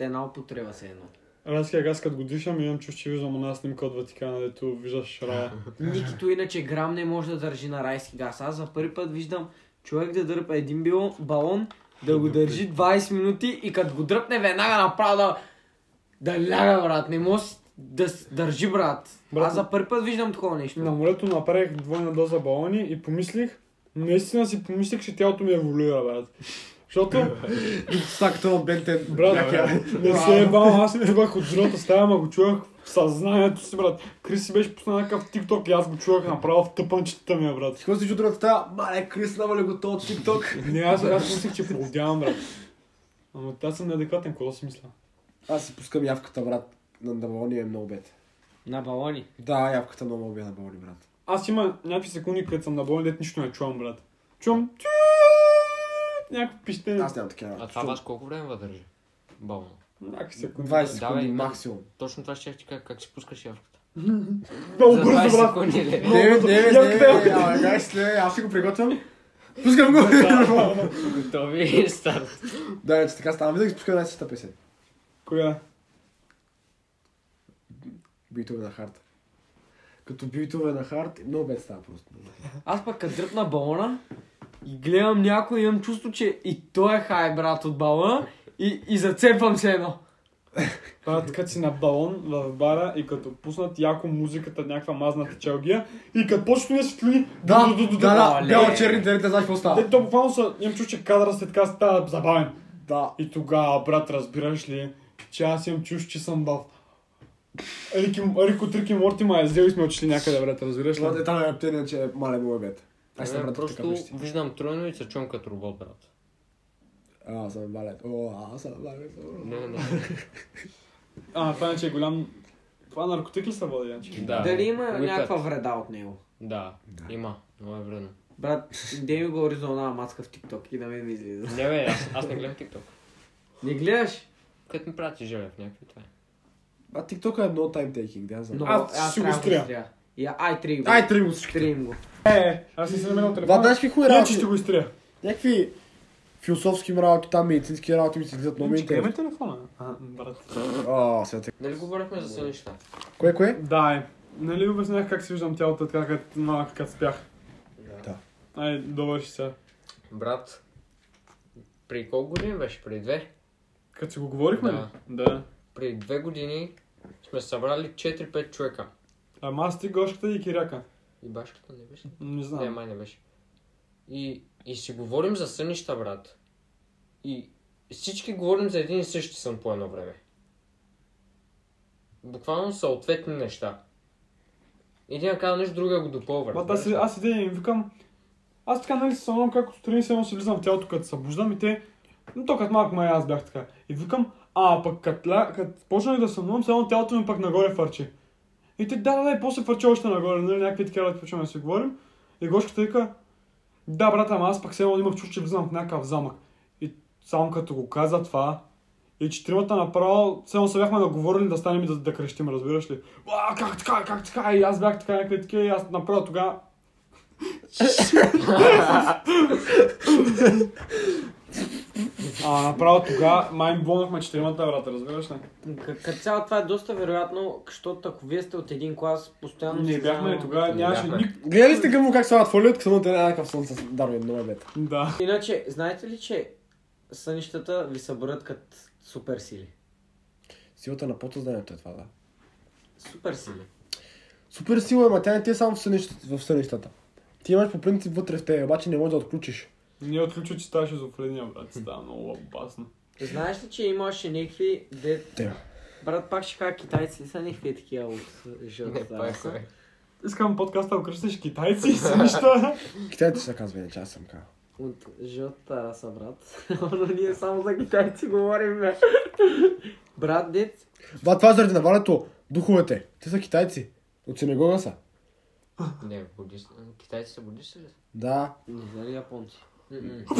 една употреба се едно.
Райския газ, като го дишам, имам чувство, че виждам една снимка от Ватикана, дето виждаш рая.
Е. Никито иначе грам не може да държи на райски газ. Аз за първи път виждам човек да дърпа един бил, балон, да го държи 20 минути и като го дръпне веднага направо да, да ляга, брат. Не може да с- държи, брат.
Брат,
Аз за първи път виждам такова
На
нещо.
морето направих двойна доза балони и помислих, наистина си помислих, че тялото ми еволюира, брат. Защото,
Са като на Бентен.
брат, не се е бал, аз чувах от жилата стая, ама го чувах в съзнанието си, брат. Крис си беше пуснал някакъв тикток и аз го чувах направо в тъпанчетата ми, брат.
Какво си чу другата стая? Мале, Крис, навали го този тикток.
Не, аз, аз мислих, че полудявам, брат. Ама аз съм неадекватен, какво да си мисля?
Аз си пускам явката, брат. На, на балони е много бед.
На балони.
Да, явката много бе на балони, брат.
Аз има някакви секунди, където съм на болен, дето нищо не чувам, брат. Чувам тю- някакво пищене.
Аз нямам такива.
А това вас колко време въдържи? Бално.
Някакви секунди.
20
Давай,
секунди
имам.
максимум.
Точно това ще ти кажа, как си пускаш явката.
Много
За 20
бързо, брат.
секунди ли?
Много
Не, не,
бързо.
не,
Явката, явката.
не, а, гай, сле, аз си го приготвям. Пускам го!
Готови старт.
Да, вече така става. Винаги спускам една чиста песен.
Коя?
Битове на хард. Като битове на хард, много бед става просто.
Аз пък като дръпна балона и гледам някой, имам чувство, че и той е хай, брат, от балона и, и зацепвам се едно.
Това е така си на балон в бара и като пуснат яко музиката, някаква мазната челгия и като почне да се флюни...
Да, да, да,
оле.
бяло-черни дерите, знаеш какво
Те
става.
то буквално са, имам чу, че кадъра след така става забавен.
Да.
И тогава, брат, разбираш ли, че аз имам чуш, че съм в... Рики, Рико Трики Морти ма е взел и сме отишли някъде, брат, разбираш ли?
Това е там е птен, че мале много е бед. Аз съм брат така
Просто
вещи.
виждам тройно и се чувам като робот, брат.
А, съм мале. О, а, съм мале. о.
Не, не.
А, това не че е голям... Това наркотик ли са води, Янче?
Да. Ами
Дали има
Уикът.
някаква вреда от него?
Да, има. Много е вредно.
Брат, дей ми говори за една маска в ТикТок и да ми излиза.
Не бе, аз, аз не гледам TikTok.
Не гледаш?
Като ми прати Желев някакви, това е.
А TikTok е много тайм-тейкинг, да, знам.
Но
Аз ще го
трябва да
стрия.
Я, ай, три го.
Ай, тръгвам всички.
три им го.
Е, аз не съм намерил
Това,
телефона.
знаеш какви хуй
Иначе ще
работи?
го изтрия.
Някакви философски работи, там медицински работи ми се излизат много
Момче, къде ми е
интересно.
телефона? А, брат.
А, сега те-
Нали говорихме за тези неща?
Кое, кое?
Да, е. Нали обяснях как си виждам тялото така, като малък, като спях?
Да.
Ай, довърши сега.
Брат, при колко години беше? При две?
Като си го говорихме
Да.
ли? Да.
При две години сме събрали 4-5 човека.
Ама аз ти гошката и киряка.
И башката не беше?
Не
Не,
знам.
май не беше. И, и си говорим за сънища, брат. И всички говорим за един и същи сън по едно време. Буквално съответни неща. Един казва нещо, друга го допълва.
Бат,
разбираш
аз,
ли?
аз идея им викам, аз така нали се съмнам как сутрин се едно си влизам в тялото, като се събуждам и те, но то като малък май аз бях така. И викам, а пък като, ля- като почнах да съмнувам, само тялото ми пък нагоре фърчи. И те, да, да, да, и после фърчи още нагоре, нали, някакви такива работи почваме да си говорим. И Гошката вика, да, брат, ама аз пък все едно имах чувство, че влизам в някакъв замък. И само като го каза това, и четиримата направо, само се бяхме наговорили да станем и да, да крещим, разбираш ли? А, как така, как така, и аз бях така, някакви такива, и аз направо тогава А, направо тогава май ми бонахме четиримата врата, разбираш ли?
К- Като цяло това е доста вероятно, защото ако вие сте от един клас, постоянно...
Не
се
бяхме
заедно-
тогава,
Не
нямаше
бяхме.
ник...
Гледали сте гъмо как слагат фолиот, като му трябва някакъв слънце с дарове, много е бед.
Да.
Иначе, знаете ли, че сънищата ви съберат като супер сили?
Силата на подсъзнанието е това, да.
Супер сили.
Супер сила, ама тя не ти е само в сънищата. В сънищата. Ти имаш по принцип вътре в тебе, обаче не можеш да отключиш.
Ние отключи, че ставаше шизофрения, брат. Става много опасно.
Знаеш ли, че имаше някакви... Де...
Те.
Брат, пак ще кажа, китайци не са някакви такива от
Не,
жълта
пак
раса.
е.
Искам подкаста да кръстиш китайци и си неща.
Китайците се казва, иначе аз съм казал.
От жълта раса, брат. Но ние само за китайци говорим, бе. Брат, дет,
Това, това е заради навалето, духовете. Те са китайци. От синагога са.
Не, будисти. Китайци са будисти ли?
Да.
не знали японци.
М-м.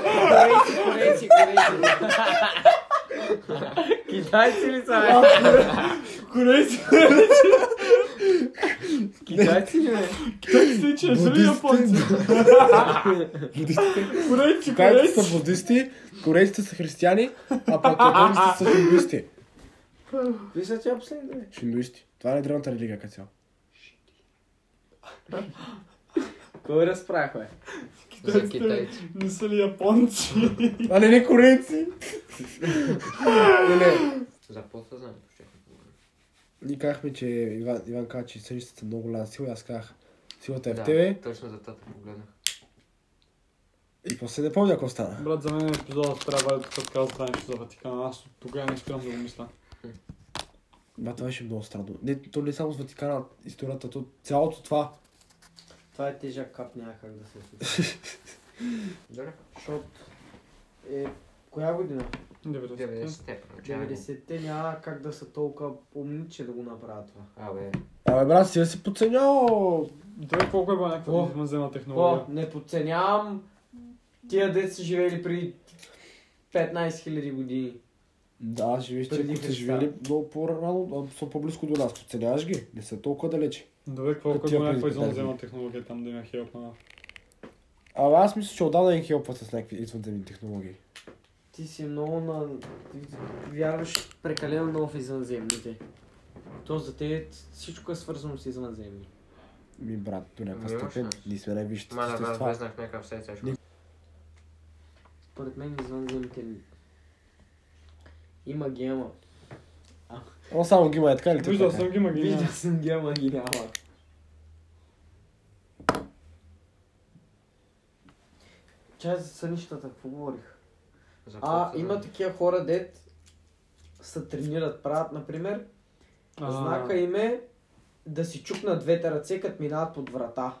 Корейци, корейци, корейци. Китайци ли са, бе?
Корейци.
Китайци ли, бе?
Китайци, че е са ли японци?
Будистите.
Корейци,
Китайците
корейци.
са будисти, корейците са християни, а пък японците са хиндуисти.
Кои са тя последните, бе?
Шиндуисти. Това не е древната религия като цяло.
Кой разправях, бе?
За китайци.
Не са ли японци?
А не, не корейци. не, не.
За подсъзнанието ще говорим.
Ние казахме, че Иван, Иван каза, че сънищата са много голяма сила. и Аз казах, силата е в
Да,
тебе.
Точно за тата погледнах.
И после не помня какво стана.
Брат, за мен епизодът трябва да подкаст да нещо за Ватикана. Аз от тогава не спирам да го мисля.
Да, това беше много странно. Не, то не е само с Ватикана, историята, то цялото това.
Това е тежък кап, няма как да се случи.
Добре.
Защото е, коя година?
90.
90-те, проче.
90-те няма как да са толкова умни, че да го направят това.
Абе,
Абе, брат, си да си подценял.
Добре, колко е била някаква
О.
извънземна
О,
технология?
не подценявам тия деца са живели преди 15 000 години.
Да, живееш, че
Преди
ако сте
Христа.
живели много по-рано, а, са по-близко до нас. Подценяваш ги, не са толкова далече.
Добре, колко е
Тия
била някаква
преди
извънземна технология там да има хелп на...
Абе, аз мисля, че отдавна им хелпват с някакви извънземни технологии.
Ти си много на... ти Вярваш прекалено много в извънземните. То за те всичко е свързано с извънземни.
Ми, брат, до някаква
Нямаш
степен.
шанс.
Ние сме най-висшите
ма да, брат,
същества.
влезнах в някакъв сет сега.
Според мен извънземните ни- има гема.
Ама само ги има е така или
Виждал
така?
съм ги, ма ги няма.
Виждал съм гема ги няма. Чай за сънищата, какво говорих?
За
А,
подсъзнанието.
има такива хора, дет се тренират, правят, например,
А,
знака им е да си чукнат двете ръце, като минават под врата.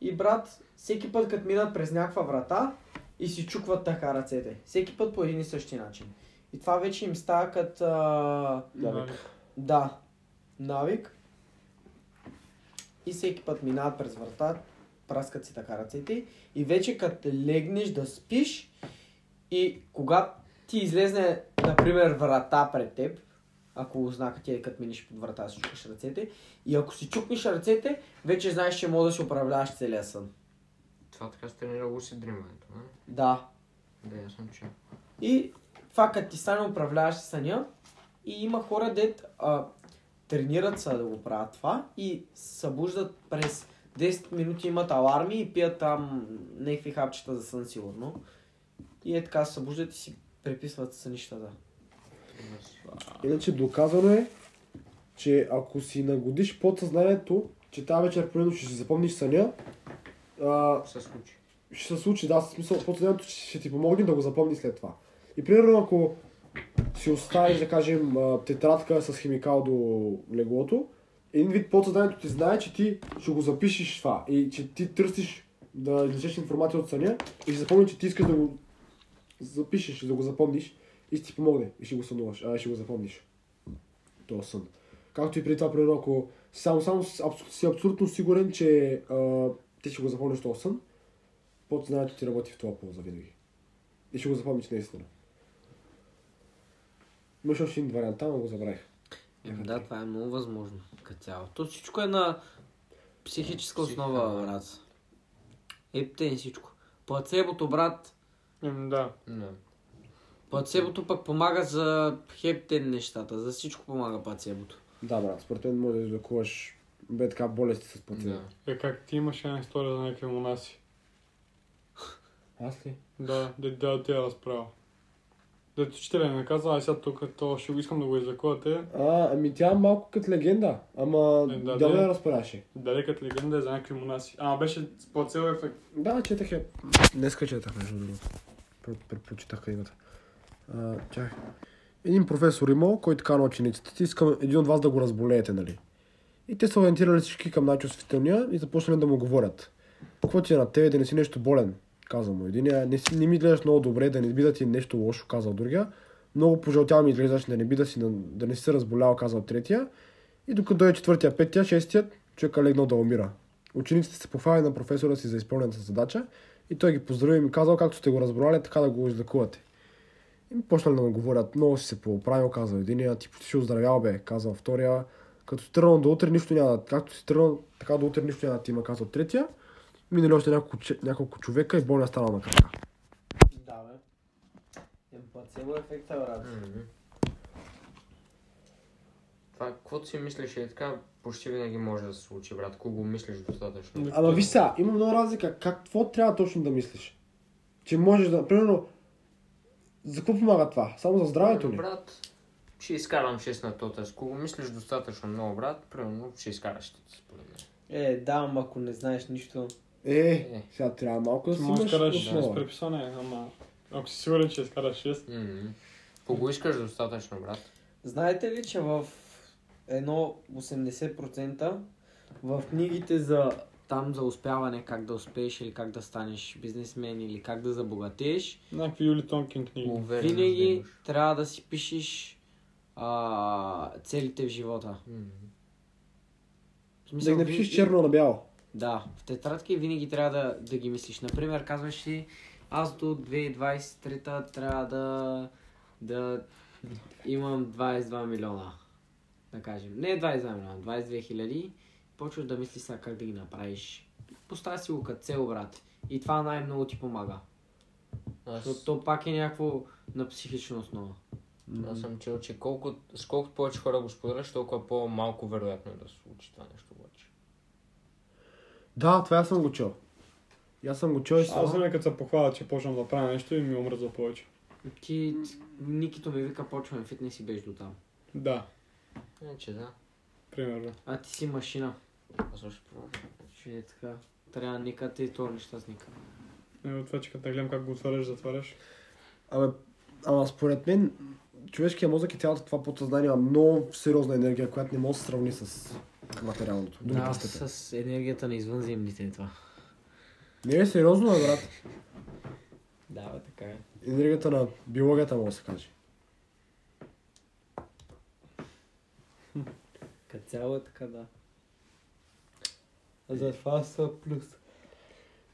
И брат, всеки път, като минат през някаква врата и си чукват така ръцете. Всеки път по един и същи начин. И това вече им става като... а,
Да,
да, навик. И всеки път минават през врата, праскат си така ръцете. И вече като легнеш да спиш и когато ти излезне, например, врата пред теб, ако знакът ти е като минеш под врата, си чукнеш ръцете. И ако си чукнеш ръцете, вече знаеш, че може да си управляваш целия сън.
Това така се тренира луси дримането, не?
Да.
Да, ясно, че.
И това като ти стане управляваш съня и има хора, дет а, тренират се да го правят това и се събуждат през 10 минути имат аларми и пият там някакви хапчета за сън сигурно. И е така се събуждат и си преписват сънищата.
Иначе доказано е, че ако си нагодиш подсъзнанието, че тази вечер примерно ще си запомниш съня, а,
Се случи.
ще се случи, да, в смисъл, подсъзнанието ще, ще ти помогне да го запомни след това. И примерно ако си оставиш, да кажем, а, тетрадка с химикал до леглото, един вид подсъзнанието ти знае, че ти ще го запишеш това и че ти търсиш да излечеш информация от съня и ще запомни, че ти искаш да го запишеш, да го запомниш и ще ти помогне и ще го сънуваш, а ще го запомниш. То сън. Както и при това, примерно, ако си само, само с- абс- си абсолютно сигурен, че а, ти ще го запомниш този сън, подсъзнанието е, ти работи в това полза винаги. И ще го запомниш наистина. Имаш още един вариант, там го забравих.
Еми да, това е много възможно като цяло. То всичко е на психическа основа, брат. Ептен всичко.
Плацебото, брат,
М, Да.
Не.
плацебото пък помага за хептен нещата, за всичко помага плацебото.
Да, брат, според мен може да излекуваш бе така болести с плацебо.
Да.
Е, как ти имаш една история за някакви монаси.
Аз ли?
Да, да, да, ти я разправя. Да ти учителя ми каза, а сега тук то ще го искам да го излекувате.
А, ами тя е малко като легенда, ама
Е, да,
да, да,
да.
я разправяше.
Далеката легенда е за някакви монаси. А, беше по цел ефект.
Да, четах я. Днеска четах, между другото. Пр- Предпочитах книгата. А, чакай. Един професор имал, който така на учениците, ти искам един от вас да го разболеете, нали? И те са ориентирали всички към най-чувствителния и започнали да му говорят. Какво ти е на тебе, да не си нещо болен? Каза му единия. Не, си, не ми гледаш много добре, да не би да ти е нещо лошо, казал другия. Много пожълтял ми изглеждаш, да не би да, си, да, да не си се разболял, казал третия. И докато дойде четвъртия, петия, шестият, човека легнал да умира. Учениците се похвали на професора си за изпълнената задача и той ги поздрави и ми казал, както сте го разбрали, така да го излекувате. И почнали да му говорят, много си се поправил, казал единия, ти почти си оздравял бе, казал втория. Като си тръгнал до утре, нищо няма, да- както си тръгнал, така до утре нищо няма да ти има, казал третия. Минали още няколко, че- няколко човека и болният станал на крака.
Да, бе. Е, плацебо ефекта, брат.
Мгм. Това, каквото си мислиш е така, почти винаги може да се случи, брат, ако го мислиш достатъчно.
Ама виж сега, има много разлика. Какво трябва точно да мислиш? Че можеш да, примерно, за какво помага това? Само за здравето ли?
Брат, ще изкарам 6 на тота. Ако го мислиш достатъчно много, брат, примерно ще изкараш тота, според мен.
Е, да, ама ако не знаеш нищо.
Е, сега трябва малко да
Ти
си
можеш да
имаш
караш
основа.
с преписане, ама... Ако си сигурен, че изкараш 6,
Мгм. Ако го искаш достатъчно, брат.
Знаете ли, че в едно 80% в книгите за
Там за успяване, как да успееш или как да станеш бизнесмен или как да забогатееш,
някакви Юли Тонкин книги.
Уверен
винаги трябва да си пишеш а, целите в живота. В
Да
смисъл,
ги
ви-
напишеш черно на бяло.
Да, в тетрадки винаги трябва да, да ги мислиш. Например, казваш си, аз до 2023 трябва да, да имам 22 милиона. Да кажем. Не 22 милиона, 22 хиляди. Почваш да мислиш сега как да ги направиш. Поставя си го като цел, брат. И това най-много ти помага. Защото
Аз,
то пак е някакво на психична основа.
аз съм чел, че колко, с колкото повече хора го споделяш, толкова по-малко вероятно е да се случи това нещо обаче.
Да, това аз съм го чел. И Аз съм го чел и
Аз
съм...
винаги като се похваля, че почвам да правя нещо и ми омръзва повече.
Ти, Никито ми вика, почваме фитнес и беж до там.
Да,
Иначе да.
примерно.
А ти си машина.
Аз още пробвам.
Че е така. Трябва никъде и то нещастника.
Не от това, че като гледам как го отваряш, затваряш.
Абе, ама според мен, човешкият мозък и цялото това подсъзнание има много сериозна енергия, която не може да се сравни с материалното.
Да,
До никаква степен.
с енергията на извънземните е това.
Не е сериозно, бе, брат.
Да, бе, така е.
Енергията на биологията може да се каже.
Като цяло е така, да.
Е.
За това са плюс.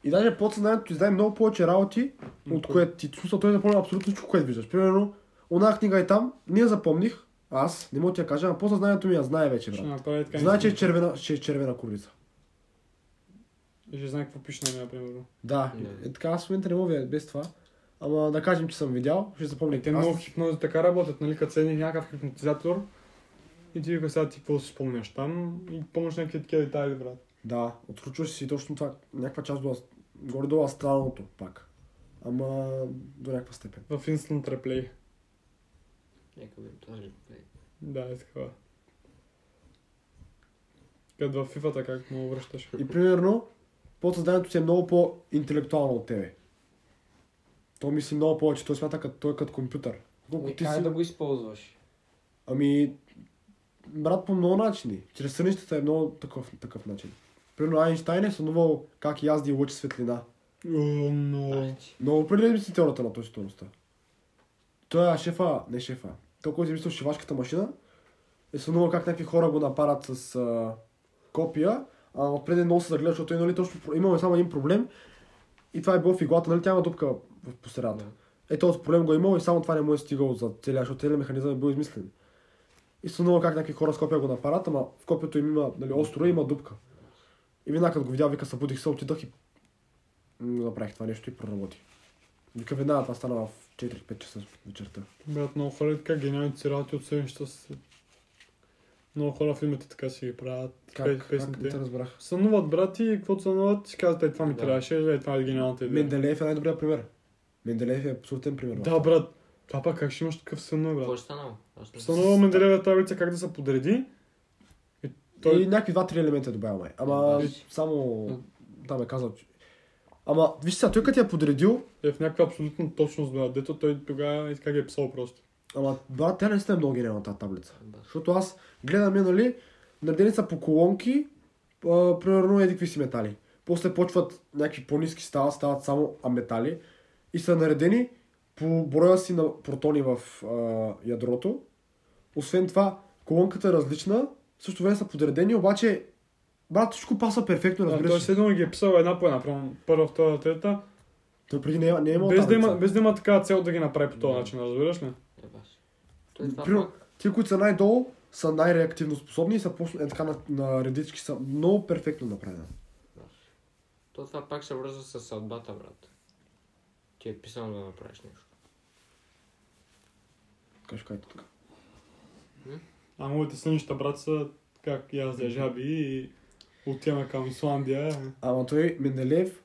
И даже подсъзнанието ти знае много повече работи, от което ти чувства, той запомня абсолютно всичко, което виждаш. Примерно, една книга е там, не я запомних, аз не мога да ти я кажа, а подсъзнанието ми я знае вече,
Ще
брат.
направи така.
Знае, че е
нещо.
червена, че е червена курица.
И ще знае какво пише на нея, примерно.
Да,
Да.
е така, аз в момента не мога да без това. Ама да кажем, че съм видял, ще запомня.
Те
аз...
много в хипнози така работят, нали, като седне някакъв хипнотизатор и ти вика сега ти какво си спомняш там и помниш някакви такива детайли, брат.
Да, отключваш си точно това, някаква част до, аст- горе-долу астралното пак. Ама до някаква степен.
В Instant Replay.
Нека видим този реплей.
Да, е такава. Като в FIFA-та как му връщаш.
И примерно, подсъзнанието си е много по-интелектуално от тебе. То мисли много повече, той смята като, той е като компютър. Колко
Е,
И
ти
Е, как
си...
да го използваш?
Ами, брат, по много начини. Чрез сънищата е много такъв, такъв начин. Примерно Айнщайн е сънувал как язди лъч светлина.
О, но...
Много определени си теорията на този тонуста. Той е шефа, не шефа. Той, който е мислил шивашката машина, е сънувал как някакви хора го напарат с а, копия, а отпред е много се загледа, защото той нали, точно про- имал само един проблем и това е било в иглата, нали, тя има дупка в посредата. Е, този проблем го е имал и само това не му е стигало за целия, защото целият механизъм е бил измислен. И сънувал как някакви хора с копия го напарат, ама в копието им има нали, остро и има дупка. И винаги като го видя, вика, събудих се, отидах и м, направих това нещо и проработи. Вика веднага е това стана в 4-5 часа вечерта.
Брат, много хора така гениалните си работи от 7 часа се... Много хора в името така си ги правят пе-
Как? Как?
песните.
Не те разбрах.
Сънуват, брат, и каквото сънуват, си казват, е това ми
Да.
трябваше, е това е гениалната идея.
Менделеев е най-добрият пример. Менделеев е абсолютен пример. брат.
Да, брат. Това пак как ще имаш такъв сън,
Какво е
брат?
станало? Аз не-
е
Сънува Менделеева таблица как да се подреди. И той...
И някакви два-три елемента добавя май. Ама
Да.
само... Там е казал, че... Ама, виж сега, той като я подредил,
е в някаква абсолютна точност, брат. Дето той тогава и така ги е писал просто.
ама брат, тя наистина е много гениална тази таблица.
Да.
Защото аз гледам я, нали, наредени са по колонки, а, примерно еди какви си метали. После почват някакви по-низки стават, стават само а метали и са наредени по броя си на протони в а, ядрото. Освен това, колонката е различна, в същото време са подредени, обаче брат, всичко паса перфектно,
Да, той
разбираш. ли?
седно ги е писал една по една, прямо първа, втора, трета.
Той преди не е, не е имал
Без да,
таблица.
има, без да има такава цел да ги направи по този начин, разбираш ли?
Е, баш. Той това
Примерно,
пак.
Тия, които са най-долу, са най-реактивно способни и са просто е така на, на редички са много перфектно направени.
То това пак се връзва с съдбата, брат. Ти е писано да направиш нещо.
Кажеш как е така.
А моите сънища, брат, са как и аз да жаби и отиваме към Исландия.
Ама той Менделеев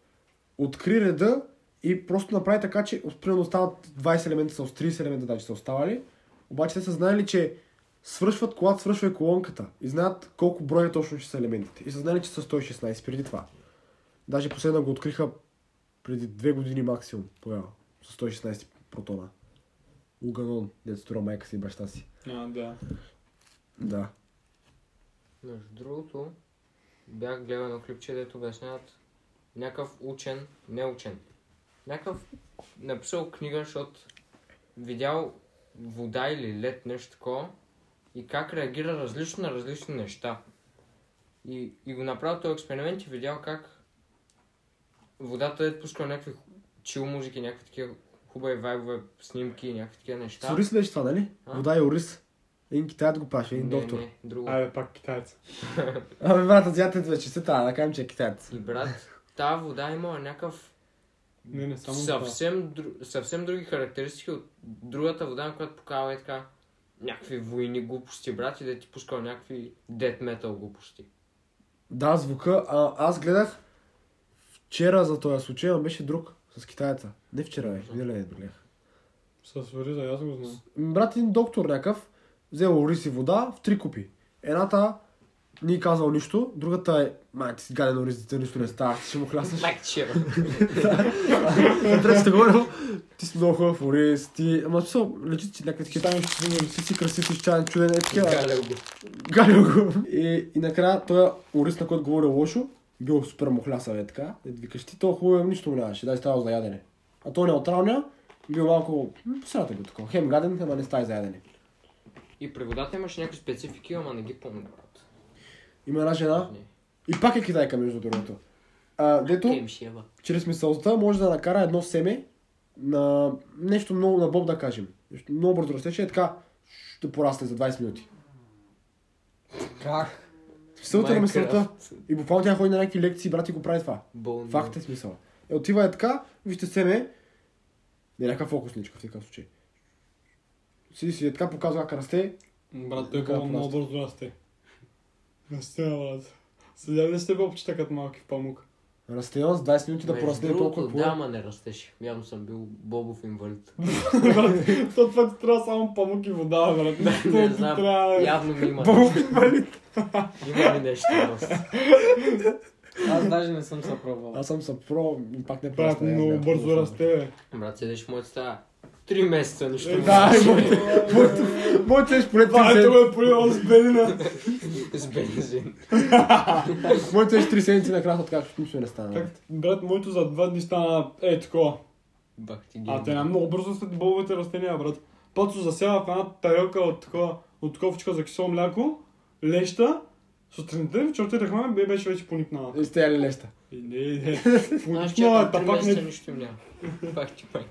откри реда и просто направи така, че примерно остават 20 елемента, са 30 елемента даже са оставали. Обаче те са знаели, че свършват, когато свършва и колонката. И знаят колко броя точно ще са елементите. И са знаели, че са 116 преди това. Даже последно го откриха преди две години максимум тогава. С 116 протона. Уганон, дето строя майка си и баща си.
А, да.
Да.
Между другото, бях гледал едно клипче, дето обясняват някакъв учен, не учен, някакъв написал книга, защото видял вода или лед, нещо такова, и как реагира различно на различни неща. И, и го направил този експеримент и видял как водата е пускала някакви чил музики, някакви такива хубави вайбове, снимки, някакви такива неща.
С Орис ли беше това, нали?
А?
Вода и Орис. Един китаят го праше, един доктор.
Не, не, друго.
Айде, пак китайца.
Абе, брат, азиатът вече се трябва, да кажем, че е китаец.
И брат, тази вода имала някакъв
Не, не, само това.
съвсем, дру... съвсем други характеристики от другата вода, на която покава е така някакви войни глупости, брат, и да ти пускал някакви дед метал глупости.
Да, звука. А, аз гледах вчера за този случай, но беше друг с китаеца. Не вчера, бе, миналия ден гледах.
С Ориза, аз го знам.
М, Брат, един доктор някакъв взел ориз и вода в три купи. Едната не е казал нищо, другата е, май, ти си гаден ориз, ти нищо не става, ти ще му хлясаш.
Майче,
Третата говорил, ти си много хубав ориз, ти... Ама смисъл, лечи ти някакви такива,
Китайно ще си
ти си красив, изчаян, чуден, е такива.
галял го.
Галил го. И, и накрая той ориз, на който говори лошо, бил супер мухляса, бе, така. Е, викаш ти, то хубаво нищо му нямаше, дай става за ядене. А той неутралния, бил малко, м, посредата го такова. Хем гаден, ама не става за ядене.
И при водата имаше някакви специфики, ама не ги помня, брат.
Има една жена, и пак е китайка, между другото. А, дето,
Кем шева.
чрез мисълта може да накара едно семе на нещо много на боб да кажем. Нещо много бързо растеше е така, ще порасне за 20 минути.
Как?
Смисълта на мисълта. И буквално тя ходи на някакви лекции, брат, и го прави това.
Болно.
Факт е смисъл. Е, отива е така, вижте семе, не е някаква фокусничка в такъв случай. Си си е така, показва как расте.
Брат, той
Така
е много
просто.
бързо расте. Настина, брат. Седя ли сте бобчета като малки в памук?
Расте он с 20 минути е, да
Между
порасте
другото,
толкова
Да,
какво.
ама не растеш. Явно съм бил бобов инвалид.
Брат, то това ти трябва само памук и вода, брат.
не знам.
Трябва... да-
Явно ми има.
Бобов инвалид.
Има ми нещо. просто.
Аз даже не съм се пробвал.
Аз съм са про, и пак не
Брат,
порасте.
много бързо расте, Е, бе.
Брат, седеш в моята стая. Три месеца нищо. не
Да,
можеш.
и моето- моето, моето е поне
Това
3
е
седмици.
го е поливал с белина.
С бензин.
Моето е 3 седмици накрая, откакто нищо не стана.
Как- Брат, моето за два дни стана е такова.
Бах ти ги.
А те на много бързо след бобовите растения, брат. Пацо засява в една тарелка от такова, от кофичка за кисело мляко, леща, сутринта и вечерта рехме, бе беше вече поникнала.
И сте яли леща.
И не, не,
Знаеш, че е там
поникнала,
три
та пак
месеца
не...
нищо им няма. Пак ти майка.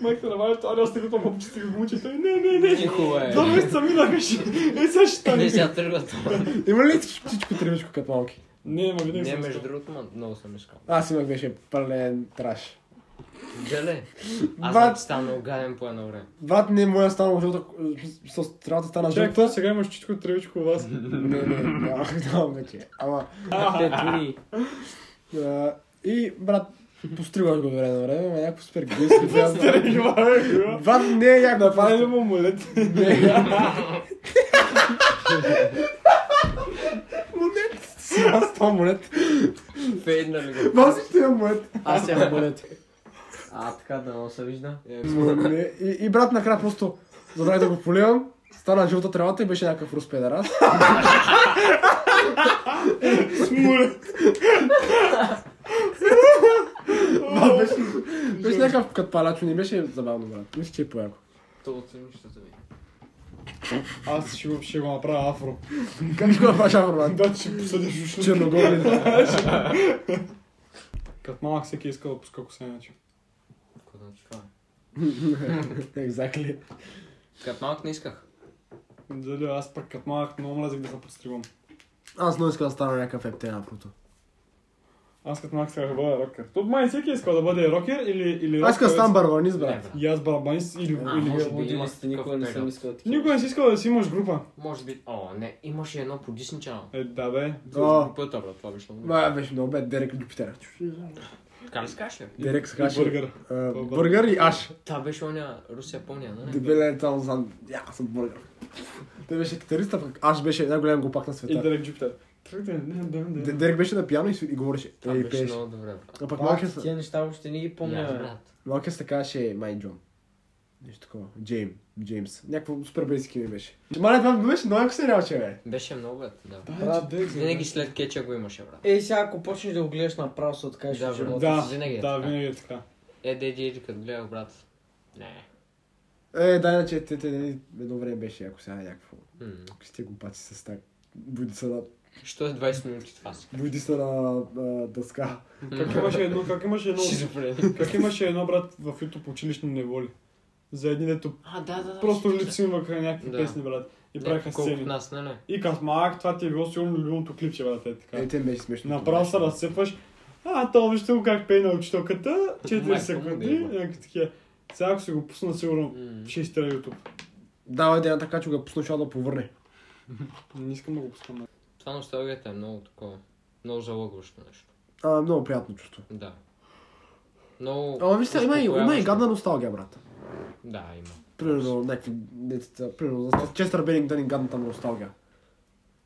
Майка на Валя, това не остига това бобче, стига го мучи. Той, не, не, не.
Тихо е.
Два месеца минаха, ще... Е, сега ще
Не
стане.
сега тръгва това.
Има ли всичко тривичко като малки?
Не, ма винаги
Не,
съм
между
искал.
другото, ма, много съм искал.
Аз имах беше пълен траш.
Деле, аз
Брат.
съм станал гаден по едно време.
Брат, не е моя стана жълта, с трата стана
Чакай,
жълта.
какво сега имаш чичко тревичко у вас?
Не, не, няма, нямам вече. Ама,
Тетуни.
а, и брат, постригваш го от време на време, ама някакво супер гъсно. брат. Брат, не е яко.
Направи
просто.
му амулет.
Монет. Сега става монет.
Фейдна ли го?
Аз ще имам монет.
Аз имам болет. А, така да не се вижда.
Е,
Не, И, и брат накрая просто забравих да го поливам. Стана жълта тревата и беше някакъв рус педерас. Брат, беше, беше някакъв като палачо, не беше забавно, брат. Мисля, че е по-яко.
То оцени ще ви.
Аз ще го, ще го направя афро.
Как ще го направиш, Авро, брат?
Да, ще посъдиш уши.
Черногорец.
Като малък всеки е искал да пуска коса иначе.
значи
Exactly.
Като малък не исках.
Дали, аз пък като малък много мразих да се подстригвам.
Аз много искам да стана някакъв ептен афрото.
Аз като малък сега да бъда рокер. Тук май всеки искал да бъде рокер или... или
Аз искам да
рокер.
ставам барбанист, брат.
И аз барабанист или...
А,
или...
може би
Има
има
сте, никога не
такъв
съм
период.
искал такива.
Никога не си искал да си имаш група.
Може би... О, не, имаше едно по Disney Channel.
Е, да бе.
О.
О, пъта, брат, това беше много.
Ма, беше много бед, Дерек Джупитер.
Така ли скаш ли?
Дерек
И
скаше.
Бъргър.
а, Бъргър и Аш.
Това беше оня Русия помня, нали?
Дебелен там е зад. Я аз съм бургер. Той беше китариста, пък аз беше най-голям глупак на
И
света.
Дерек Джупитер. Тръгвай, не, не, не.
Д- Дерек беше на пиано и, сви- и говореше.
Това
и
беше
пееше.
много добре, брат.
А пък
Малки
малкия
са.
се,
Тия неща въобще не ги
Аз,
помня.
брат.
малкия се казваше Майн Джон. Нещо такова. Джейм. Джеймс. Някакво супер бейски ми беше. Мале, това беше много яко сериал, че бе.
Беше много, брат, да.
Да, че Дерек Джупитер.
Винаги след кеча го имаше, брат.
Е, сега ако почнеш да го гледаш направо, се откажеш
Да,
от
бе.
живота.
Да,
Винаги е
да,
така.
винаги е така.
Е, деди, еди, като гледах, брат. Не.
Е, да, иначе те, те, нали, едно време беше, ако сега е някакво.
М.
Ако сте глупаци с так. Будица на,
Що е 20 минути това си?
будица на, на дъска.
Как имаше едно, как имаше едно,
Шизофрен.
как имаше едно брат в YouTube училищни неволи. За един дето
А, да, да, да.
просто липсинваха някакви
Да.
песни, брат. И
Не,
правиха
колко от
сцени.
нас, не, не.
И като малък, това ти е било сигурно любимото клипче, брат, е така.
Е, те беше смешно.
Направо се разцепваш. А, то вижте го как пее на учителката. 4
Майко
секунди.
му да е,
Някакви такива. Сега ако си го пусна, сигурно
М.
ще изтера YouTube.
Давай да я така, че го е послушал да повърне.
Не искам да го пускам. нали? бе.
Това носталгията е много такова. Много залъгващо нещо.
А, много приятно чувство.
Да. Много.
Ама вижте, има и, има и
успокояващо.
гадна носталгия, брат.
Да, има.
Примерно, някакви децата, примерно, за Честър Беннингтън и гадната му носталгия.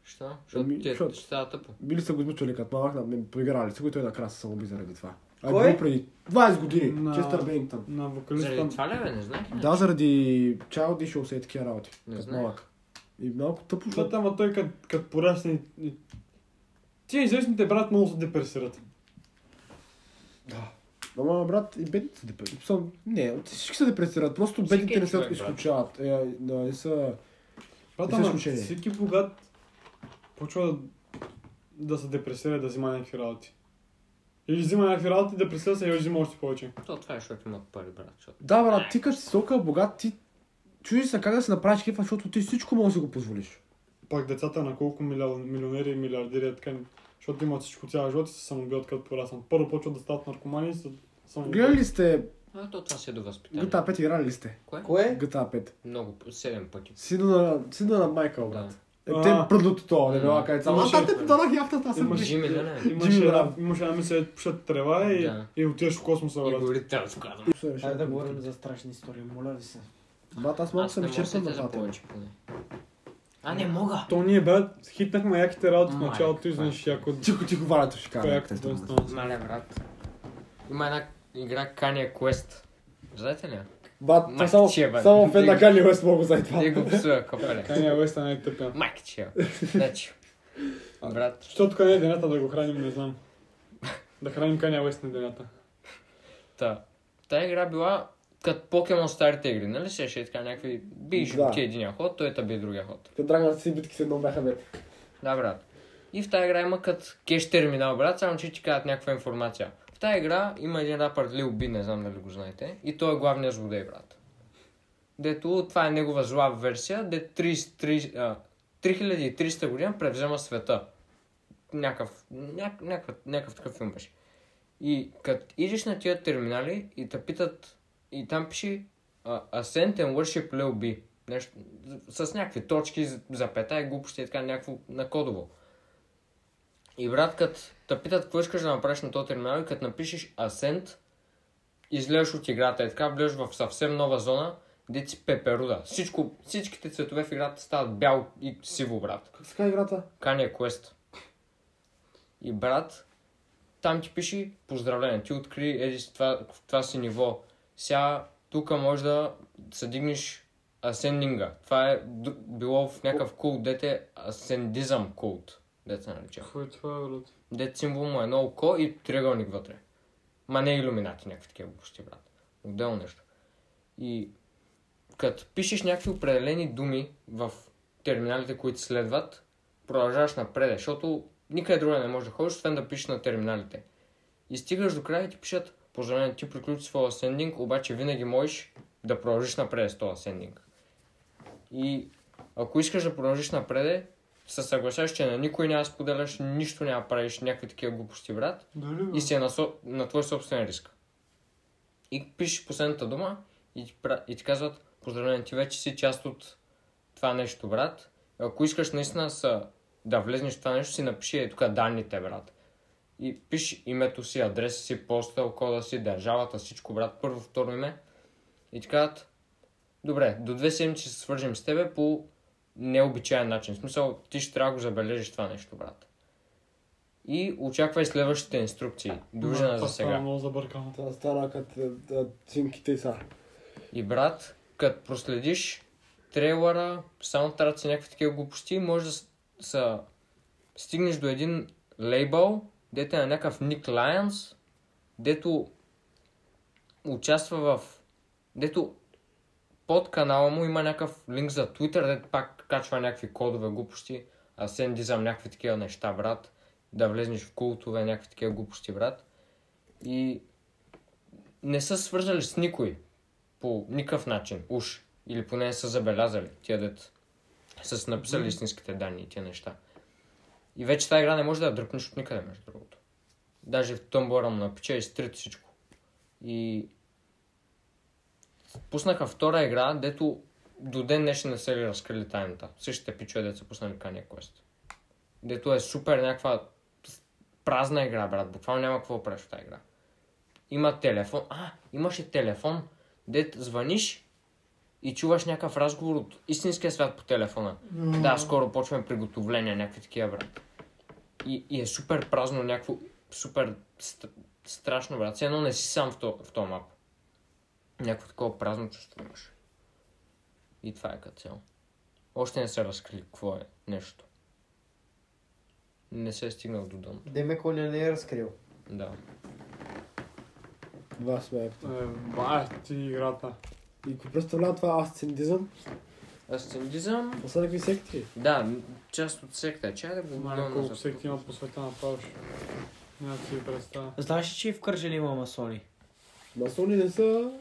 Що? Защото
Ами,
ти е
защото-
ще става тъпо.
Били са го измъчвали като малък, на мен поиграли са го и той накрая се самоуби заради това. А е
Кой?
било преди 20 години,
На-
Честър Беннингтън.
На вокалиста.
Заради това ли бе, не знаеш? ли?
Ами, Да, заради Child Issues и такива работи,
Не
като
знаех.
малък. И малко тъпо,
Защото
защото...
ама той като кът порасне... и- Тия известните брат много се депресират.
Ама, брат, и бедните са депресират. Съм- Не, всички се депресират, просто
Всеки
бедните не се
човек, брат.
изключават. Е, е, да, не са...
Брат,
Не са
ама
изключение.
всеки богат почва да, да се депресира и да взима някакви работи. Или взима някакви работи, депресира се и взима още повече.
То това е, защото имат пари, брат. Защото...
Да, брат, ти като си толкова богат, ти чудиш се как да се направиш кефа, защото ти всичко можеш да си го позволиш.
Пак децата на колко милион- милионери и милиардери, е така, защото имат всичко цял живот и се самоубиват като пораснат. Първо почват да стават наркомани и се самоубиват.
Гледали ли сте
А, то това си е до възпитание.
GTA 5, играли ли сте?
Кое?
GTA 5.
Много, 7 пъти.
Сина на, сина на Майкъл, брат. Е, те
А.
пръдното това, не била къде само.
Имаше-
А, те ми дадох яфтата, аз съм
Имаше-
беше.
Жими, да не.
Имаше
Джимми
една,
Рав.
имаше една мисля, да пушат трева и,
Да.
и отиваш в космоса,
И
брат.
говори да разказвам.
Е,
Хайде да говорим за страшни истории, моля ви се.
Брат, аз малко
Аз
съм
не мога да се
изчерпан на
за
това тема.
повече поне. А, не мога!
То ние, брат, хитнахме яките работи в
Майка,
началото, изведнъж
е-
яко...
Тихо, тихо, валето ще кажа.
Яко
как те
да
стана.
стана.
Мале, брат. Има една игра Kanye Quest. Знаете ли? я?
Брат, това
Майка,
само,
че, бе.
само фен на
Ти-
Кали Уест мога за това.
Ти го псува, копеле.
Кания Уест е най-тъпя.
Майка че я. Значи. Брат,
Защото къде е денята да го храним, не знам. Да храним Кания Уест на денята.
та. Та игра била като покемон старите игри, нали? Сеше така някакви... Биеш
Да.
ти един ход, той те бие другия ход.
Те драгнат си битки с едно бяха бе.
Да, брат. И в тази игра има кът кеш терминал, брат, само че ти казват някаква информация. В тази игра има един рапър Лил Би, не знам дали го знаете. И той е главният злодей, брат. Дето това е негова зла версия, де 30 30, а, 3300 година превзема света. някакъв, ня- някакъв, някакъв такъв филм беше. И като идиш на тия терминали и те питат, и там пише а, Ascent and Worship Lil B. Нещо, с, с някакви точки, запета и глупости и е така някакво накодово. И брат, като те питат какво искаш да направиш на този терминал и като напишеш Ascent, излезеш от играта и така влезеш в съвсем нова зона, де си пеперуда. Всичко, всичките цветове в играта стават бяло и сиво, брат.
Как се казва играта?
Kanye Quest. И брат, там ти пише поздравление. Ти откри еди си това, това си ниво. Сега тук може да се дигнеш асендинга. Това е д- било в някакъв култ, дете асендизъм култ. Дете се нарича.
Какво е това, брат?
Дет символ му е едно око и триъгълник вътре. Ма не иллюминати, някакви такива глупости, брат. Отделно нещо. И като пишеш някакви определени думи в терминалите, които следват, продължаваш напред, защото никъде друга не можеш да ходиш, освен да пишеш на терминалите. И стигаш до края и ти пишат, поздравление, ти приключи своя асендинг, обаче винаги можеш да продължиш напред с този асендинг. И ако искаш да продължиш напред, се съгласяваш, че на никой няма споделяш, нищо няма правиш, някакви такива глупости, брат
Дали, бе?
и си е на, со... на твой собствен риск. И пишеш последната дума и ти, пра... и ти казват, поздравление, ти вече си част от това нещо, брат. Ако искаш наистина са... да влезнеш в това нещо, си напиши е тук данните, брат. И пиш името си, адреса си, постел, кода си, държавата, всичко, брат, първо, второ име. И ти казват, добре, до две седмици ще се свържем с тебе по необичайен начин. В смисъл, ти ще трябва да го забележиш това нещо, брат. И очаквай следващите инструкции. Дължена за
Това стана
сега.
много забъркано.
Това стана като е, а, цинките и са.
И брат, като проследиш трейлера, саундтраци, някакви такива глупости, може да с- са... стигнеш до един лейбъл, дете е на някакъв Ник Лайонс, дето участва в... дето под канала му има някакъв линк за Twitter, дето пак качва някакви кодове глупости, асендизъм, някакви такива неща, брат, да влезнеш в култове, някакви такива глупости, брат. И не са свързали с никой по никакъв начин, уж. Или поне не са забелязали тия дет. С написали истинските данни и тия неща. И вече тази игра не може да я дръпнеш от никъде, между другото. Даже в тъмбора му напича и стрит всичко. И пуснаха втора игра, дето до ден днешен не са ли разкрили тайната. Същите пичове, дето са пуснали Kanye Quest. Дето е супер някаква празна игра, брат. Буквално няма какво да правиш в тази игра. Има телефон. А, имаше телефон, дет звъниш и чуваш някакъв разговор от истинския свят по телефона. Да, скоро почваме приготовления, някакви такива, брат. И, и е супер празно, някакво супер ст, страшно, брат. Все едно не си сам в то- в този мап. Някакво такова празно чувство имаш. И това е като цяло. Още не се разкрили какво е нещо. Не се е стигнал до дъното.
Демек не, не е разкрил.
Да.
Два сме.
Е, ба, ти играта.
И какво представлява това асцендизъм?
Асцендизъм?
Това са някакви секти.
Да, м- част от секта. Чай да го
Мале,
много
колко
назад.
всеки има по света на Павш. Няма да си ги представя.
Знаеш ли, че и в Кържали има масони?
Масони не са...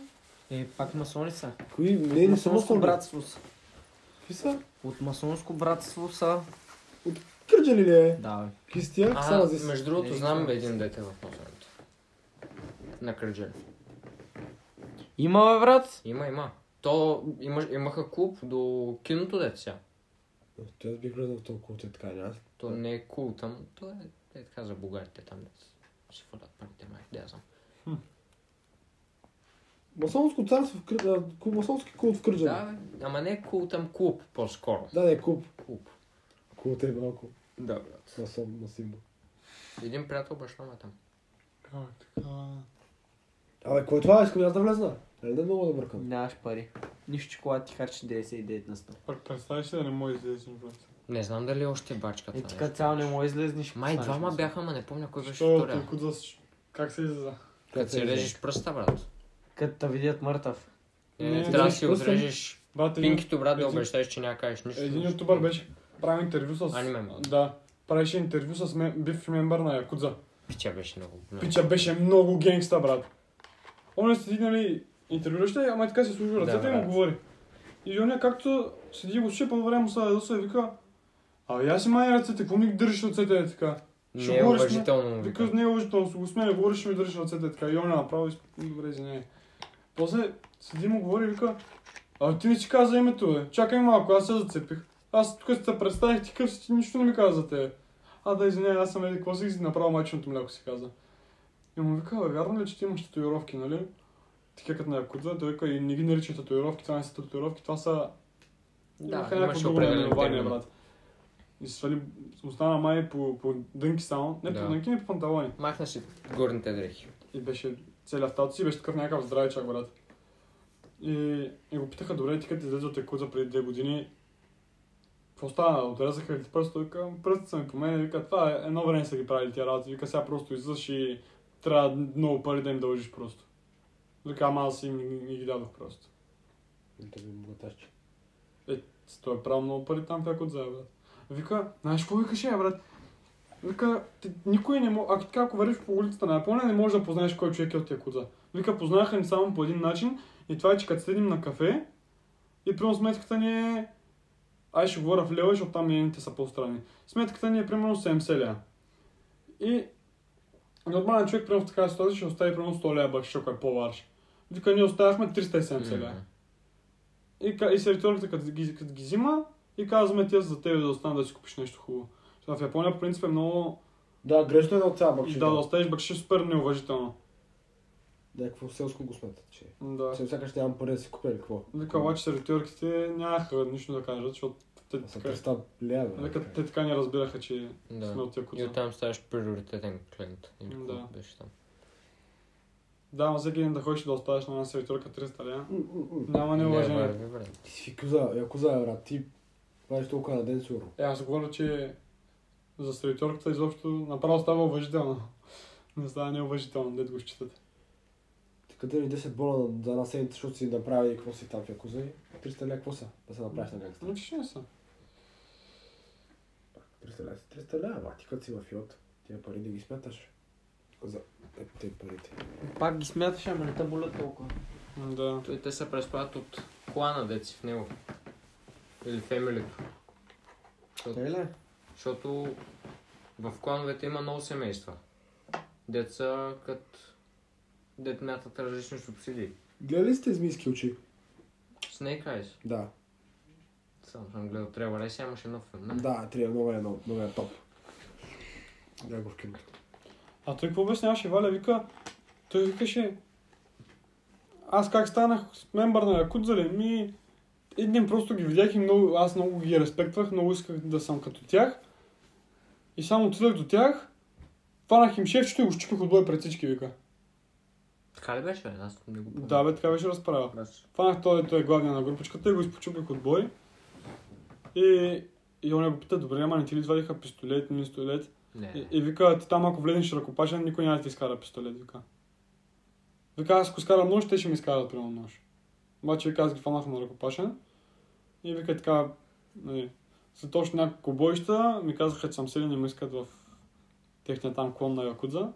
Е, пак масони са.
Кои?
Е,
Не, не са
Масонско
масони.
братство са.
Какви са?
От масонско братство са.
Кърджали ли е?
Да, бе.
Кистия? Са
А,
на зис.
между другото, знам един дете в Мозамбик. На Кърджали.
Има, бе, брат.
Има, има. То има, имаха клуб до киното деца.
Той аз бих гледал толкова те така, няма.
То не е кул там, то е, е така за бугарите там. деца. Си фалят парите, май, да я знам.
Масонско царство в Кърджали. Масонски култ в Кърджали.
Да, бе, ама не е кул там клуб, по-скоро.
Да, да е култ.
Клуб.
Култ е малко.
Да, брат.
Масон, масимбо.
Един приятел баща ме там.
Как така?
Абе, кой е това? Искам и аз да влезна. Не, не много да бъркам.
Нямаш пари. Нищо, че когато ти харчи 99 на 100.
Пък представиш ли да не е може да излезеш брат?
Не знам дали още бачка
Е,
това
ти
нещо.
като цяло не може излезнеш.
Май
станеш
двама
масон.
бяха, ама не помня кой беше
Що
втория.
толкова за... Как се излиза?
Като си режеш пръста, брат.
Като те видят мъртъв.
Е,
Не,
трябва да си
режеш пръста.
отрежеш
Брат, един-
пинкито, брат, да
един-
обещаеш, че няма кажеш нищо. Е,
Един ютубър беше правил интервю с...
Аниме мод.
Да. Правеше интервю с мем- бив мембър на Якудза.
Пича беше много. много.
Пича беше много генгста, брат. Он е седи, нали, интервюраща, ама и така се служи ръцете и му
брат.
говори. И он е както седи и го шипа, време му се ядоса и вика, а я си май ръцете, какво ми ги държиш ръцете е така? Ще
Не е
говориш,
уважително му
Вика,
вика.
не е уважително, си го сменя, говориш и ми държиш ръцете така. И он направо изп... добре, извиняй. После седи му говори и вика, а ти не си каза името, бе. Чакай малко, аз се зацепих. Аз тук се представих, ти къв си, ти нищо не ми каза за тебе. А да, извиняй, аз съм еди, какво си направо майченото мляко си каза. И му вика, «Бе, вярно ли, е, че ти имаш татуировки, нали? Така като на якудза, той вика, и не ги нарича татуировки, това не са татуировки, това са...
Да, имаше
Имаха някакво друго
определен
наименование,
термин.
брат. И се свали, остана май по, по дънки само, не
Да.
по дънки, не по панталони.
Махна си горните дрехи.
И беше целият тато си, беше такъв някакъв здравичак, брат. И, и го питаха, добре, ти като излезе от Якудза преди две години, какво стана? Отрезаха ли ти пръст? Той вика, пръстите са ми по мен. Вика, това е едно време са ги правили тия работи. Вика, сега просто излъж и трябва много пари да им дължиш просто. Вика, ама аз им не ги дадох просто.
Да ви богатарче.
Той е правил много пари там в Якудза, бе, брат. Вика, знаеш какво викаше, бе, брат? Вика, ти, никой не може, ако така, ако вървиш по улицата на Япония, не можеш да познаеш кой човек е от Якудза. Вика, познаха ни само по един начин и това е, че като седим на кафе и примерно сметката ни е... Ай ще говоря в лева, защото там ените са по-страни. Сметката ни е примерно 70 лева. И нормален човек, примерно в такава ситуация, ще остави примерно 100 лева бакшиш, ако е по-варш. Вика, ние оставяхме 370 лева.
М.
И, ка- и сервиторката като ги, като ги взима и казваме ти аз за тебе да остана да си купиш нещо хубаво. Сега в Япония по принцип е много...
Да, грешно е да отцава
И
бакшиш.
да, да оставиш бакши е супер неуважително.
Да, е какво селско го сметат, че. е.
Да.
Сега сякаш нямам пари да си купя или какво.
Вика, обаче сервиторките нямаха нищо да кажат, защото те
Аз съм
Е, така...
300 лева. бе.
Вика, те така не разбираха, че сме
Да.
от тия
И
куца.
оттам ставаш приоритетен клиент. Или какво
Да.
беше там.
Да, ама всеки ден да ходиш и да оставаш на една сервиторка 300 лева.
е. М, м, м.
Няма неуважение.
върви, брат.
Ти си якуза, якуза, брат. Ти правиш толкова на ден сигурно.
Е, аз говоря, че за сервиторката изобщо направо става уважително. Не става неуважително, дед го считат.
Ти къде ли 10 бона за една седмица, защото си направи и какво си там в якуза и 300 лева какво са? Да се направиш на гангста.
Но Ами, че не са.
300 лева, са 300 лева, ама ти като си мафиот, тия пари да ги смяташ. За е, те парите.
Пак ги смяташ, ама не те болят толкова.
М, Да.
Той те се преспават от клана деци в него. Или фемилито. Защото,
Еле?
защото в клановете има много семейства. Деца като дет мятат различни субсидии.
Гледали ли сте змийски очи?
Snake Eyes.
Да.
Само съм гледал Тревор Ес, имаше нов филм. Не?
Да, трябва много е много, много е топ. Гледай го в киното.
А той какво обясняваше, Валя вика, той викаше, аз как станах мембър на Якудза ли? Ми, един ден просто ги видях и много, аз много ги респектвах, много исках да съм като тях. И само отидах до тях, хванах им шефчето и го щупих от бой пред всички, вика.
Така ли беше? бе? Аз не го помня.
Да, бе, така беше разправил.
Аз-
Фанах той, той е главния на групичката и го изпочупих от бой. И, и он го пита, добре, ама не ти ли извадиха пистолет, мистолет?
Не.
И,
не.
и вика, ти там ако влезеш ръкопашен, никой няма да ти изкара пистолет, вика. Вика, аз ако скарам нож, те ще ми изкарат прямо нож. Обаче вика, аз ги фанах на ръкопашен. И вика така, нали, след точно няколко бойща ми казаха, че съм силен и ме искат в техния там клон на Якудза.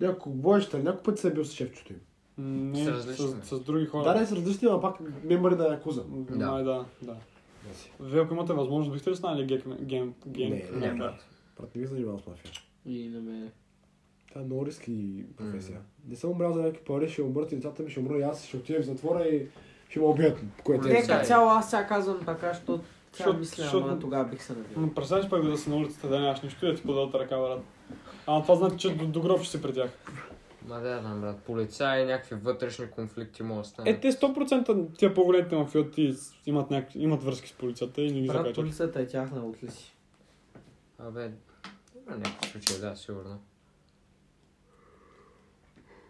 Няколко бойща, няколко пъти се е бил с шефчето им.
М, Не,
С
с,
различни.
с, други хора.
Да, не са различни, ама пак мембари на якуза.
да. Май, да, да.
Да си.
Вие ако имате възможност, бихте ли станали гек- гем, гем,
Не,
Не,
мембър?
брат.
Брат, не ги занимавам с мафия.
И на мен.
Това е много риски професия. Не съм умрял за някакви пари, ще умрат и децата ми, ще умра и аз, ще отидем в затвора и ще ме убият, което е.
Те-
Нека цяло аз сега казвам така, защото сега
Защото-
мисля,
защото-
ама тогава бих се надявал.
Но представиш пак да си на улицата, да нямаш нищо и да ти подадат ръка, брат. Ама това значи, че до, до гроб ще си при тях.
Ма да, да, брат. Полицаи, някакви вътрешни конфликти могат да
Е,
станат.
те 100% тия по-големите мафиоти с- имат, някак... имат връзки с полицията и не ги
Брат,
закачат.
полицията е тяхна, отли си.
Абе, има някакви случаи, да, сигурно.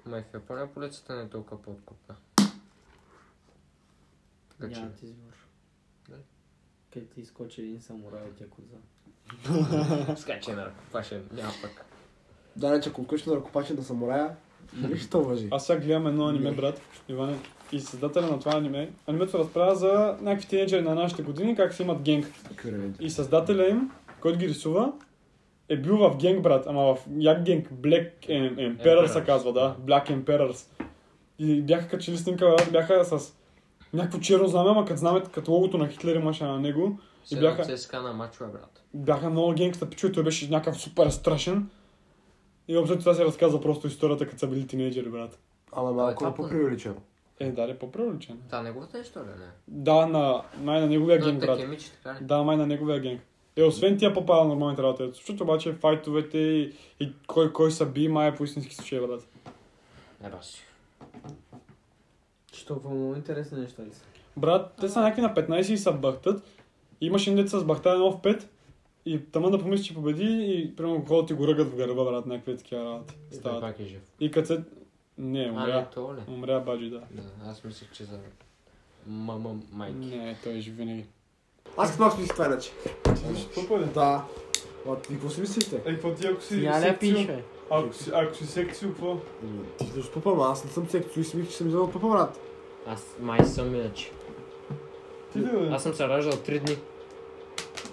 Ма и в Япония полицията не е толкова подкупна. Така че,
Нямат избор.
Да.
Къде ти изкочи един самурай от якудза.
скачи на ръкопашен, няма пък.
Да, не, че ако вкъщи на ръкопачен на самурая, нищо въжи.
Аз сега гледам едно аниме, брат, Иване, и създателя на това аниме. Анимето разправя за някакви тинейджери на нашите години, как си имат генг. И създателя им, който ги рисува, е бил в генг, брат, ама в як генг, Black Em- Emperor се
Emperors.
казва, да, Black Emperors. И бяха качили снимка, брат, бяха с някакво черно знаме, ама като знаме, като логото на Хитлер имаше на него.
Седем
бяха-
ЦСКА на мачове, брат.
Бяха много генгста пичу, той беше някакъв супер страшен. И общо това се разказа просто историята, като са били тинейджери, брат.
Ама
малко
малко
е
е по-преувеличено.
Е, да, е по-привлечен.
Та неговата история, не?
Да, на, май на неговия
Но
генг,
те
брат.
кемичи, така ли?
Да, май на неговия генг. Е, освен тия попада нормалните работи. Защото обаче файтовете и, и кой, кой са би, май е по истински случай, брат.
Не, баси.
Че толкова много интересни неща ли са?
Брат, те са някакви на 15 и са бахтат. И имаш един дет с бахта едно в 5. И тама да помислиш, че победи и примерно когато ти го ръгат в гърба, брат, някакви такива работи.
И той
Стават.
пак е жив.
И като се... Не,
А, не,
умря.
то ли?
Умря баджи, да.
Да, аз мислих, че за мама майки.
Не, той е жив винаги.
Аз като малко мислих това иначе.
Супер.
Да. От, и какво си мислите?
Е, какво ти ако си
Яля пише.
Ако си, ако си секцио, какво?
Ти си пупа, ама аз не съм секцио и си мислих, че съм взел пупа, брат.
Аз май съм иначе.
Ти да
Аз съм се раждал 3 дни.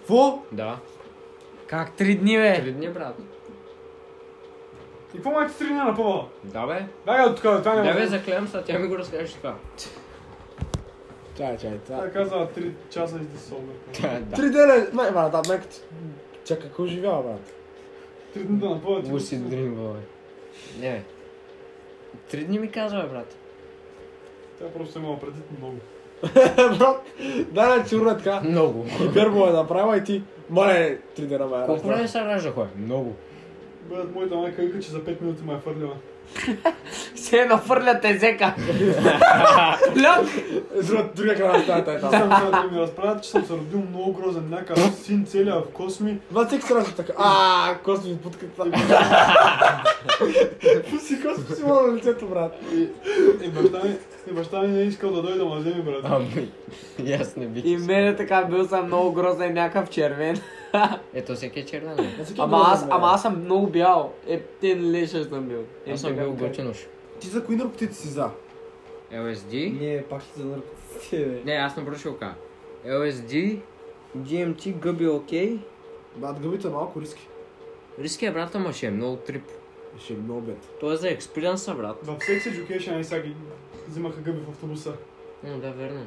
Кво?
Да.
Как три дни, бе?
3 дни, брат.
И какво майка ти на пъва?
Да, бе.
Бягай от тук, това не
Да, бе, заклевам се, тя ми го разкажеш това.
Чай, чай, чай.
Тя каза 3 часа и да се обърка.
Три дена, май, брат, да, майка ти. Чакай, какво живява, брат?
Три дни да напъва, ти
Луси Дрим, бе. Не, бе. Три дни ми казва, бе, брат.
Тя просто е имала предвид много.
брат, да, да, сигурно е така.
Много.
Хибербо е направила и ти. Мале, три дена, май.
Колко
раз,
време се ражда, хора? Много.
Бъдат моята майка вика, че за 5 минути ме е фърлила.
Се едно фърлят езека. Ляк!
брат. Друг, другия край на стаята е
Аз
там.
съм сега да ми разправят, че съм се родил много грозен, някакъв син целия в косми.
Брат, всеки се ражда така. А, Косми ми путка това. Пуси, Косми си мога на лицето, брат.
И, и баща ми, и баща ми не е искал да дойде да ме вземе, брат.
Ами, и аз не бих.
И мене така бил съм много грозен, някакъв червен.
Ето всеки е черна, не?
Ама аз, ама аз съм много бял. Е, Ептен лешър съм бил. Е,
Аз съм
така
бил
ми кажа.
готин уж.
Ти за кои наркотици си за?
LSD?
Не, пак ще се наркотици, бе.
Не, аз на брошилка. LSD, DMT, гъби окей.
Брат, гъбите е малко риски.
Риски е брат, ама ще е много трип.
Ще е много бед.
Той е за експириенса, брат.
В секс education и сега ги взимаха гъби в автобуса.
М, да, верно.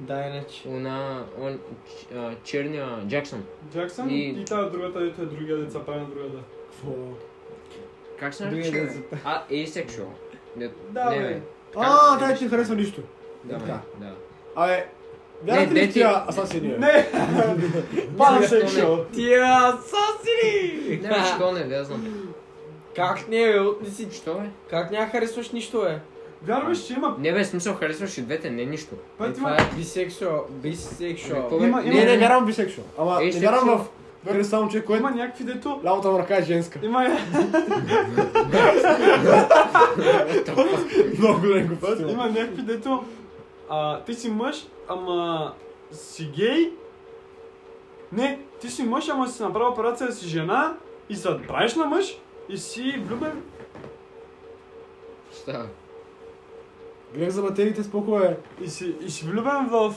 Да, иначе.
Она, он, ч- а, черния Джаксън.
Джаксън
И-
и, тази другата, ето е другия деца, прави на другата.
Какво?
Как се
Другия
нарича? бе?
ден
А, asexual. Не,
Да,
не,
бе.
бе.
А, да, че не харесва нищо.
Да, бе,
Така.
да.
Абе, вярвате
не,
ли
ти-
в тия асасини? бе?
Не! Пада
Не,
се
не.
шоу!
Тия сосили!
Не, бе, що не, да знам.
Как не, бе? Отни си.
Що бе?
Как няма харесваш нищо, бе?
Вярваш, че има...
Не, бе, смисъл, харесваш и двете, не нищо.
Е,
Път
това
има...
е бисексуал. Бисексуал.
Какво, бе?
Има-
Не, не вярвам в бисексуал. Ама не
Асексуал.
вярвам в... Вярвам само човек,
Има
който
някакви дето...
лявата му ръка е женска.
Има...
Много голям го
Бъд, има някакви дето... А, ти си мъж, ама си гей. Не, ти си мъж, ама си направил операция, си жена и се правиш на мъж и си влюбен.
Става.
Грех за батериите с покове.
И си, и си влюбен в,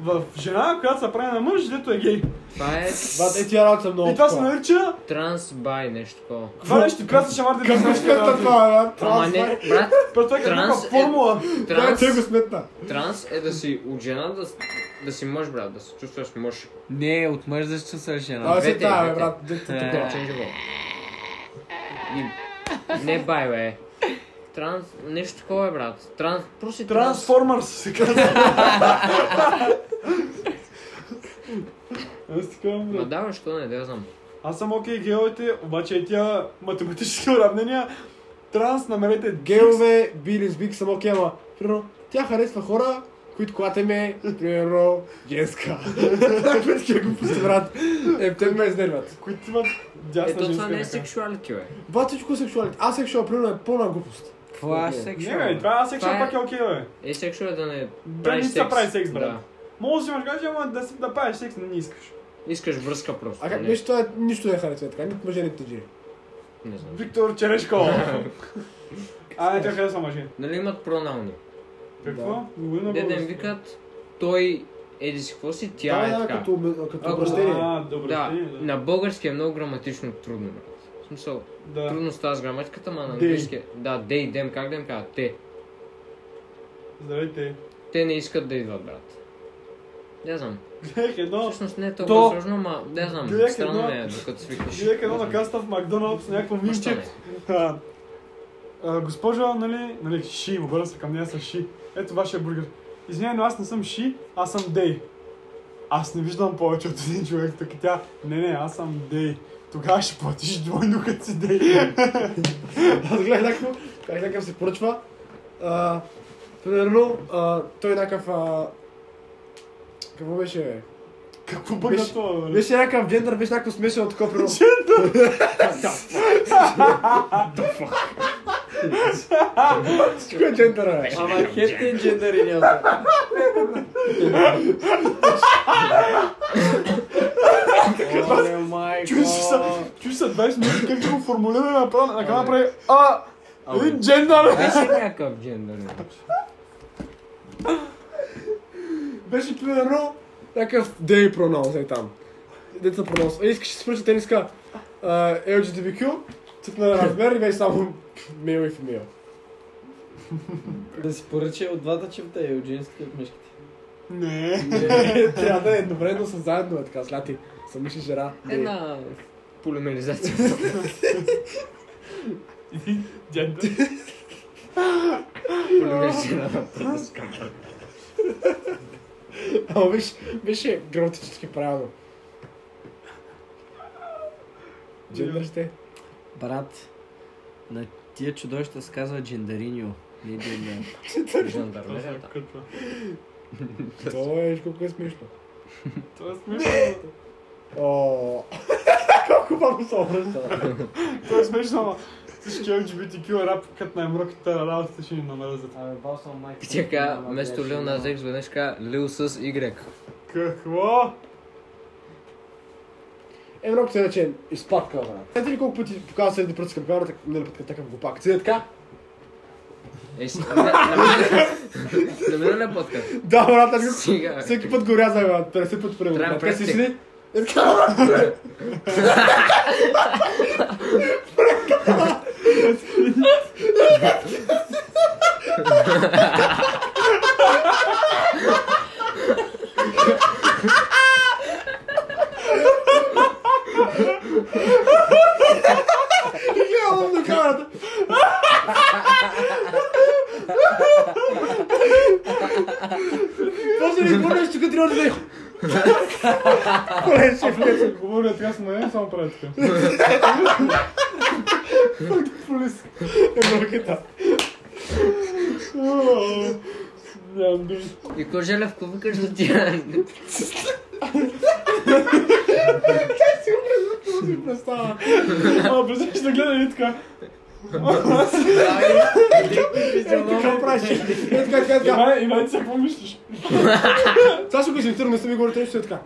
в жена, която се прави на мъж, дето е гей.
Това е
Брат, е тия работа са много.
и това се
такова.
нарича...
трансбай, нещо такова.
Това нещо, която се шамарди да
Какво
знаеш
сметна това, брат?
Ама
Трябва да
не,
сме-
брат,
Пър това е като
Транс
някаква
е-
формула.
Трябва
транс,
да го сметна.
транс е да си от жена, да, с- да си мъж, брат, да се чувстваш мъж.
Не, от мъж да се чувстваш жена.
Абе, се
двете,
тая, бе,
двете.
брат. Дето тук.
Е.
Такова changeable. И... Не бай, бе. Транс... Нещо такова е, брат. Транс... Просто е транс.
Трансформърс се казва. Аз така, брат.
Ма да, бе, що не, да я знам.
Аз съм окей okay, геовете, обаче и тия математически уравнения, транс намерете геове.
Геове, би лесбик съм окей, ама... Примерно, тя харесва хора, които когато им е, примерно, женска. Някакви такива глупости, брат. Е, те ме изнервят.
които имат дясна
Ето това
женска
не е
ръка.
сексуалити, бе.
Брат, всичко е сексуалите. Аз сексуал, примерно, е пълна глупост.
Какво е
Не, бе,
сексуал?
това аз секшъл
Това е-
пак е окей, бе.
Е, сексуал е да не
Да не
правиш
си
секс.
да прави секс, брат.
Да.
Може да си имаш каже, ама да, си, да правиш секс, не, не искаш.
Искаш връзка просто. нали?
А как
не,
беше това, е, нищо не харесва така, нито мъже, нито жени.
не знам.
Виктор Черешко! а, не, тя харесва мъже.
Нали имат пронални?
Какво? Говори
Де да им
български.
викат, той еди си какво си, тя
да,
е
да,
така.
като, ме- като
Ако-
обращение.
А, добре,
Да,
да.
на български е много граматично трудно, брат. В смисъл,
Да,
трудно става с граматиката, ма на
They.
английски. е- Да, they, them, как да им кажа? Те.
здравейте.
Те не искат да идват, брат. Не знам.
Гледах едно,
Всъщност не е толкова
То-
сложно, ма не знам,
Гледах
странно
едно-
ми е, докато свикнеш.
гледах едно на каста в Макдоналдс, някакво мимче.
Мащане.
А, а, госпожо, нали, нали, ши, обърна се към нея с ши. Ето вашия бургер. Извинявай, но аз не съм ши, аз съм дей. Аз не виждам повече от един човек тук и тя, не, не, аз съм дей. Тогава ще платиш двойно, като си дей.
Аз гледах някакво, как някакъв се поръчва. А, примерно, а, той е някакъв... А, какво беше, бе?
Какво бъгна
Беше-
това, бе?
Беше някакъв джендър, беше някакво смешено такова примерно. Джендър! Всичко е джендъра, бе.
Ама хефти джендър и няма. Оле, майко.
Чуй се, са- чуй се 20 минути, как да го формулираме направо, накрая направи, а, един джендър.
Беше някакъв джендър. нали? бе.
Беше примерно някакъв дей пронаунс е там. Деца пронаунс. Е, искаш да свърши тениска а, LGBTQ, цъкна на размер и беше само мейл и фемейл.
Да си поръча от двата чифта и от женските и от мъжките.
Не.
Е, Трябва да е едновременно с заедно, е така, сляти. Съм мъж и жена. Е,
Една полимеризация.
Един джендър.
Полимеризация на
Ама беше, беше граматически правилно. Джендър ще. е.
Брат, на тия чудовища се казва джендариньо. Не джендар.
Това се е
джендър.
кърпва.
Това е колко е смешно.
Това е смешно.
О, колко бавно се обръща.
Това е смешно, ама всички LGBTQ рап, като най-мръката работата ще ни намерзат.
Абе, босъл майка.
Чака, вместо Лил на Зекс, веднъж ка Лил с Y.
Какво?
Е, много се рече, изпадка, брат. Знаете ли колко пъти показва след да пръцка към камерата, не пътка нали, така го пак. Седи така?
Е, си, на мен- на мен- на мен не потка.
Да, брат, аз го...
Сега. бе.
Всеки път го ряза, брат, 50 пъти примерно.
Трябва
брат. Те си
пръсти.
седи. Е, така, брат. И гледам на камерата. После ли гонеш, тук трябва да бе.
Е,
Колен ще влезе.
Говоря така с мен, само прави така.
Полис.
Е,
Еврокита.
Нямам думи.
И кой Желев, какво викаш за тия?
Какво си представя?
А, представи, ще гледа и така.
Е,
Така правиш. Е, така, така, така.
Има, има, ти сега какво мислиш?
Сега ще го изинтирам, не съм ми говорите, ще е така.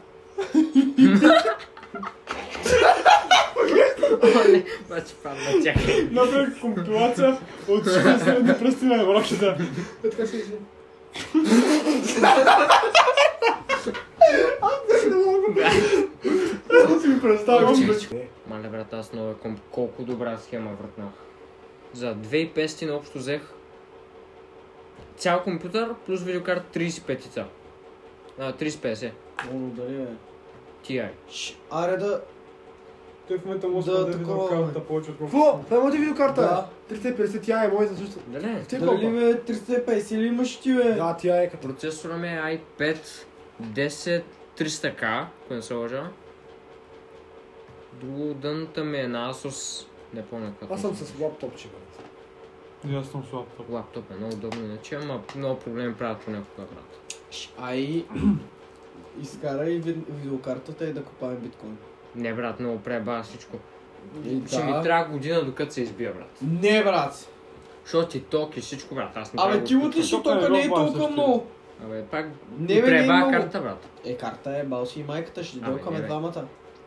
Бачи падна, чакай.
Направи компилация от всички средни пръсти на Еврокита.
Е, така се изинтирам. Аз не мога. Какво си ми представя?
Мале брат, аз много е комп... колко добра схема вратнах. За 2500 на общо взех цял компютър плюс видеокарта 35-ца. А, 350.
Благодаря, бе.
TI.
Аре да...
Той в момента може
Да,
да види
такова,
картата повече от колкото.
Какво? Това е моята видеокарта. 350 тя е моята също.
Дале.
Ти
Дали е
колко?
бе 350 ли имаш ти бе?
Да, тя е като...
Процесора ми е i5 10 300K, ако не се лъжа. Друго дънта ми е на Asus, не помня какво.
Аз съм с лаптопче, брат.
И аз съм слаб. пък.
Лаптоп е много удобно иначе, ама много проблеми правят понякога, брат.
Ай, изкарай ви- видеокартата и да купаваме биткоин.
Не, брат, много пребава всичко.
И
Ще
да.
ми трябва година, докато се избия, брат.
Не, брат.
Защото ти ток и всичко, брат. Аз не
Абе,
правя
ти
го-
отиш
Тук
от
е
тук, не е
Rockman
толкова
също.
много.
Абе, пак
Не,
и
бе, не е
пребава
много.
карта, брат.
Е, карта е бал си и майката, ще
Абе, не,
дълкаме
бе.
двамата.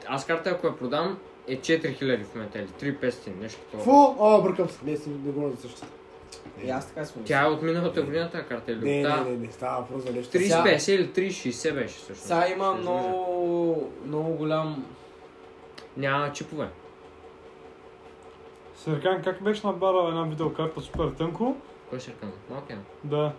Аз карта, ако я продам, е 4000 в момента или 3500, нещо такова.
Какво? О, бъркам се. Не, си- не говоря за същото.
И аз така съм.
Тя е от миналата година тази карта или от
Не, не,
тази?
не, не, става въпрос за нещо.
350 или 360 беше всъщност.
Сега има
Е,
Ще излъжа.
много, много голям...
Няма чипове.
Серкан, как беше набарал една видеокарта супер тънко?
Кой ще към? Малкия.
Да.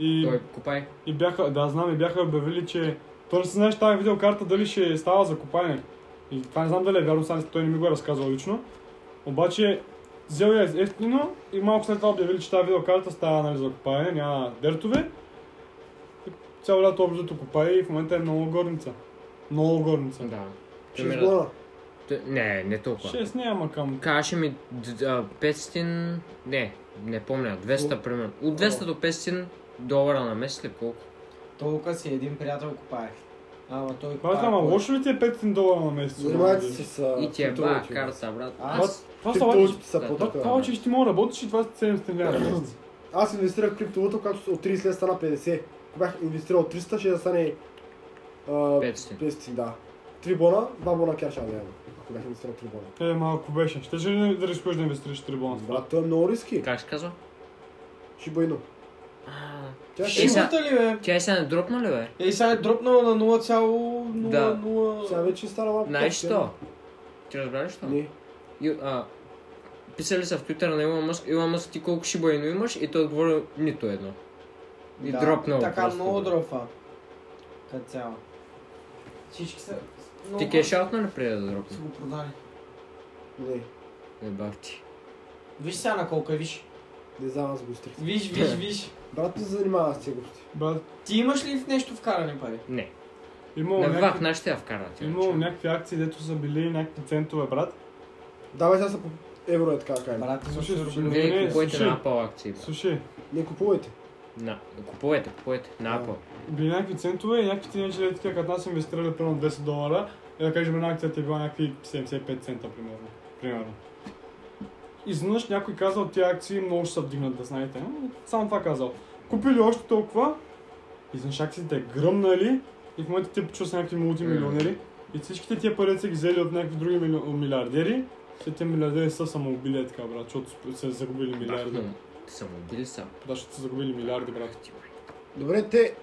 И
Той купай.
И бяха, да, знам, и бяха обявили, че Той не си знаеш тази видеокарта дали ще става за купане. И това не знам дали е вярно, сега той не ми го е разказал лично. Обаче, взел я ефтино и малко след това обявили, че тази видеокарта става нали, за купане, няма дертове. И Цяло лято обзето купае и в момента е много горница. Много горница.
Да.
Ще сгона.
Те- Не, не толкова.
6 няма към...
Каже ми д- а, 500, не, не помня, 200 примерно. От 200 до 500 долара на месец ли колко?
Толкова си един приятел купаех. Ама той
Това е ама лошо ли ти е 500 долара на месец? Нали?
Занимавайте се с...
И ти е ба, карта, брат.
Аз
Това са лачи.
Криптовалути са
Да,
по-така.
Това лачи ще мога да работиш и това са 700 лева на месец.
Аз инвестирах в криптовалута, както от 30 лет стана 50. Ако бях инвестирал 300, ще да стане... а,
500.
500, да. 3 бона, 2 бона кяша да имам. Ако бях инвестирал 3 бона.
Е, малко беше. Ще ли да рискуваш да инвестираш 3 бона?
Брат, това е много риски.
Как се казва?
Шиба Ино.
А,
Тя ще
Е,
има.
сега-
Шибата ли бе?
Тя и сега не дропна ли бе?
Ей, сега е дропнала на
Да.
0,00...
Сега вече е стана малко.
Знаеш що?
по-скъпо.
Ти разбра ли що?
Не.
И, а, писали са в Twitter на Илон Мъск, Илон Мъск ти колко шиба ино имаш и той отговори нито едно. И
Да,
дропнал
Така
просто,
много
бе.
дропа. Като цяло. Всички са...
Ти
много
кеш аутна ли преди да дропна?
Са го продали.
Не.
Е, бах ти.
Виж сега на колко е, виж.
Не знам, аз го изтрих.
Виж, виж, виж.
Брат, не се занимава с тези глупости.
Брат,
Ти имаш ли в нещо вкарани пари?
Не.
имало
На
някакви-
вах нашите я вкарват.
Имало
иначе.
някакви акции, дето са били някакви центове, брат.
Давай сега са по евро е така, кай.
Брат, имаш
Слушай,
ли
слушай,
рубли?
не, е.
Вие
не,
купувайте
слушай.
на Apple акции. бе.
Слушай,
Не купувайте.
На, купувайте, купувайте. На Apple.
били някакви центове и някакви тинейджери, така като нас инвестирали примерно 10 долара. И да кажем, една акция ти е била някакви 75 цента, примерно. примерно. Изведнъж някой казал, тия акции много ще се вдигнат, да знаете. М, Само това казал. Купили още толкова, изведнъж акциите гръмнали и в момента те почува са някакви мултимилионери. И всичките тия пари са ги взели от някакви други мили- милиардери. Те тия милиардери са самоубили е така, брат, защото са загубили милиарди.
Бахна. Ти са му били са.
Да, защото са загубили милиарди, брат.
Ти, бе.
Добре, те...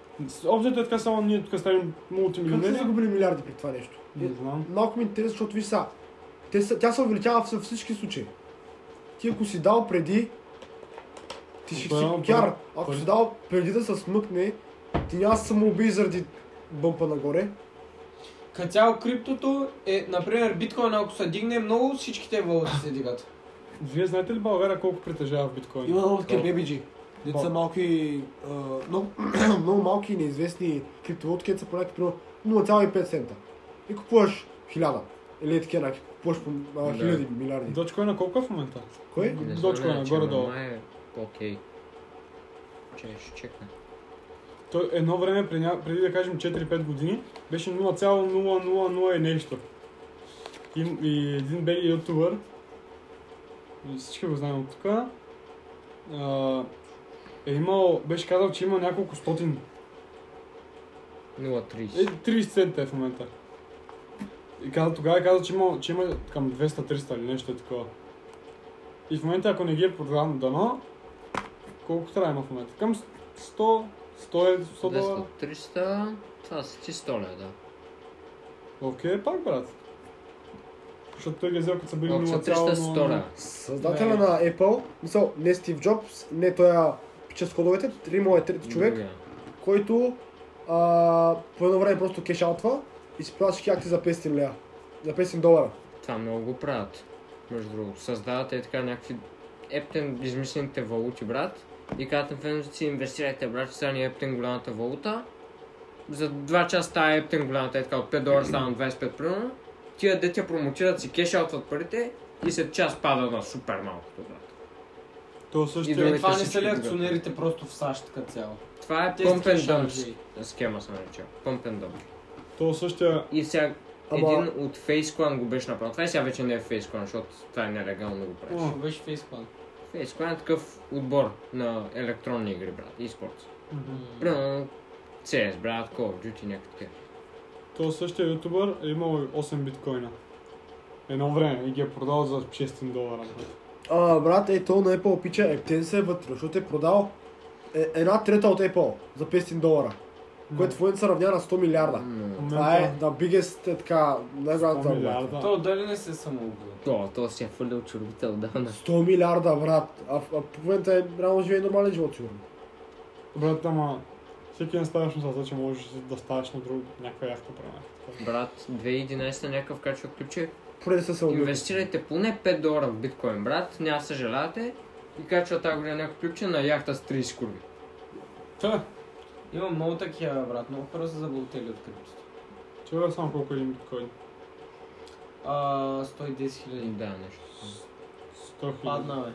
Обзето е така, само ние тук ставим
Как са
мултимилионери.
загубили милиарди при това нещо?
Не знам.
Малко ми е интересно, защото виж са. Те са, тя се увеличава във всички случаи. Ти ако си дал преди, ти ще си
Браво,
кяр.
браво.
Ако
Пари.
си дал преди да се смъкне, ти няма да се самоубий заради бъмпа нагоре.
Като цяло криптото е, например, биткоин, ако се дигне много, всичките валути се дигат.
Вие знаете ли България колко притежава в биткоин?
Има много такива бебиджи. Деца са малки, а, много, много малки и неизвестни криптовалути, където са по някакви примерно 0,5 цента. И купуваш 1000. Или е такива някакви, купуваш по а,
Да.
хиляди, милиарди.
Дочко е на колко е в момента?
Кой?
Не знам,
Дочко е на
иначе, ама
горе-долу.
май е Окей. Чай, ще чекна.
Той едно време, при ня- преди да кажем 4-5 години, беше 0,000 и нещо. И, и един бели ютубър, и всички го знаем от тук, а, е имал, беше казал, че има няколко стотин
0.30.
Е, 30 цента е в момента. И каза, тогава е казал, че има, че има към 200-300 или нещо е такова. И в момента, ако не ги е продавано дано, колко трябва има в момента? Към 100, 100, 100, 100 долара.
300. Това са ти 100 лева, да.
Окей, пак брат. Защото той ги е взел, като са били
Колко са 300 100
0,0.
лева?
Създателя на Apple, мисъл, не Стив Джобс, не той а, пича с кодовете, Римо е трети човек,
Другия.
който а, по едно време просто кешаутва и си продава всички акции за 500 лева. За 500 долара.
Това много го правят. Между другото, създават е така някакви ептен измислените валути, брат. И казват на феновете си, инвестирайте, брат, че сега ни е ептен голямата валута. За 2 часа става ептен голямата, е така от 5 долара става на 25 примерно. Тия дете промотират си кешаутват парите и след час пада на супер малкото, брат.
То също
И
е...
другите
Е, това не
всички
са ли
го
акционерите просто в САЩ като цяло?
Това е
Те са
pump and
тия
dump
шаржи.
схема се нарича. Pump and dump.
То същия...
И сега
Ама-
един от FaceClan го беше направил. Това и сега вече не е FaceClan, защото това е нелегално да го правиш.
О, беше фейспан.
FaceClan е такъв отбор на електронни игри, брат, e sports. Примерно CS, брат, Call of Duty, някакви такива.
То същия ютубър е имал 8 биткоина. Едно време и ги е продал за 600 долара. брат.
А, брат, е то на Apple пича, ептен се е вътре, защото е продал е, една трета от Apple за 500 долара, което в момента се равня на 100 милиарда.
В
Но...
момента-
Това е the biggest, е така, най-голямата
100
заплата.
милиарда.
То дали не се самоубил?
То, то си е фърлил чорбите отдавна.
100 милиарда, брат. А, в- а в момента е, реално живее нормален живот, сигурно.
Брат, ама Всеки ден ставаш мисълта, че можеш да ставаш на друг, някаква яхта при някаква.
Брат, 2011 някакъв качва клипче.
Поне са се обидили.
Инвестирайте поне 5 долара в биткоин, брат. Няма да съжалявате. И качва тази година някакво клипче на яхта с 30 курви.
Та,
Има много такива, брат. Много хора са заблудели от криптото.
чува само колко е един биткоин.
А, 110
И
хиляди.
да, нещо.
100 хиляди.
Падна, бе.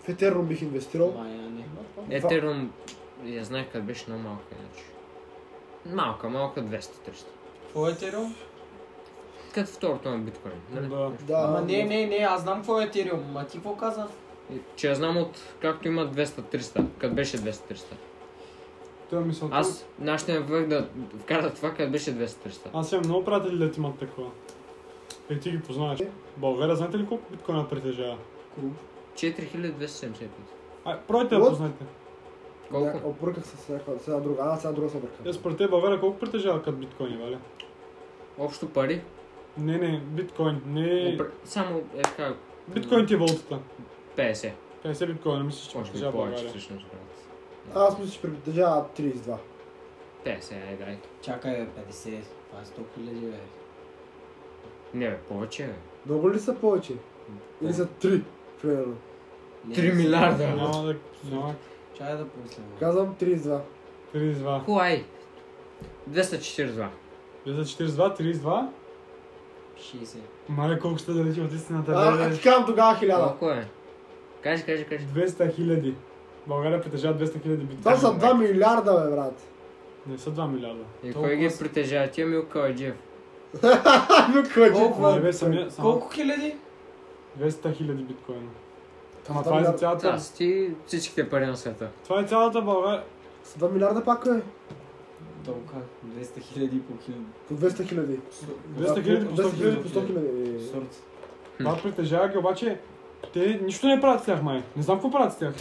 В Ethereum бих инвестирал.
Май, а не.
Етерум, я знаех къде беше много малка иначе. Малка, малка 200-300.
Какво е Ethereum?
Като второто на биткоин. Нали?
Да.
Да,
Ама не,
но-
не, не, аз знам какво е Ethereum. Ма ти какво каза?
И- Че я знам от както има 200-300. Като беше 200-300.
Това е мисълта.
Аз, нашите не върх да вкарат това, къде беше 200-300.
Аз имам много приятели, да имат такова. Е, ти ги познаваш. България, знаете ли колко биткоина притежава?
4275.
Ай, пройте да
What?
познайте.
Колко?
Ня- Обърках се с някаква- с една друга. А, сега друга се обърках.
Е, според те България колко притежава като биткоини, вали?
Общо пари?
Не, не, биткоин, не...
Опр- Само е така
Биткоин ти е валутата.
50.
50 биткоина, мислиш, че
Може би
притежава
повече
България.
всъщност. брат.
Аз мисля, че притежава 32.
50, ай е, дай.
Чакай, бе, 50. Това е 100 хиляди, бе.
Не бе, повече бе.
Много ли са повече? Или са 3, примерно.
Не,
3
не
милиарда.
знам.
брат.
Няма да... Няма...
Чакай да помисля. бе.
Казвам 32.
32.
Хуай. 242.
242, 32.
60.
Мале, колко ще далече от истината,
А, а
да
ти казвам Е, тогава 1000.
Колко е? Кажи, кажи, кажи.
200 хиляди. България притежава 200 хиляди биткоина.
Това са 2 милиарда, бе, брат.
Не са 2 милиарда.
И
Толкова
кой ги
с-
притежава? Тия е Мил Калджиев.
Ами, ходи.
Колко?
Не, бе, самия... само
Колко хиляди?
200 хиляди биткоина. Ама
Два
това е за
милиарда.
цялата...
Да, с ти всичките пари на света.
Това е цялата България.
С 2 милиарда пак, бе.
Толкова. 200 хиляди и по хиляди.
По 200 хиляди.
200 хиляди по 100 хиляди.
по 100 хиляди. Е,
Сорт.
Това притежава ги, обаче те нищо не правят с тях, май. Не знам какво правят с тях.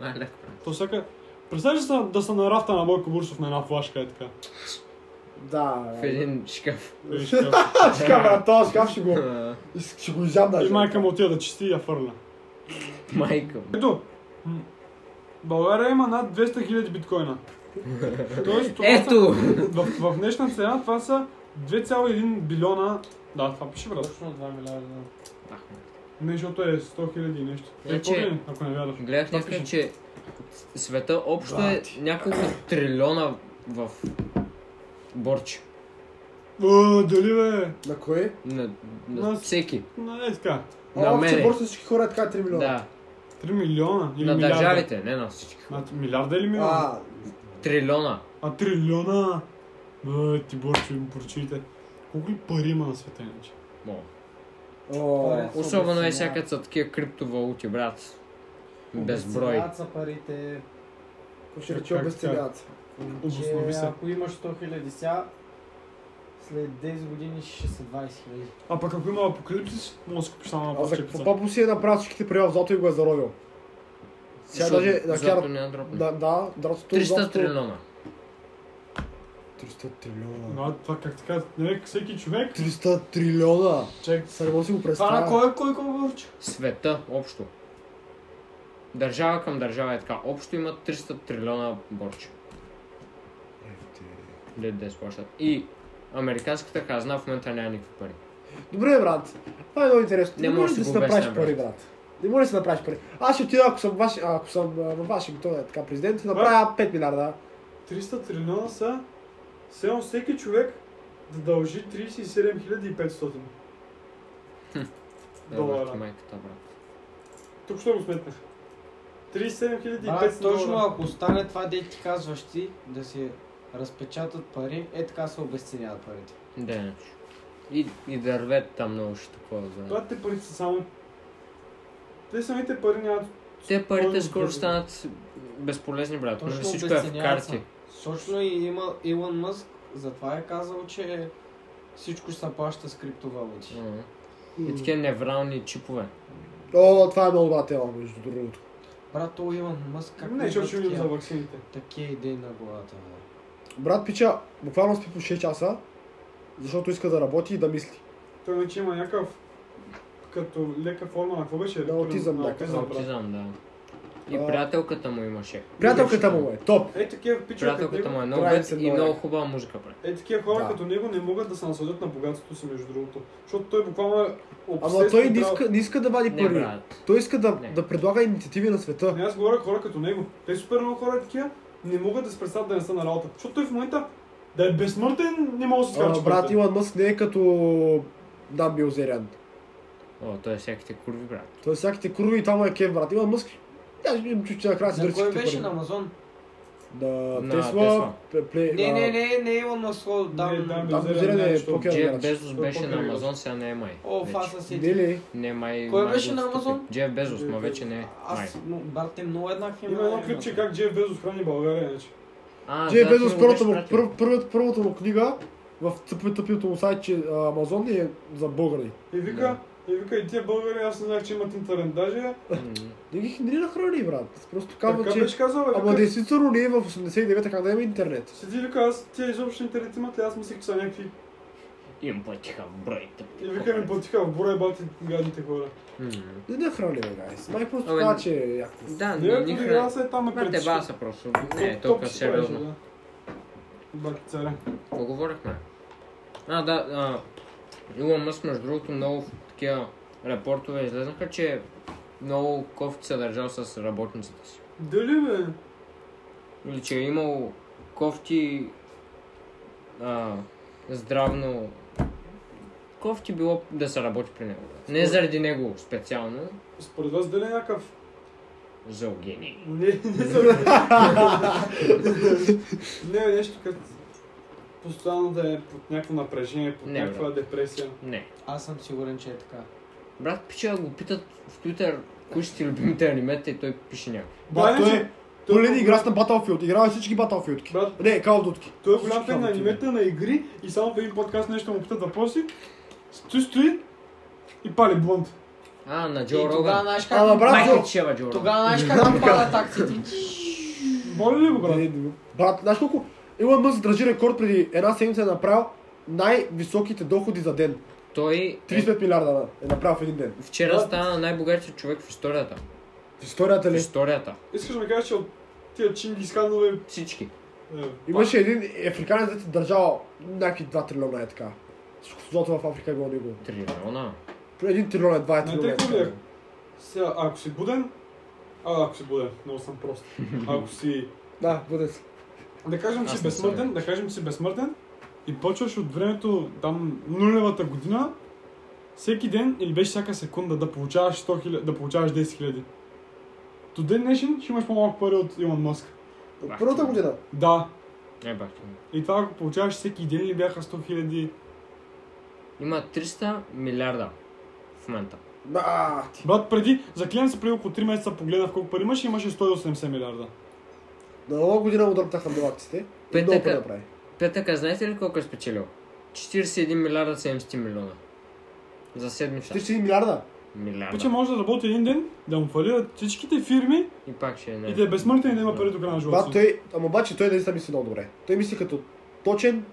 Мале.
То всяка... Представи си да- да са на рафта на Бойко Бурсов на една флашка е така.
Да,
В
бе.
един шкаф.
Виж,
А, ще кажа, брат, този шкаф ще го...
А,
Ще го изям даже.
И майка му отива да чисти и я фърля.
Майка му.
Ето, м, България има над 200 000 биткоина. Тоест, това са-
Ето!
в, в днешна цена това са 2,1 билиона... Да, това пише брат.
Точно 2 милиарда.
Не, защото е 100 000 и нещо. Е,
Значи-
погледни, ако не вярваш.
Гледах
Това
някъде,
пише.
че света общо е няколко трилиона в борч.
О, дали бе?
На кое?
На, на
На-
всеки.
На, е така.
На
А, общо
мене.
борса всички хора е така 3 милиона.
Да.
3 милиона или
На
милиарда?
държавите, не на всички.
На милиарда или милиона?
А,
Трилиона.
А, трилиона! Бе, ти борчи, борчите. Колко ли пари има на света иначе?
О.
о,
Добре.
Особено е
Обясня.
всяка са такива криптовалути, брат. Безброй.
Обесценяват са парите.
какво ще рече
Как
обесценяват.
Обоснови
Че
се.
Ако имаш 100 хиляди сега, след 10 години ще са 20 хиляди.
А пък ако има апокалипсис, може да си купиш само една
Аз за
парче
какво
пица.
папо си е направил всичките приема в злато и го е заровил? Сега
Защото
даже да
злато
вкарат-
не е дропно.
Да, да, е дратото
300 трилиона.
300 трилиона.
Да, това как така, не всеки човек.
300 трилиона!
Чек,
Сега не мога да си го
Това на
представя.
кой е кой кой вълча?
Света общо. Държава към държава е така. Общо има 300 трилиона борча. Дед да изплащат. И американската хазна в момента няма никакви пари.
Добре, брат. Това е много интересно.
Не
Не,
може
можеш
да
да
го
си направиш
обясня, брат.
пари, брат. Не можеш да си направиш пари. Аз ще отида, ако съм, ваш... ако съм а, във Вашингтон, е така президент, ще направя 5 милиарда.
300 трилиона са, село всеки човек да дължи 37 500.
Добре,
Долара.
майката, брат.
Тук ще го сметнах. 37
Брат,
500
точно
долара.
ако стане това, де ти казваш ти, да се разпечатат пари, е така се обесценяват парите.
Да, иначе. И, и дървет там много ще такова за.
Това те пари са само... Те самите пари нямат...
е
Те парите
Пълно
скоро
безброй.
станат безполезни, брат. Нали
Точно
всичко е в
обесценяват са.
карти.
Точно и има Илон Мъск, затова е казал, че всичко ще се плаща с криптовалути.
М. И такива неврални чипове.
О, това е много добра тема, между другото.
Брат, то Илон Мъск, как
Не, защото ще видим за
такива,
ваксините.
такива идеи на главата, бе.
Брат Пича буквално спи по 6 часа, защото иска да работи и да мисли.
Той вече има някакъв като лека форма на какво беше?
На аутизъм,
На
да,
аутизъм, брат.
Аутизъм, да. И приятелката му имаше.
Приятелката му е топ.
Е, такива пичове като
Приятелката му
него.
е много
Правим се
бед и
много
много
яко.
хубава музика, брат.
Е, такива хора
Да.
като него не могат да се насладят на богатството си, между другото. Защото той буквално е
Ама той не
трябва-
иска, не иска да вади
Не,
пари.
брат.
Той иска да,
Не.
да предлага инициативи на света.
Не, аз говоря хора като него. Те супер много хора е такива не могат да се представят да не са на работа. Защото той в момента да е безсмъртен, не може да се
А,
скарчи.
брат Илон Мъск не е като Дан Билзериан.
О, той е всяките курви, брат.
Той е всяките курви и там му е кеф, брат. Илон Мъск. Аз ми чух, че накрая си
На кой
дърците
беше
пари.
на Амазон?
Да,
На
Тесла.
Тесла.
Пе- пле-
Не,
а,
не, не, не е на слово там.
Дан Билзериан е покер
Джеф
играч.
Безос беше на
Покриваш.
Амазон, сега не е май.
О,
Значи,
Вече.
фаса си.
Не ли?
Не, е май.
Кой
май
беше
го
на
отстъпи.
Амазон?
Джеф Безос,
Джеф
ма вече не е. Май.
Аз, м, брат, те много еднакви.
Има
ме,
едно
брат.
клипче как Джеф Безос храни България, иначе.
А,
Джей
да, ти
Безос,
ми го
е първата му,
беше пратил.
пър- първата- първата му книга в тъпи- тъпито му сайт, че а, Амазон е за българи.
И Е, вика, и вика, и тия българи, аз не знах, че имат интернет даже.
М,
Не ги хендрира храни, брат. Просто казва,
Така
че...
беше казал, бе,
Ама
вика,
действително не е в 89-та как да има интернет.
Седи и вика, аз тия изобщо интернет имат ли, аз мислих, че са някакви.
Им платиха в брой. тъпи.
И вика ми платиха в броя бати гадните хора.
М.
Не да храни, бе, гайс. Май просто
Абе,
това,
не-
че е яко.
Да,
Не,
не,
ако
ни
ги
храна.
игра се там е
Брат,
пред
Ами, е баса просто. Не е толкова сериозно.
Бати нали? царя.
Какво говорихме? А, да, а, Илон Мъск, между другото, много такива репортове излезнаха, че много кофти се държал с работниците си.
Дали бе?
Или че е имал кофти а, здравно... Кофти било да се работи при него. Не заради него специално,
Според вас дали е някакъв?
за Огени.
Не, не съм. не, бе, нещо като постоянно да е под някакво напрежение, под
Не,
някаква депресия.
Не.
Аз съм сигурен, че е така.
Брат, пича го питат в Twitter кои ще ти любимите анимета и той пише някакви.
Да, той
иначе-
е пълен играч на Battlefield. Играва всички Battlefield.
Брат,
Не, Call of Duty.
Той е голям
Всички
фен на
работи,
анимета, на игри и само в един подкаст нещо му питат въпроси. Стои, стои и пали блонд.
А, на
И
Джо
тогава
Роган.
знаеш
Ама,
как...
брат,
Майка
Джо-
ти шева, Джо Роган.
Тогава знаеш как му падат акциите.
Моля ли го, брат?
Не, не, Е, Брат, знаеш колко? Илон Мъск държи рекорд преди една седмица е направил най-високите доходи за ден.
Той е,
35 милиарда на- е направил в един ден.
вчера
Да.
стана най-богатият човек в историята.
В историята
Нали?
В
ли?
историята.
Искаш да ми кажеш, че от тия е, чинги скандове...
Всички.
Имаше един африканец, който е държал някакви 2 трилиона е така. Всичко злото в Африка е било него.
Трилиона.
Един трилион е 2
Знаете ли
трилиона. е
какво ми е?
така.
Сега, ако си буден... А, ако си буден, много съм прост. Ако си...
Да, бъде си.
Да кажем, че
Аз
си
не съм.
безсмъртен, да кажем, че си безсмъртен и почваш от времето, там, нулевата година, всеки ден или беше всяка секунда да получаваш 100 000, да получаваш 10 000. До ден днешен ще имаш по-малко пари от Илон Мъск.
От първата година.
Да,
Не Е, бах. ти.
И това ако получаваш всеки ден ли бяха 100 хиляди?
Има 300 милиарда в момента.
Да, ти.
Брат, преди, за клиент се преди около 3 месеца погледнах колко пари имаше, имаше 180 милиарда.
На нова година му дръптаха милакците. И много пари
Петъка.
направи.
Петъка, знаете ли колко е спечелил? 41 милиарда 70 милиона. За седмица.
41 милиарда.
Пиче
Милиарда.
може да работи един ден, да му фалират всичките фирми
И пак ще е
и да е
не.
безсмъртен и да има пари до края на живота
Бат,
си.
той, е ама обаче той наистина мисли много добре. Той мисли като точен,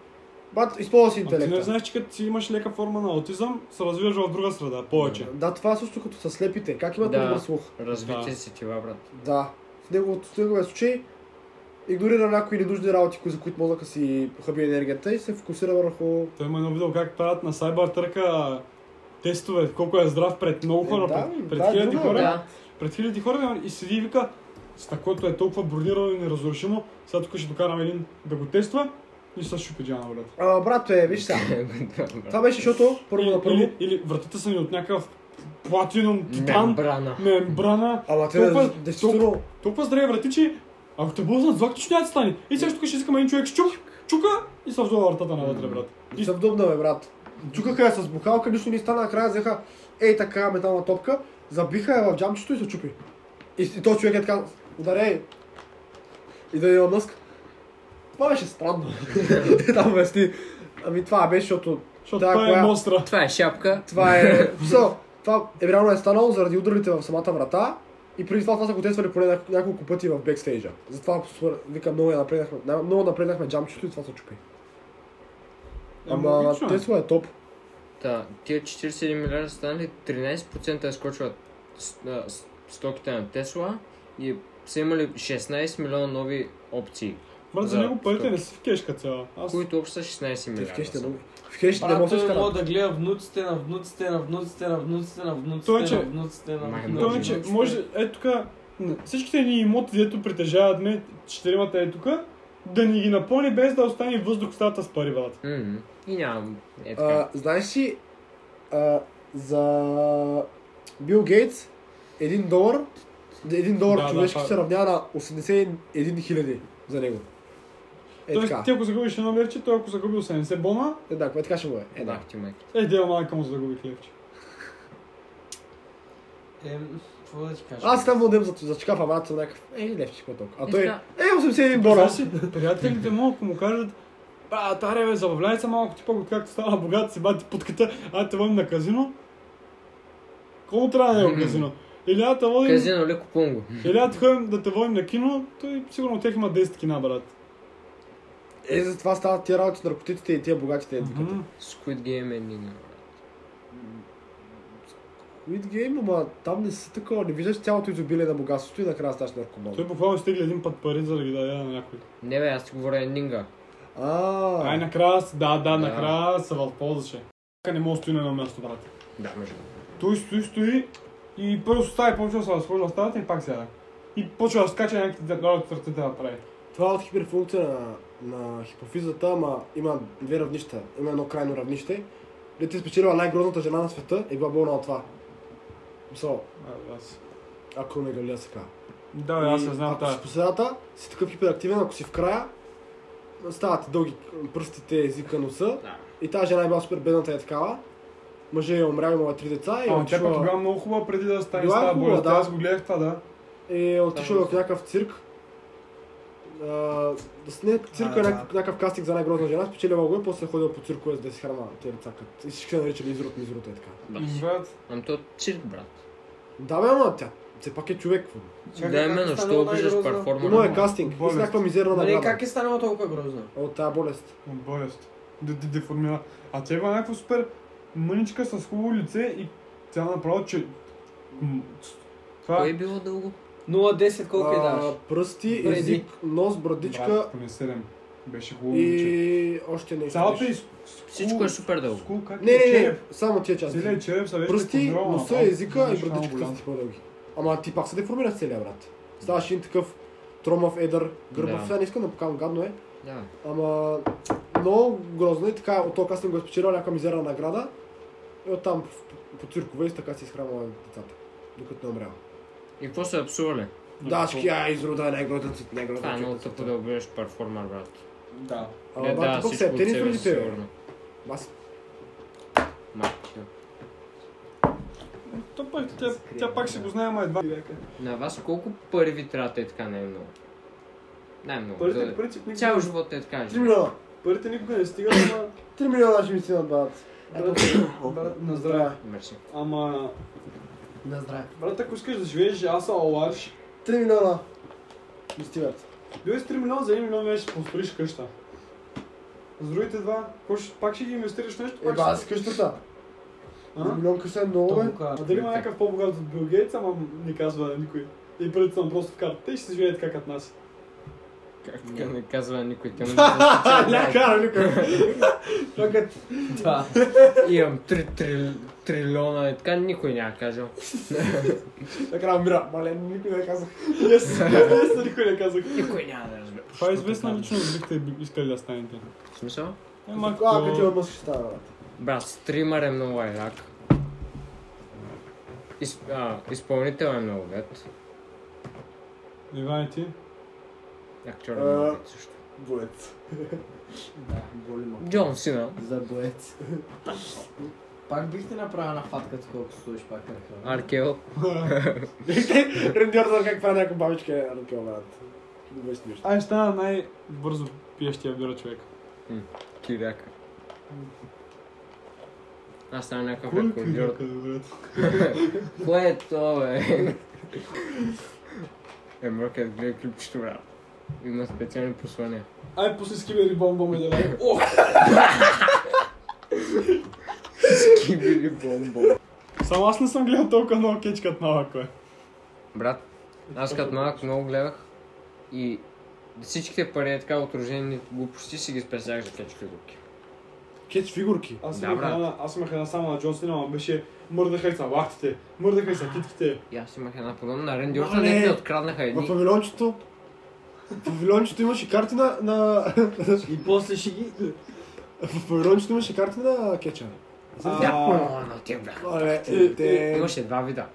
бат, използва си
А Ами ти не
интелекта.
знаеш, че като си имаш лека форма на аутизъм, се развиваш в друга среда, повече.
Да, това е също като са слепите. Как имат
Да.
добър слух?
Развитие
Да.
си тива, брат.
Да. В неговото в неговия случай игнорира някои ненужни работи, кои- за които мозъка си хаби енергията и се фокусира върху...
Той има едно видео как правят на Cyber Търка тестове, колко е здрав пред много
Е,
хора,
да,
пред, пред
да,
хиляди
друго е,
хора.
Да.
пред хиляди хора ами, и седи и вика, с такото е толкова бронирано и неразрушимо, сега тук ще докарам един да го тества и ще шупи джана, брат.
А, брат, е, виж сега. Това беше, защото първо
или,
на първо...
Или, или вратите са ни от някакъв платинум титан,
Мембрана.
мембрана.
Ама те,
толкова, толкова,
действително,
толкова здрави врати, че ако те блъснат злак, че няма да стане. И сега тук ще искам един човек с чук, чука и се взува вратата навътре, брат.
и се вдъбна, бе, брат. Чукаха я с бухалка, нищо не стана, накрая взеха ей така метална топка, забиха я в джамчето и се чупи. И, и този човек е така, ударей. И да има мъск. Това беше странно. Там обясни. Ами това беше, защото
Защото
Да,
това
коя-
е мостра.
Това е шапка.
Това е. So, това е реално е станало заради ударите в самата врата. И преди това, това са го тествали поне няко- няколко пъти в бекстейджа. Затова свър- викам, много я напреднахме, на- много напреднахме джамчето и това се чупи. Ама
Е, логично е.
Тесла е топ.
Та, тия 41 милиарда са станали 13% е скочила с- а, с- стоките на Тесла и са имали 16 милиона нови опции,
Брат, за
Да,
него парите
стоп.
не са в кешка цяла. Аз...
които общо са 16
Те в кещите
милиона.
много. В кещите не мога да се
той
изкарат.
мога да гледа внуците на внуците на внуците на внуците на внуците
Той, че-
на внуците на
Май,
внуците.
Той, че може, е тук, всичките ни имоти, дето притежават ме, четиримата е тук, да ни ги напълни без да остане въздух в стата с пари, брат.
Мгм. И няма. Е така.
А, знаеш ли, а, за Бил Гейтс, един долар, един долар
Да, да,
човешки
това е.
се равнява на 81 хиляди за него. Е
Тоест,
така.
ти ако загубиш едно левче, той ако загуби 80 бона,
Е, да, е така ще му е.
Е, да, ти майка.
е дел малка му загубих левче.
Ем, Е, какво да ти кажа?
Аз там вълдем за, за чекафа, брат, съм някакъв. Е, левче, какво толкова? А той
така.
е 81 бона.
Представяш си, Приятелите му, ако му кажат, а, таре, бе, забавляй се малко, ти пък както стана богат, си бати подката, а те водим на казино. Колко трябва да е в казино? Или а те водим
Казино ли купувам го?
Или да ходим да те водим на кино, той сигурно тях има 10 кина, брат.
Е, за това стават тия работи с наркотиците и тия богатите.
Мгм.
Squid Game е нина.
Уит гейм, ама там не си такова, не виждаш цялото изобилие на богатството и накрая ставаш наркоман.
Той буквално стигли един път пари, за да ги даде на някой.
Не бе, аз ти говоря е нинга.
А,
Ай, накрая, с- да, да, накрая се възползваше. Така не може да стои на едно място, брат.
Да, между
Той стои, стои и първо се става и почва да се разхожда в стаята и пак сяда. И почва да скача някакви работи с ръцете да прави.
Това е от хиперфункция на, на хипофизата, ама има две равнища. Има едно крайно равнище. Дете е спечелила най-грозната жена на света и била болна от това. Мисъл,
А, аз-
ако не галия се казва.
Да, бе, аз я знам
ако
тази.
си по средата, си такъв хиперактивен, ако си в края, стават ти дълги пръстите, езика, носа.
Да.
И тази жена е била супер бедната е такава. Мъже е умрял, имала три деца и е
Ама тя пък
отишла,
тогава много хубава преди да стане с
Била е
тази
хубава,
болест.
да.
Аз го гледах това, да.
е отишла в някакъв цирк. А, да с- не, цирка е
да.
някакъв, някакъв кастинг за най-грозна жена, спечелила го и после е ходила по циркове за да си храна тези деца. като- И всички се наричали изрод, мизрод е така.
Брат,
Ам то е цирк, брат.
Да бе, ама тя все пак е човек. какво?
Чакай,
да,
как
именно,
стана
що обиждаш
най-грозно?
Имало
перформера.
е кастинг, и с
Болест.
някаква мизерна
Нали,
награда.
как е станало толкова грозно?
От тая болест.
От болест. Да ти деформира. А тя има някаква супер мъничка с хубаво лице и тя направо, че... М, Това
Кое е
е...
било дълго?
0-10 колко е
А,
даваш?
Пръсти,
Бради.
език, нос, брадичка
Брат, поне 7. Беше хубаво момче.
и още нещо.
Цялото
беше.
и...
Всичко е супер дълго.
Скул, как
Не,
е
не, не,
череп.
само тия части.
Целият череп са вече
Пръсти,
деформирал,
носа,
направо.
езика е и
Беше много
брадичката
голям.
са ти по-дълги. Ама ти пак се деформираш целия брат. Ставаш един такъв тромав, едър, гърбав.
Да.
Сега не искам да покам, гадно е.
Да.
Ама много грозно и така от този кастинг го е спечелила някаква мизерна награда. И оттам по- по циркове и така си изхранвала децата. Докато не умрява.
И какво се абсурли?
Да, ще я изрода е най-грозен цит, най-грозен
Това е
цит
много
на света.
тъпо да обиждаш перформер, брат.
Да.
Ама
Е, да,
брат, тук се
всичко
е
от
тенис
себе си,
вредите, бе.
сигурно.
Аз
Марки.
То пък тя, тя пак ще го знае, ама едва.
На вас колко пари ви трябва да е така най-много? Най-много.
Парите,
за-
по принцип, никога,
Цял живот е така.
3 милиона.
парите никога не стигат, ама...
3 милиона ще ми стигнат, брат.
брат, брат, На здраве.
Мерси.
Ама...
На здраве.
Брат, ако искаш да живееш, аз съм Алаш.
3 милиона ми стигат.
Дори с 3 милиона за 1 милион вече ще построиш къща. С другите два, какво ще- пак ще ги инвестираш в нещо,
Е,
пак
ба,
ще...
аз къщата.
А?
1 милион къща е много, бе.
Толкова.
А дали има някакъв по-богат от Бил Гейтс, ама не казва никой. И преди съм просто в карта. Те ще се живеят така като нас.
Как така не казва никой тема?
Ля, кара, люка.
Това като
Да. Имам 3 трилиона и така никой няма кажа.
Накрая умира. Мале, никой не казах.
Yes, yes, никой не казах.
Никой няма да разбере.
Това е известна личност, бихте искали да станете.
В смисъл?
Е,
А,
малко...
като ти мъж ще става, брат.
Брат, стримър е много ерак. Из, а, изпълнител е много вет.
Иван и ти?
Актьор е много вет също.
Боец. Да, боли ма.
Джон Сина.
За боец. Пак бих ти направил на фатка, колко стоиш пак на храна.
Аркел.
Рендьор как прави някаква бабичка е ръкъл, брат. Не беше смешно.
Ай, стана най-бързо пиещия бира човек.
Киряка. Аз ставам някакъв
Кой е
рекордьор.
Кирилка, брат?
Кое е то, бе? Е, мръкът гледа клипчето, брат. Има специални послания.
Ай, пусни скибери бомбом и да О,
Кибили бомбо.
Само аз не съм гледал толкова много кеч като малък, бе.
Брат, Аз като малък много гледах и всичките пари е така от рождени глупости си ги спестях за кетч фигурки.
Кетч фигурки. Аз
Да,
имах,
брат.
една, аз имах една само на Джон Сина, ама беше мърдаха и са лахтите, мърдаха и са китките.
И аз имах една подобна на Ренди Орта,
Мале!
някъде откраднаха
В
едни.
павилончето. В павилончето имаше карти на... на...
И после ще ги...
в павилончето имаше карти на кетча.
А,
но те бяха.
Оле,
е,
те...
Имаше два вида.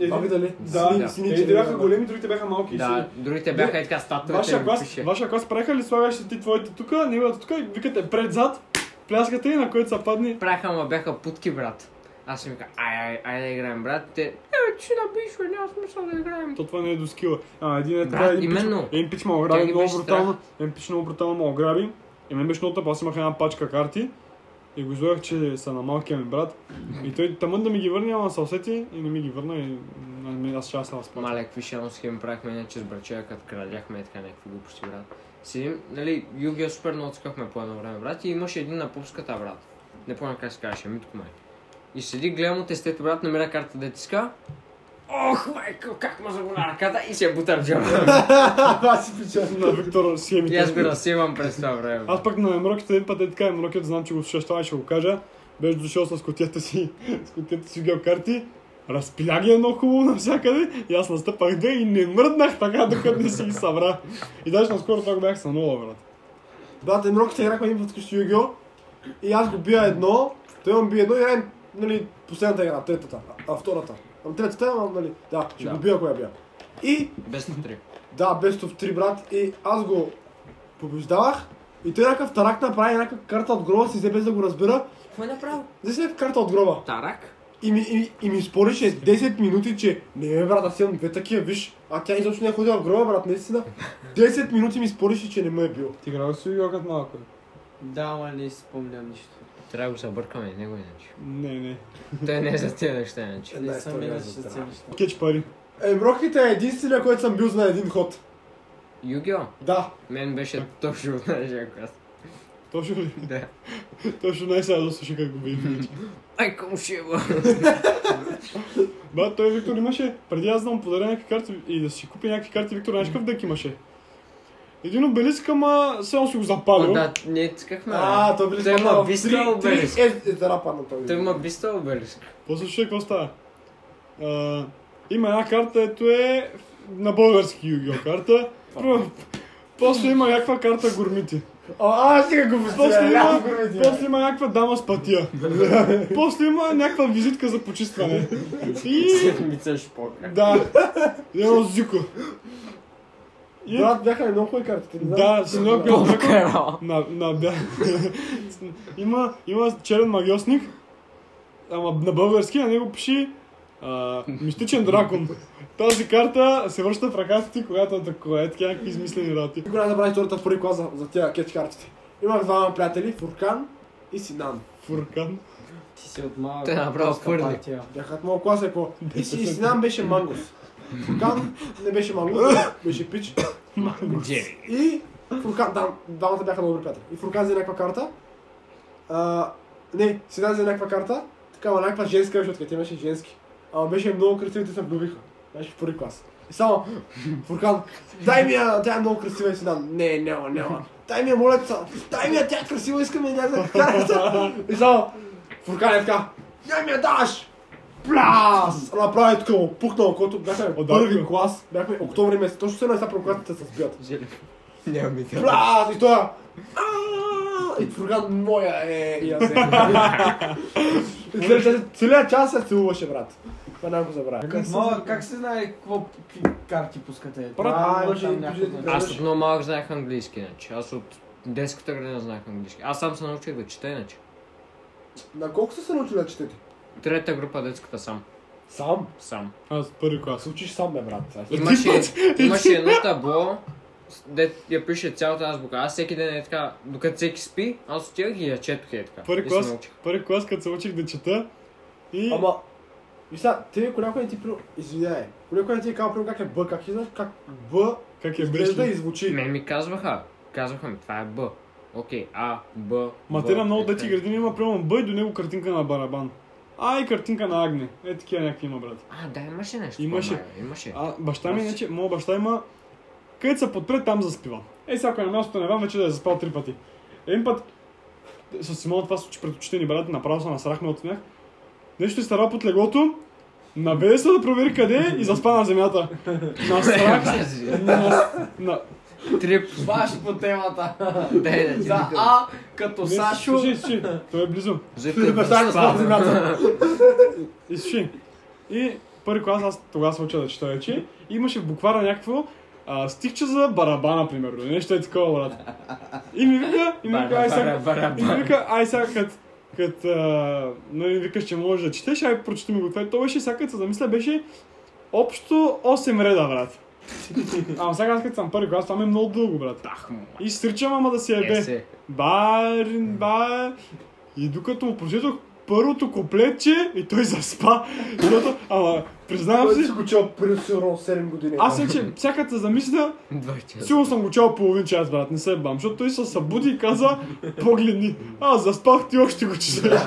Това
един-
видали?
е, Да,
Сини-
едните бяха
сини-
големи, другите бяха малки. и
Да,
сини.
другите
Не,
бяха е така статуите
Вашия
им
клас,
пише.
вашия клас правиха ли слагаш ти твоите тук, неговата тук и викате пред-зад, пляскате и на който са падни.
Праха, ама бяха путки, брат. Аз им казах, ай, ай, ай да играем, брат. Те, е, ти да биш, бе, няма смисъл да играем.
То това не е до скила. А, един е
Да,
така, един пич,
именно.
един пич ме
Тя
ограби
ги
много
беше
брутално, един пич много брутално ме ограби. И мен беше много тъпо, аз имах една пачка карти и го излагах, че са на малкия ми брат. И той тъмън да ми ги върне, ама се усети и не ми ги върна и м, аз ще аз съм разплатен.
Мале, какви шано схеми правихме, иначе с брачея, като крадяхме и така някакви глупости, брат. Седим, нали, Югия супер много цъкахме по едно време, брат, и имаше един на пупската, брат. Не помня как се казваше, Митко май. И седи, гледам от естето, брат, намира карта да тиска. Ох, майко, как ме загоня ръката и се я бута в джоба.
Аз си печатам.
На Виктор е схемите.
И аз го разсивам през това време.
Аз пък на Емрокет един път е така, Емрокет знам, че го слушаш, това ще го кажа. Беше дошъл с котията си, с котията си геокарти, разпиля ги едно хубаво навсякъде и аз настъпах две и не мръднах така, докато не си ги събра. И даже наскоро това го бях сънувал, брат.
Да, те мроката играхме е един път къщи Югио. И аз го бия едно, той имам бие едно и играем, нали, последната игра, третата, а, а втората. Ам третата, ам, нали, да, ще
Да.
го бия, коя бия. И,
Без на три.
да, Best of 3, брат, и аз го побеждавах. И той някакъв тарак направи някаква карта от гроба, си взе без да го разбира.
Какво е направил?
Взе си някаква карта от гроба.
Тарак?
И ми, и, ми- и ми спореше 10 минути, че не ме брат, аз имам две такива, виж. А тя изобщо не е ходила в гроба, брат, наистина. 10 минути ми спореше, че не ме е бил.
Ти играл си геокарт малко?
Да, ама не си спомням нищо.
Трябва да го се бъркаме, него иначе.
Не, не.
Той не е за тези неща иначе.
Една
Не съм
история
иначе
за
за
това.
цели неща.
Кеч пари.
Емрохите е единствения, който съм бил за един ход.
Югио,
Да.
мен беше точно от нашия клас.
Точно ли?
Да.
Точно най-сега да слуша как го бие.
Ай, кому ще е
Брат, той Виктор имаше, преди аз да му подаря някакви карти и да си купи някакви карти, Виктор знаеш какъв дък имаше. Един обелиск, ама все си го запалил.
О, да, ние цъкахме.
А, то били
Той
сме
има
в
бистъл
три- три-
обелиск.
Е, е, зарапа на този.
Той има бистъл обелиск.
После ще какво става? А, има една карта, ето е на български югио карта. Първо- После има някаква карта гормити.
А, аз сега е го
После има,
представя.
после има някаква дама с пътя. После има някаква визитка за почистване. И...
Седмица шпока.
Да. И Едно зико. И-
Брат, бяха ли много хубави картите. не знам.
Да, с едно бяха- на, на, бя... има, има черен магиосник, ама на български, на него пиши а, Мистичен дракон. Тази карта се връща в ръката ти, когато атакува. Е такива някакви измислени работи.
Никога не забравя историята в първи клас за, за тия кетч картите. Имах двама приятели, Фуркан и Синан.
Фуркан.
Ти си от малък.
Те направо
Просто
хвърли.
партия.
Бяха от моят клас, ако... И, си- и Синан беше мангус. Фуркан не беше мангус, беше пич.
Джери.
И Фуркан, да, двамата бяха много добри приятели. И Фуркан взе някаква карта. А, не, Синан взе някаква карта. Такава някаква женска беше, откъде имаше женски. Ама беше много красива и те се влюбиха. Беше в първи клас. И само Фуркан, дай ми я, тя е много красива и Синан. Не, няма, няма. Дай ми я, моля те, само. дай ми я, тя е красива, искаме някаква карта. И само Фуркан е така, дай ми я даш! Пляс! Направи тук му пукнал, който бяхме
О, да,
първи
бе.
клас, бяхме октомври месец, точно се едно и сега прокатите се сбият.
Няма ми да.
Брат, и той «Ааа!» И Фурган моя е. И аз е. И целият час- Целият час се целуваше, брат. Това няма го
Нали,
забравя.
Като малък, как се знае какво какви карти пускате?
Брат,
Там
може
там
и
някой
да-
да-
Аз от много малък знаех английски, иначе. Аз от детската градина знаех английски. Аз сам се научих да чета, иначе.
На колко са се научили да четете?
Трета група детската сам.
Сам.
Сам.
Аз първи клас.
Се учиш сам, бе, брат.
Имаше, имаше едно табло, с- де я пише цялата азбука. Аз всеки ден е така, докато всеки спи, аз отивах и я четох е така.
Първи
И се
клас,
научих.
първи клас, като се учих да чета. И...
Ама, Мисля, ти ако някой не ти при... Извинявай. Ако някой не ти е казал при как е Б, как ти знаеш как Б
Как е
изглежда и
беше?
звучи.
Мен ми казваха. Казваха ми, това е Б. Окей, А, Б.
Ма
Б,
те на много
така.
дети градини има прямо бъй до него картинка на барабан. А, и картинка на Агне. Е, такива някакви има, брат.
А, да, имаше нещо.
Имаше.
по-май, Имаше.
А, баща ми, иначе, моят баща има, където се подпре, там заспива. Е, всяко е на мястото на Иван вече да е заспал три пъти. Един път, с Симона това се случи пред очите ни, брат, направо се насрахме от смях. Нещо е стара под леглото, наведе се да провери къде е и заспа на земята. Насрах се. На, на,
Трип.
Баш по темата.
Дай да ти
За А, като Сашо.
Слушай, слушай, той е близо.
Жека
Баща ми спал на земята.
И слушай. И първи клас, аз тогава се уча да чета вече. И имаше в буквара някакво а, стихче за барабана, примерно. Нещо е такова, брат. И ми вика, и ми вика, ай сега, и ми вика, ай сега, кът, кът, а, нали, викаш, че можеш да четеш, ай прочети ми го това. И То беше, сега като се замисля, беше общо 8 реда, брат. Ама сега аз като съм първи клас, това ми е много дълго, брат. И стричам, ама да е се ебе.
Е, се.
Барин, бар. И докато му прочетох първото куплетче и той заспа. Защото, ама, признавам
Той
си,
си го чел примерно 7 години.
аз вече всяка се замисля,
Два часа.
сигурно съм го чел половин час, брат, не се бам, защото той се събуди и каза, погледни, а заспах ти още го четеш.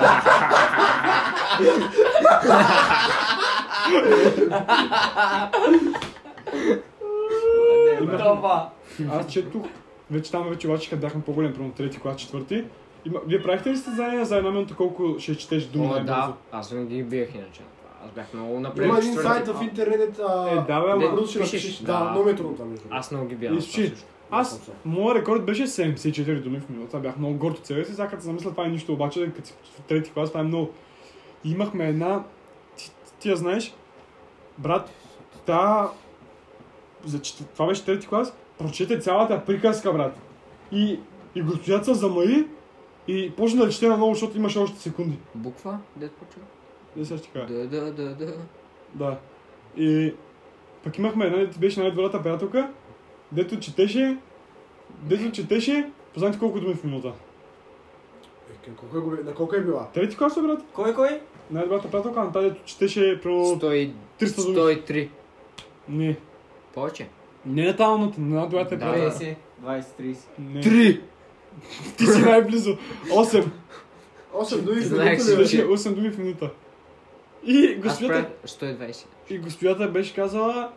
Това.
Аз четох, вече там вече обаче като бяхме по-големи, примерно трети клас, четвърти. Има, вие правихте ли състезания за една минута колко ще четеш думи? е
О,
най-бързо?
да, аз съм ги биех иначе. Аз бях много напред.
Има един
четвърти.
сайт в интернет.
Е, да, бе, ама-
Трудно ще
пишеш,
напишеш.
да.
Да, много ми е трудно там. между другото.
Аз много ги бях.
И ще- Аз, моят рекорд беше 74 думи в минута. Бях много горд от себе си. Сега като се замисля, това е нищо, обаче като си в трети клас, това е много. И имахме една... Ти, ти я знаеш, брат, та... За, чет- това беше трети клас, прочете цялата приказка, брат. И, и госпожата се замари и почна да чете наново, защото имаше още секунди.
Буква? Дед почва?
Не сега ще ти кажа.
Да, да, да, да.
Да. И пък имахме една, дето беше най-добрата приятелка, дето четеше, дето четеше, познайте колко думи в минута.
Е, къде- колко е го- На колко е била?
Трети клас, бе, брат.
Кой, кой?
Най-добрата приятелка на тази, дето четеше про
100
300 думи.
103.
Не.
Повече.
Не е талната, не на добрата
Да.
приятелка.
50, 20, 30.
Не.
Три!
Ти си най-близо. 8.
Осем думи в
Знаех
минута
си,
ли е беше?
Беше 8 думи в минута. И
Аз
господата,
правя 120.
и господята беше казала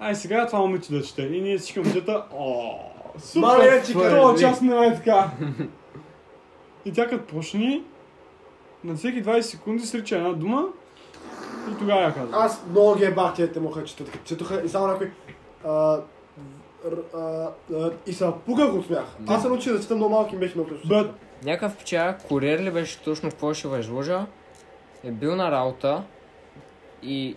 Ай сега е това момиче да чете. И ние всички момчета. О, супер!
Мале, че като-
Това част не е така. И тя като почни, на всеки 20 секунди срича една дума и тогава я казва.
Аз много ги ебах тия те моха четат. като Четоха и само някой... а, р- а, а, И се пуках от смях. Аз се научих да чета много малки и беше много късно.
Бъд,
Някакъв вчера курьер ли беше точно какво ще възложа, е бил на работа и,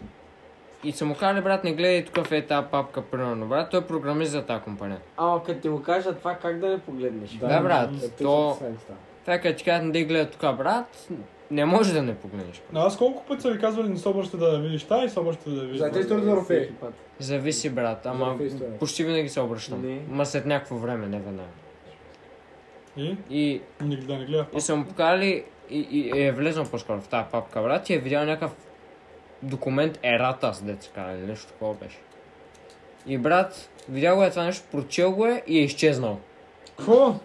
и са му казали, брат, не гледай тук в е тази папка, примерно, брат, той е програмист за тази компания.
Ама като ти го кажа това, как да не погледнеш?
Да, брат,
Е,
то, така като ти кажат, не дай гледай тук, брат, не може да не погледнеш.
на аз колко пъти са ви казвали, не се обръщате да я видиш тая и се обръщате да я видиш.
Знаете ли
тази?
историята на Рофей?
Зависи, брат, ама
Добре, история.
почти винаги се обръщам.
Не.
Ма след някакво време, не веднага.
И?
И
Не, да не гледа.
И са му покали и, и е влезнал по-скоро в тази папка, брат, и е видял някакъв документ Ератас, деца се казва, или нещо такова беше. И брат, видял го е това нещо, прочел го е и е изчезнал.
Какво?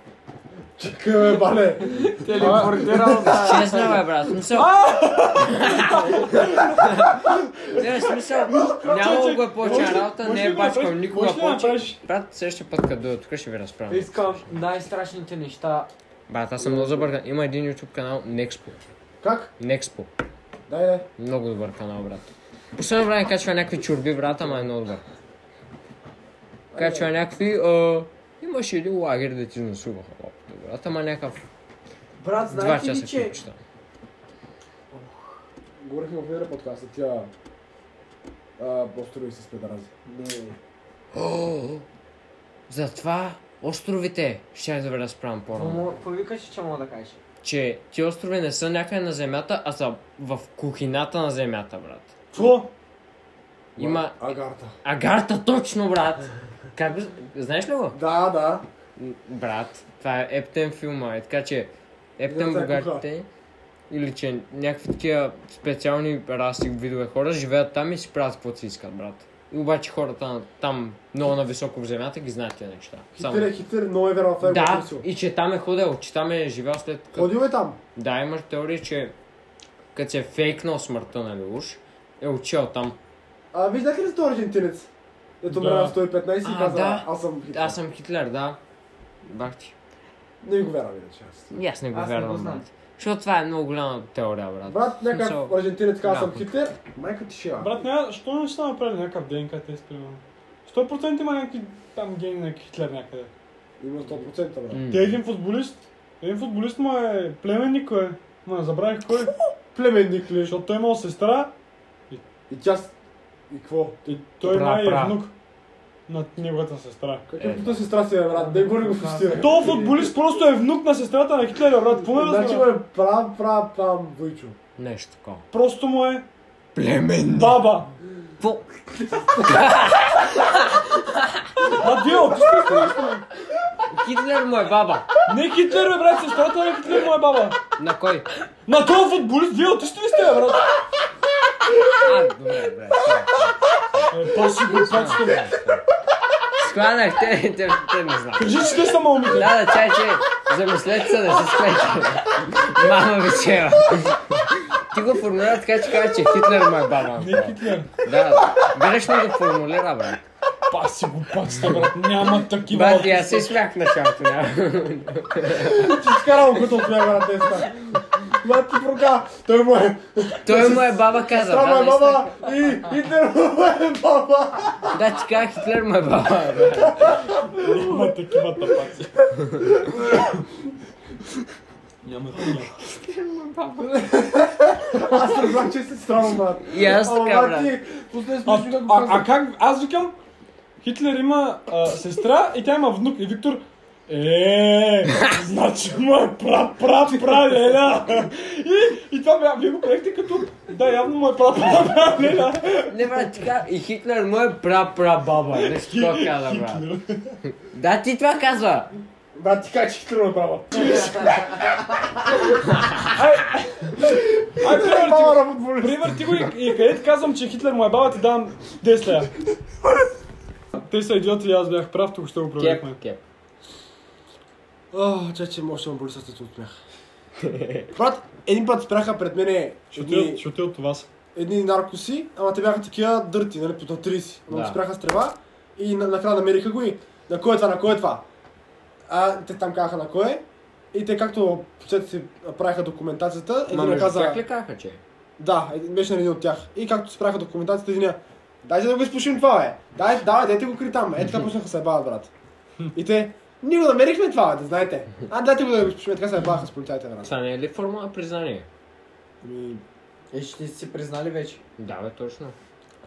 Чакай, бе, бале!
Телепортирал за...
Изчезнал е, брат, смисъл. Не, смисъл, няма го е повече работа, не е бачкал никога повече. Брат, следващия път, като дойда тук, ще ви разправя.
Искам най-страшните неща.
Брат, аз съм много забъркан. Има един YouTube канал, Nexpo.
Как?
Nexpo.
Дай, дай.
Много добър канал, брат. Последно време качва някакви чурби, брат, ама е много добър. Качва някакви... А... Имаше един лагер, да ти изнасуваха лопата, брат, ама някакъв...
Брат,
Два
знаете
часа
ли, че...
клипчета.
Говорихме в Лидера подкаста, тя... а, Острови с педарази.
О, затова островите, ще да ви разправям по-рано,
Мамо, Повикаш, че мога да кажеш.
че ти острови не са някъде на земята, а са в кухината на земята, брат.
Какво?
Има
Агарта.
агарта точно, брат! Как... го- Знаеш ли го?
Да, да.
Брат, това е Ептен филма, е така че Ептен
Играта е
богатите или че някакви такива специални раси видове хора живеят там и си правят каквото си искат, брат. И обаче хората на- там много нависоко в земята ги знаят тези неща. Само.
Хитър е хитър, много е вероятно. това е го
Да,
търсил.
и че там е ходел, че там е живял след като...
Ходил е там.
Да, имаш теория, че като се е фейкнал смъртта, нали уж, е отчел там.
А виждах ли този аржентинец?
Да.
Ето умря на 115 и
А,
каза,
да.
аз съм Хитлер.
Аз съм Хитлер, да. Бах ти.
Не ми го вярвам, иначе аз.
И аз не го
Аз не го
вярвам,
знам.
брат. Защото това е много голяма теория, брат.
Брат, някакъв
Смисъл-
аржентинец каза,
Да.
съм Хитлер. Майка ти шива.
Брат, няма, що не са направили някакъв ДНК тест, примерно? 100% има някакви там гени на Хитлер някъде.
Има 100% брат.
М.
Те е един футболист, един футболист му е племенник, кой е. Ма забравих кой. е.
Племенник ли?
Защото той е имал сестра
И тя... с- И какво?
и той
Пра,
май е
пра.
внук на неговата сестра.
Какъв е, сестра си е, брат? Не го ли го пустира?
То футболист просто е внук на сестрата на Хитлер, брат. Какво е
Значи
разбира?
ме прав, прав, там, Войчо.
Нещо такова.
Просто му е... Племен. Баба.
Какво?
А дио, ти си
Хитлер му е баба.
Не Хитлер, бе, брат, сестрата на Хитлер му е баба.
На кой?
На този футболист, дио, ти ще ли сте, бе, брат?
А, добре, добре.
Е, паси го, пацко.
Схванах, те, те, те не знаят.
Кажи, че те са малмите.
Да, да, чай, чай. Замислете се да се спрете. Мама вечера. Ти го формулира така, че казва, че Хитлер му е баба.
Не Хитлер.
Да, грешно го формулира, брат.
Паси го, пацата, брат. Няма такива.
Бати, аз се смях в началото, да.
Ти скарал го като от мен, брат, теста. Брат, ти прока. Той му е...
Той му е баба каза,
Сестра му
да,
е
наистина.
баба и Хитлер му е баба.
Да, ти казах, Хитлер му е баба, брат.
Няма такива тапаци. Няма такива.
Аз разбрах, че си странно, брат.
И аз
Ама,
така,
брат,
брат.
ти пусне
А,
смешно да го
а, а
казвам.
как? Аз викам, Хитлер има а, сестра и тя има внук. И Виктор, е, значи му е пра, пра, пра, леля. е, И, и това бе, вие го приехте като, да, явно му е пра, пра, пра, леля.
Не, брат, ти казах, и Хитлер му е пра-пра баба. Нещо такова каза, брат. Да, ти това казва.
Брат, ти кажа, че Хитлер му е баба.
Ай, пример ти,
Баба
го-
на футболист.
пример ти го и, и къде ти казвам, че Хитлер му е баба, ти давам 10 лея. Те са идиоти и аз бях прав, тук ще го проверихме.
Кеп, кеп.
О, че, че може да ме боли сърцето от смях. Брат, един път спряха пред мене едни,
Ще отида от вас.
едни наркоси, ама те бяха такива дърти, нали, по на 30. Но
Да.
спряха с трева и на- накрая намериха го и на кой е това, на кой е това? А те там казаха на кой е. И те както след си правиха документацията,
Ма
един
между
Е, каза...
тях ли казаха, че? е?
Да, един- беше на един от тях. И както спряха документацията, един Дайте да го изпушим това, бе. Дай, давай, дайте го кри там. Е, така почнаха да се ебават, брат. И те, ние го намерихме това, бе, да знаете. А, дайте го да го изпушим. Е, Така се ебаваха с полицайите, брат.
Това не е ли форма на признание?
Ами,
Е, ще си признали вече.
Да, бе, точно.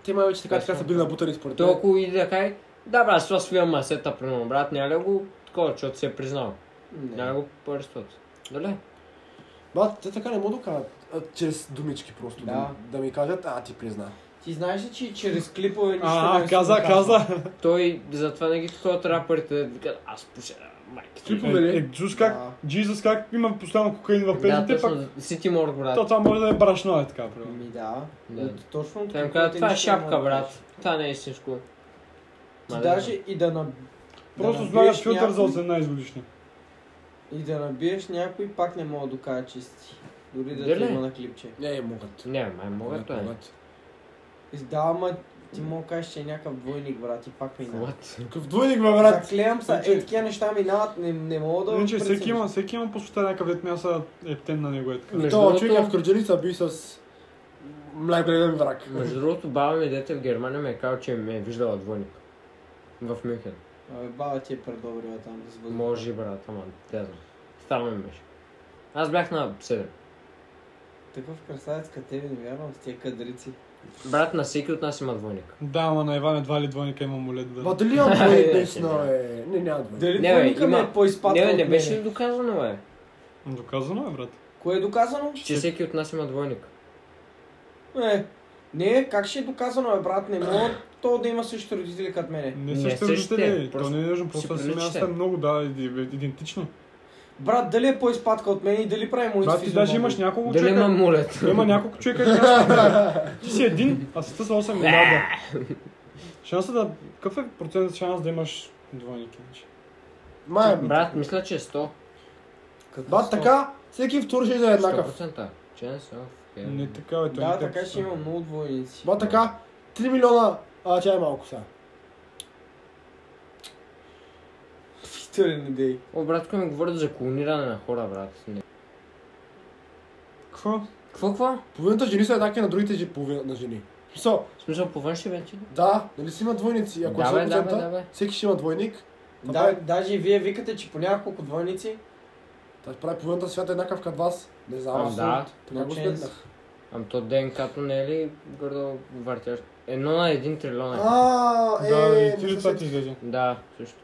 Те май вече така, така са били набутани според мен.
Той ако иде да кай, да брат, сега свивам масета, примерно, брат, няма ли го такова, защото се е признал? Няма ли го по арестуват? Дале?
Брат, те така не могат да кажат а, чрез думички просто да.
Да.
Да, ми кажат, а ти призна.
Ти знаеш ли, че чрез клипове нищо не
А,
се
каза,
доказва?
каза.
Той, затова не ги такова раперите, да викат, аз пуша, майка. ти».
Клипове ли?
Е, е, Джус как, Джизус как има постоянно кокаин в
Да,
петите, пък
точно, Сити Морг,
то
брат.
това може да е брашно, е така, примерно.
Ми Ами да.
Да.
Ето Точно от
Той им
клиповете
казва, това е
нищо не мога
шапка,
да
брат.
кажеш.
Това не е истинско.
Ти
Ма, да,
даже и да на...
Просто
да
слагаш
набиеш
филтър за
някой-
18 годишни.
И да набиеш някой, пак не мога да докажа, че си ти. Дори да
Дали?
ти има на клипче.
Не, могат.
Не, май мога
Могат,
това е.
могат.
И Да, ама ти мога да кажеш, че е някакъв двойник, брат, и пак минава.
What?
Какъв двойник, бе, брат?
Заклеям се, е такива неща минават, не, не мога да...
Иначе всеки
преценя.
има, всеки има по света някакъв дет мяса е птен на него е така.
Между
Това
другото-
човек в Кърджалица би с най-голям враг.
Между другото, баба ми дете в Германия ме е казал, че ме е виждала двойник. В Мюнхен.
Абе, баба ти е предобрила там да звъзда.
Може, брат, ама, не знам. Там ме беше. Аз бях на 7.
Такъв красавец като тебе, не вярвам с тия кадрици.
Брат, на всеки от нас има двойник.
Да, ама на Иван едва ли двойника има молет, бе.
Ба, дали имам двойник
Е,
десна, бе? Не, няма двойник.
Дали
Не, бе,
двойника
има-
ме е по-изпадка
Не, бе,
от
не
мене?
беше ли доказано, бе?
Доказано е, брат.
Кое е доказано?
Че всеки от нас има двойник.
Е, не, как ще е доказано, бе, брат? Не мога то да има същите родители като мене.
Не
Не
същите
същите,
родители, то
просто
не е нужно,
си
просто си
приличате.
място много, да, иди- идентични.
Брат, дали е по-изпадка от мене и дали прави моите
Брат, ти даже имаш няколко
Дали има
човека,
мулет?
има няколко човека, които- ти си един, а света са 8 милиарда. Шанса да, какъв е процент шанс да имаш двойник иначе?
Май, брат.
Брат, мисля, че е 100.
Бат, така, всеки втори ще да е еднакъв.
100%. Че не съм. така.
Не така, е, той
Да,
не те
така ще
пуска.
има много двойници.
Ба така, 3 милиона, а тя е малко сега.
Питали не дей.
О, братко ми говорят за клониране на хора, брат. Не.
Какво?
Какво, какво?
Половината жени са еднакви на другите жи- половина на жени. Мисъл,
В смисъл по външни венчи?
да, нали си има двойници, ако
Да,
е
бе, да,
100%,
бе, да, бе.
всеки ще има двойник,
Да, даже и вие викате, че по няколко двойници.
да прави половината свят еднакъв като вас. Не знам,
Ам,
аз
да.
така го
Значи,
сметнах.
Ам то ДНК-то не е ли гордо въртящ? Едно на един трилион е.
А,
Да,
е,
и ти
не
ли
се
това ти
сетих.
излезе?
Да, също.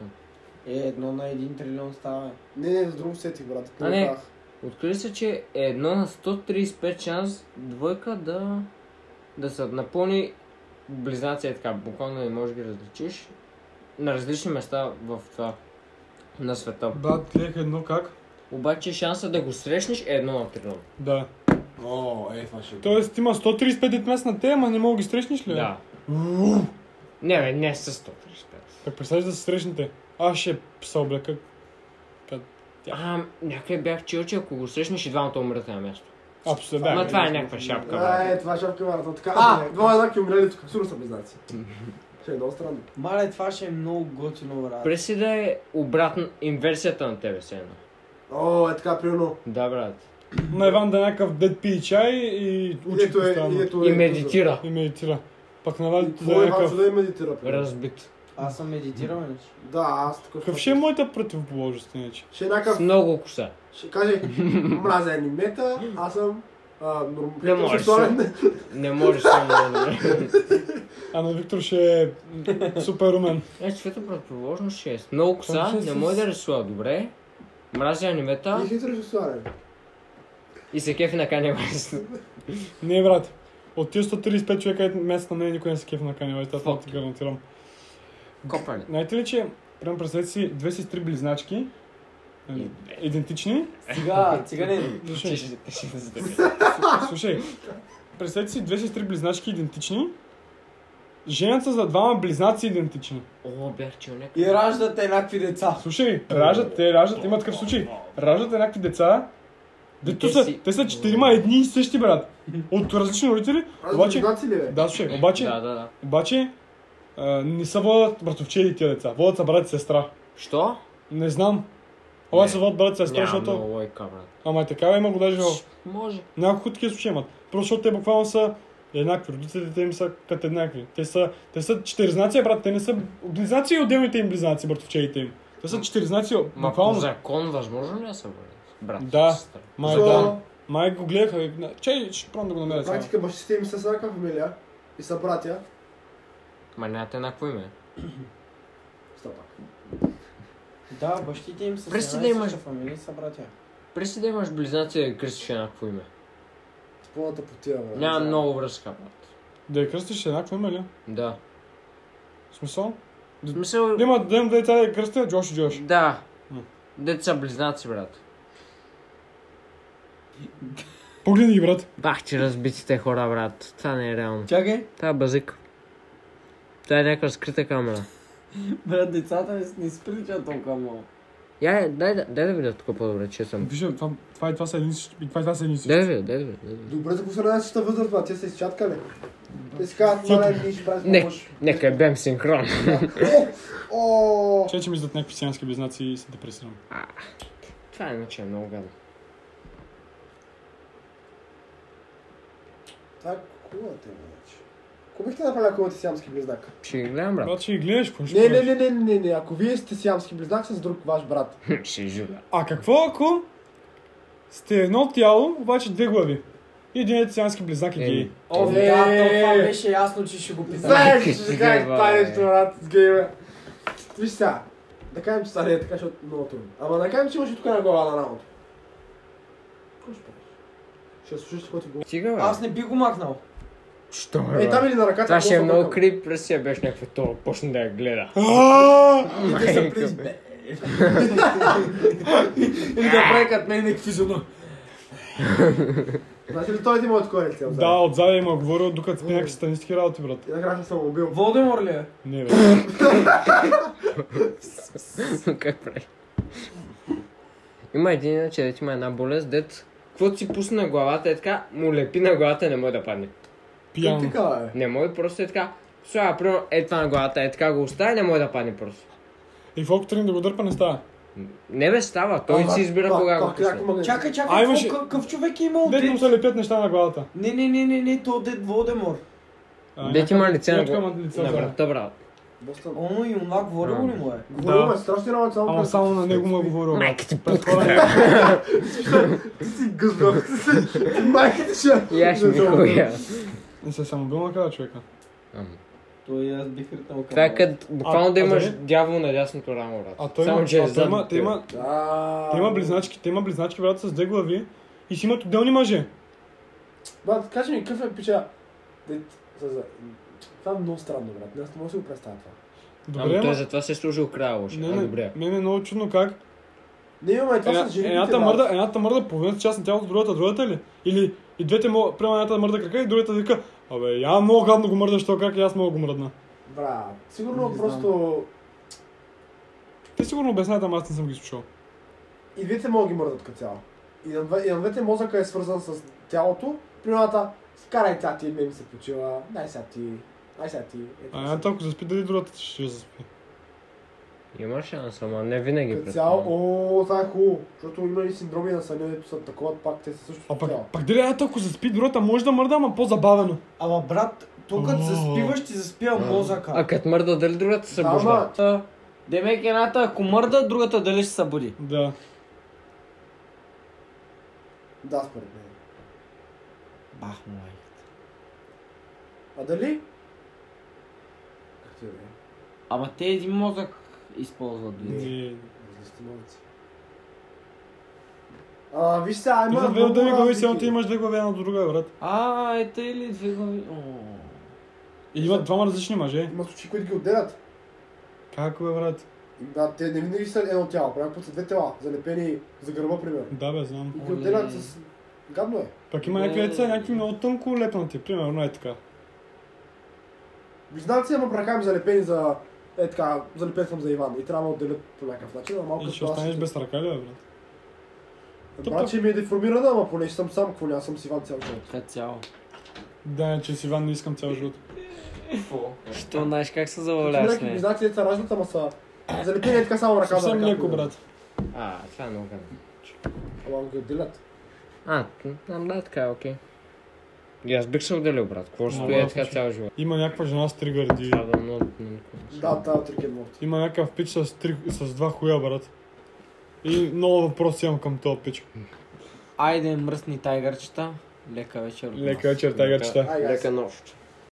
Е, едно на един трилион става. бе.
Не, не, за друго сетих, брат.
А, не. Откри се, че е едно на 135 шанс двойка да, да се напълни близнаци е така. Буквално не можеш да ги различиш на различни места в това на света.
Брат, гледах едно как?
Обаче шанса да го срещнеш е едно на трилион.
Да.
О, е, това ще...
Тоест има 135 места на те, ама не мога да ги срещнеш ли?
Да. Не, бе, не с 135.
Как представиш Е, да се срещнете? Аз ще се облека.
А, някъде бях чел, че ако го срещнеш и двамата умрете на място.
Абсолютно.
Ма
Да.
това е някаква шапка,
А,
брат.
е, това ще е камерата. Така, а, двама еднакви умрели тук. Сигурно са близнаци. Ще е много странно.
Мале, това ще е много готино, брат.
Преси да е обратно инверсията на тебе се е едно.
О, е така, примерно.
Да, брат.
На Иван да е някакъв дед пи и чай и учи
Идето е,
постоянно.
идето е...
И медитира.
И медитира. Пък на Валито да
Кой
е
е
някакъв...
важно да и медитира? примерно?
Разбит.
Аз съм медитирал, иначе.
Да, аз такъв.
Какъв ще е моята противоположност иначе?
Ще е
С
някакъв,
много коса.
ще каже, мразя анимета, аз съм а, норм...
Не можеш.
хетеросексуален.
Не можеш само да добре.
А на Виктор ще е м, супер умен.
Е, цвета предположно 6. Много коса,
Точно
не
си-
може да рисува добре. Мразя
И
анимета
хетеросексуален.
и се кефи на Kanye West.
Не, брат. От тия 135 човека месец на мен никой не се кефи на Kanye West, аз мога да
Fuck
ти гарантирам.
Копа ли?
Знаете ли, че прям представете си две сестри близначки, е, идентични.
Е, Сега, циганин.
Слушай,
Ще се затъка.
слушай, представете си две сестри близначки идентични, женят се за двама близнаци идентични.
О, бях чел някакъв.
е
И раждат еднакви деца.
Слушай, раждат, те раждат, има такъв случай. Раждат еднакви деца, дето
те
са,
си-
те са четирима едни и същи, брат. От различни родители,
Аз съм
обаче...
близнаци ли бе?
Да, слушай, обаче,
Да, да, да.
обаче, а, не са водят братовчеди тия деца, водят са брат и сестра.
Що?
Не знам. Обаче се водят брат и сестра,
Няма
защото...
много лойка, брат.
Ама е такава има го даже в
Може.
Няколко такива случаи имат. Просто защото те буквално са еднакви. Родителите им са като еднакви. Те са, те са четиризнаци, брат. Те не са близнаци и отделните им близнаци, братовчеите им. Те са четиризнаци,
Ма по
буквално.
закон възможно ли е да се бъде? Брат,
Да.
сестра.
Май,
Защо?
да. Май го гледах. и- Чай, ще пробвам да го намеря
На
сега.
практика бащите им са с еднаква фамилия и са братя.
Ма нямате еднакво име.
Ста пак.
Да, бащите им са
Пръсти
с една
да
и
имаш.
съща фамилия, са братя.
Преси да имаш близнаци и да ги кръстиш еднакво име.
Пълната потия бе.
Няма много връзка, брат.
Да я кръстиш е еднакво име ли?
Да.
В смисъл?
В смисъл...
Да Има да имам две деца да я кръстя, Джош и Джош.
Да.
М.
Деца близнаци, брат.
Погледни ги, брат.
Бах, че разбитите хора, брат. Това не е реално.
Чакай,
Това е базик. Това е някаква скрита камера.
брат, децата не, не си приличат толкова много.
Я, дай, да- дай да видя тук по-добре, че съм.
Виж, това, това и това са едни и същи- и това и това са едни и същи.
Дай да видя, дай да видя. дай да видя.
Добре, за са на една съща възраст, бе. Те са изчаткали. Те си казват, мале, ние ще правим
Не.
помощ.
Нека е бем синхрон.
О! О!
Чай, че ми зад някакви сиански близнаци и се депресирам.
Това иначе е много гадно.
Това е кулата ми, вече. Ако бихте направили кулата сиамски близнак?
Ще ги гледам, брат.
Брат, ще ги гледаш, какво ще
Не, не,
правиш?
не, не, не, не, ако вие сте сиамски близнак с друг ваш брат.
Ще жуда.
А какво ако сте едно тяло, обаче две глави? И един е сиански близнак и
Е,
гей.
О,
Е.
да, то това беше ясно, че ще го питам.
Знаеш, че ще кажеш
Геба,
това е
бе.
нещо, брат, с гейме. Виж сега, да кажем, че стане е така, защото е много трудно. Ама да кажем, че имаш и тук една глава на рамото. Какво ще правиш? Ще слушаш, което го...
Стига, бе.
Аз не би го махнал.
Що, бе,
Е,
брат?
там или на ръката.
Това ще е
какво
много
се
крип, пръстия беше някакво то, почна да я гледа.
бъркам? И те са приз, бе.
Или да прави като мен някакви зона.
Знаеш ли, той е един моят корец цял.
Да, отзад има говорил, докато спи някакви станистки работи, брат.
И накрая ще съм убил.
Волдемор ли е?
Не, бе.
как прави? Има един, иначе дет има една болест, дет каквото си пусне на главата е така, му лепи на главата и не може да падне.
Как
Пиян.
така е?
Не може просто е така. Слава, примерно, е това на главата, е така го остави, не може да падне просто.
И колко тръгне да го дърпа, не става.
Не бе става, той си избира кога го пусне.
Чакай,
А,
чакай,
имаше-
какво- какъв човек е имал
Дето
дед?
му се лепят неща на главата.
Не, не, не, не, не, то дед Волдемор.
А,
Дет има
някаква-
лице на
някаква
гла-
има лице
На
за-
врата, брат.
Оно и онак говорил ли му е?
Да. Има страшни работи, само
Ама
пред-
само на него му е говорил.
Майка ти
Пред
път.
хора.
Ти си гъзбъл. Ти майка ти ще...
И аз ще ми хуя.
Не се само бил на края човека.
Той аз бих ритнал
Това е като буквално да
а
имаш
дали?
дявол на дясното рамо, брат.
А той
Само,
има,
че е
а той
зад.
има, те има,
Да.
те има близначки, те има близначки, брат, с две глави. И си имат отделни мъже.
Брат, кажи ми, какъв е пича? Дет- за- за- Това е много странно, брат. Аз не мога да си го представя това.
Добре,
Ама той
ама...
затова се е служил края лошо.
Не,
А,
не,
добре.
мен е много чудно как.
Не, имаме, това
Една-
са жените,
Е, Едната
брат.
мърда, е- едната мърда половината част на тялото, другата, другата ли? Или и двете му, прямо едната мърда крака и другата вика, абе, я много гадно го мърдаш, то как и аз мога го мръдна.
Брат, сигурно
Не знам.
просто...
Те сигурно обясняват, ама аз не съм ги слушал.
И двете могат ги мърдат като цяло. И на, две- и на двете мозъка е свързан с тялото. Примерната, карай тя ти, мен ми се почива, дай сега ти, дай сега ти. Ето,
А едната ако заспи, дали другата ще заспи.
Има шанс, ама не винаги.
е
като цяло,
предполагам.
о, това е хубаво, защото има и синдроми на съня, дето са такова, пак те са също
А
като
пък,
цяло.
пък дали едната ако заспи, другата може да мърда, ама по-забавено.
Ама брат, то като заспиваш, ти заспива
А
мозъка.
като мърда, дали другата се
Да,
събужда?
ама,
Демек едната, е ако мърда, другата дали ще се буди.
Да.
да, според мен.
Бах, мой.
А дали? Как ти е, бе?
Ама те един мозък използват. бе.
И-
Различни мозъци. А, виж сега, има...
За две
много
отделни глави,
разлики.
сега ти имаш две глави една до друга, брат.
А, ето или две глави. О.
И имат двама различни мъже.
Има случаи, които ги отделят.
Как бе, брат?
Да, те не винаги са едно тяло, прямо път са две тела, залепени за гърба, примерно.
Да, бе, знам.
И ги
Оле.
отделят с... Гадно е.
Пак има някакви деца, някакви много тънко лепнати, примерно е така.
Близнаци, ама брака ми залепени за... Е така, залепен съм за Иван и трябва да отделят по някакъв начин, а малко е
И ще
като аз-
останеш без ръка ли, бе, брат?
Брат, че ми е деформирана, ама поне ще съм сам, какво няма съм с Иван цял живот.
Като цяло.
Да, че с Иван не искам цял живот.
Що, знаеш как се
Има
забавляваш,
Значи, някакви
не?
близнаци, деца раждат, ама са... Залепени е така само ръка за
Съвсем
ръка.
леко,
примерно.
брат.
А, това е много гадно.
Ама ги отделят.
А, м, ам, да, така е, окей. И аз бих се отделил, брат. Какво ще
Ама,
стоя е
в
така
случай.
цял живот?
Има някаква жена с три гърди.
Трябва да много... много-
Да, тази е от Рикен Морти.
Има някакъв пич с, три, с два хуя, брат. И много въпроси имам към този пич.
Айде, мръсни тайгърчета. Лека вечер. от нас.
Е,
Лека вечер, тайгърчета.
Ай, аз.
нощ.